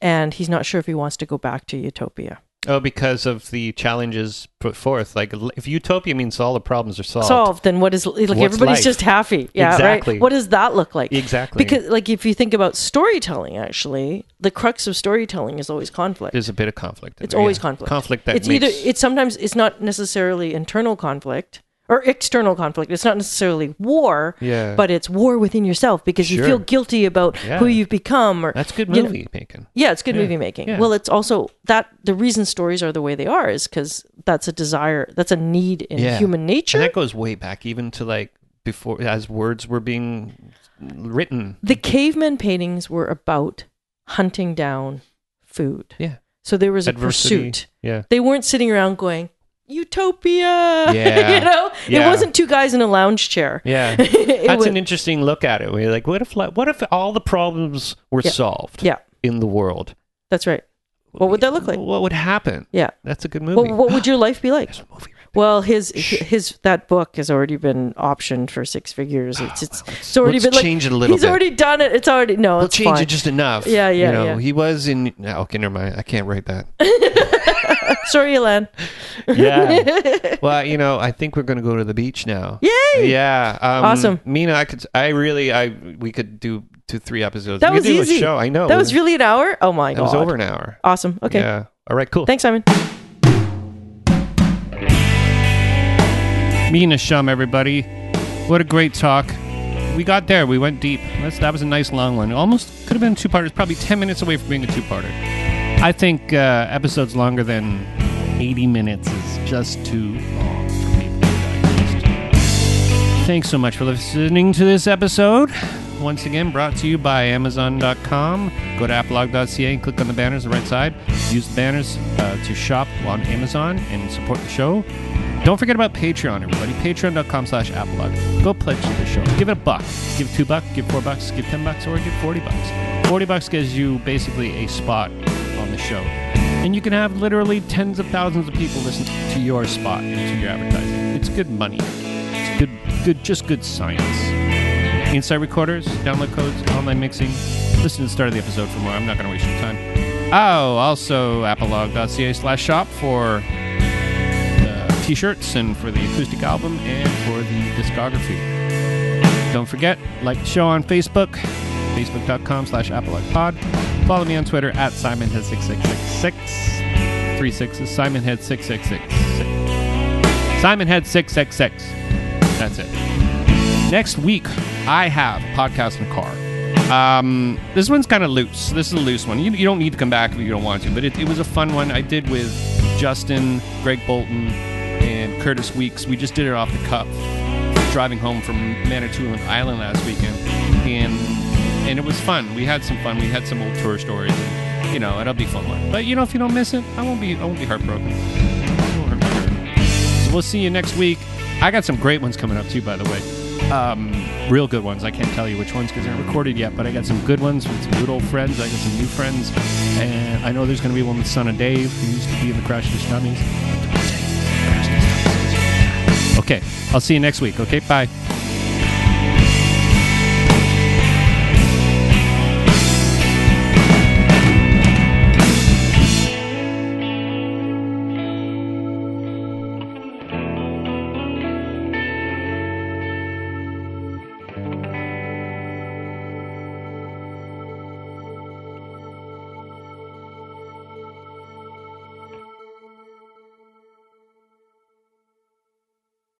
[SPEAKER 2] and he's not sure if he wants to go back to utopia.
[SPEAKER 1] Oh, because of the challenges put forth. Like, l- if utopia means all the problems are solved.
[SPEAKER 2] solved, then what is like everybody's
[SPEAKER 1] life?
[SPEAKER 2] just happy yeah
[SPEAKER 1] Exactly.
[SPEAKER 2] right what does that look like
[SPEAKER 1] Exactly.
[SPEAKER 2] because like if you think about storytelling actually the crux of storytelling is always conflict
[SPEAKER 1] There's a bit of conflict. in
[SPEAKER 2] it's
[SPEAKER 1] there,
[SPEAKER 2] always
[SPEAKER 1] yeah.
[SPEAKER 2] conflict
[SPEAKER 1] Conflict that
[SPEAKER 2] it's
[SPEAKER 1] makes,
[SPEAKER 2] either it's sometimes it's not necessarily internal conflict or external conflict it's not necessarily war
[SPEAKER 1] Yeah.
[SPEAKER 2] but it's war within yourself because you
[SPEAKER 1] Sure.
[SPEAKER 2] feel guilty about
[SPEAKER 1] Yeah.
[SPEAKER 2] who you've become or
[SPEAKER 1] That's good
[SPEAKER 2] you know,
[SPEAKER 1] movie making.
[SPEAKER 2] yeah, it's good movie making.
[SPEAKER 1] yeah.
[SPEAKER 2] Well, it's also that the reason stories are the way they are is because that's a desire, that's a need in
[SPEAKER 1] Yeah.
[SPEAKER 2] human nature.
[SPEAKER 1] And that goes way back, even to like before, as words were being written.
[SPEAKER 2] the caveman paintings were about hunting down food.
[SPEAKER 1] Yeah.
[SPEAKER 2] So there was
[SPEAKER 1] Adversity.
[SPEAKER 2] a pursuit.
[SPEAKER 1] Yeah.
[SPEAKER 2] They weren't sitting around going, utopia. [laughs]
[SPEAKER 3] Yeah.
[SPEAKER 2] you know,
[SPEAKER 3] Yeah.
[SPEAKER 2] it wasn't two guys in a lounge chair.
[SPEAKER 3] Yeah.
[SPEAKER 2] [laughs] It
[SPEAKER 3] That's
[SPEAKER 2] was-
[SPEAKER 3] an interesting look at it. We're like, what if like, what if all the problems were
[SPEAKER 2] Yeah.
[SPEAKER 3] solved
[SPEAKER 2] yeah,
[SPEAKER 3] in the world?
[SPEAKER 2] that's right. What would that look like?
[SPEAKER 3] What would happen?
[SPEAKER 2] Yeah.
[SPEAKER 3] That's a good
[SPEAKER 2] What,
[SPEAKER 3] movie.
[SPEAKER 2] what would your life
[SPEAKER 3] [laughs]
[SPEAKER 2] be like?
[SPEAKER 3] There's a movie.
[SPEAKER 2] Well, his his that book has already been optioned for six figures.
[SPEAKER 3] [sighs]
[SPEAKER 2] It's it's, it's already
[SPEAKER 3] let's
[SPEAKER 2] been like
[SPEAKER 3] change it a little
[SPEAKER 2] he's
[SPEAKER 3] bit.
[SPEAKER 2] already done it. It's already no.
[SPEAKER 3] We'll
[SPEAKER 2] it's
[SPEAKER 3] change
[SPEAKER 2] fine.
[SPEAKER 3] it just enough.
[SPEAKER 2] Yeah, yeah,
[SPEAKER 3] You know,
[SPEAKER 2] yeah.
[SPEAKER 3] he was in. No, okay, never mind. I can't write
[SPEAKER 2] [laughs]
[SPEAKER 3] that.
[SPEAKER 2] Sorry,
[SPEAKER 3] [laughs]
[SPEAKER 2] Elan.
[SPEAKER 3] Yeah. well, you know, I think we're going to go to the beach now.
[SPEAKER 2] Yay!
[SPEAKER 3] Yeah. Um,
[SPEAKER 2] Awesome.
[SPEAKER 3] Mina, I could. I really. I we could do two, three episodes.
[SPEAKER 2] That
[SPEAKER 3] we
[SPEAKER 2] was
[SPEAKER 3] could do
[SPEAKER 2] easy.
[SPEAKER 3] A show. I know.
[SPEAKER 2] That was really an hour. Oh my
[SPEAKER 3] It
[SPEAKER 2] god.
[SPEAKER 3] was over an hour.
[SPEAKER 2] Awesome. Okay.
[SPEAKER 3] Yeah. All right. Cool.
[SPEAKER 2] Thanks, Simon.
[SPEAKER 1] Mina Shum, everybody. What a great talk. We got there. We went deep. That's, that was a nice long one. It almost could have been two parters. Probably ten minutes away from being a two parter. I think uh, episodes longer than eighty minutes is just too long for people to digest. Thanks so much for listening to this episode. Once again, brought to you by Amazon.com. Go to applog.ca and click on the banners on the right side. Use the banners uh, to shop on Amazon and support the show. Don't forget about Patreon, everybody. Patreon.com slash Applelog. Go pledge to the show. Give it a buck. Give two bucks, give four bucks, give ten bucks, or give forty bucks. Forty bucks gives you basically a spot on the show. And you can have literally tens of thousands of people listen to your spot and to your advertising. It's good money. It's good good just good science. Inside recorders, download codes, online mixing. Listen to the start of the episode for more. I'm not gonna waste your time. Oh, also applelog.ca slash shop for uh, t-shirts and for the acoustic album and for the discography. Don't forget, like the show on Facebook, facebook.com slash pod. Follow me on Twitter at SimonHead6666. Three sixes, SimonHead6666. SimonHead666. That's it. Next week, I have podcast in the car. Um, this one's kind of loose. This is a loose one. You, you don't need to come back if you don't want to, but it, it was a fun one I did with Justin, Greg Bolton, and Curtis Weeks. We just did it off the cuff driving home from Manitoulin Island last weekend, and and it was fun. We had some fun. We had some old tour stories. And, you know, it'll be a fun one. But you know, if you don't miss it, I won't be I won't be heartbroken. I won't hurt my heart. So we'll see you next week. I got some great ones coming up too, by the way. Um, real good ones. I can't tell you which ones because they're not recorded yet, but I got some good ones with some good old friends. I got some new friends, and I know there's going to be one with Son of Dave, who used to be in the Crash of the Dummies. Okay, I'll see you next week. Okay, bye.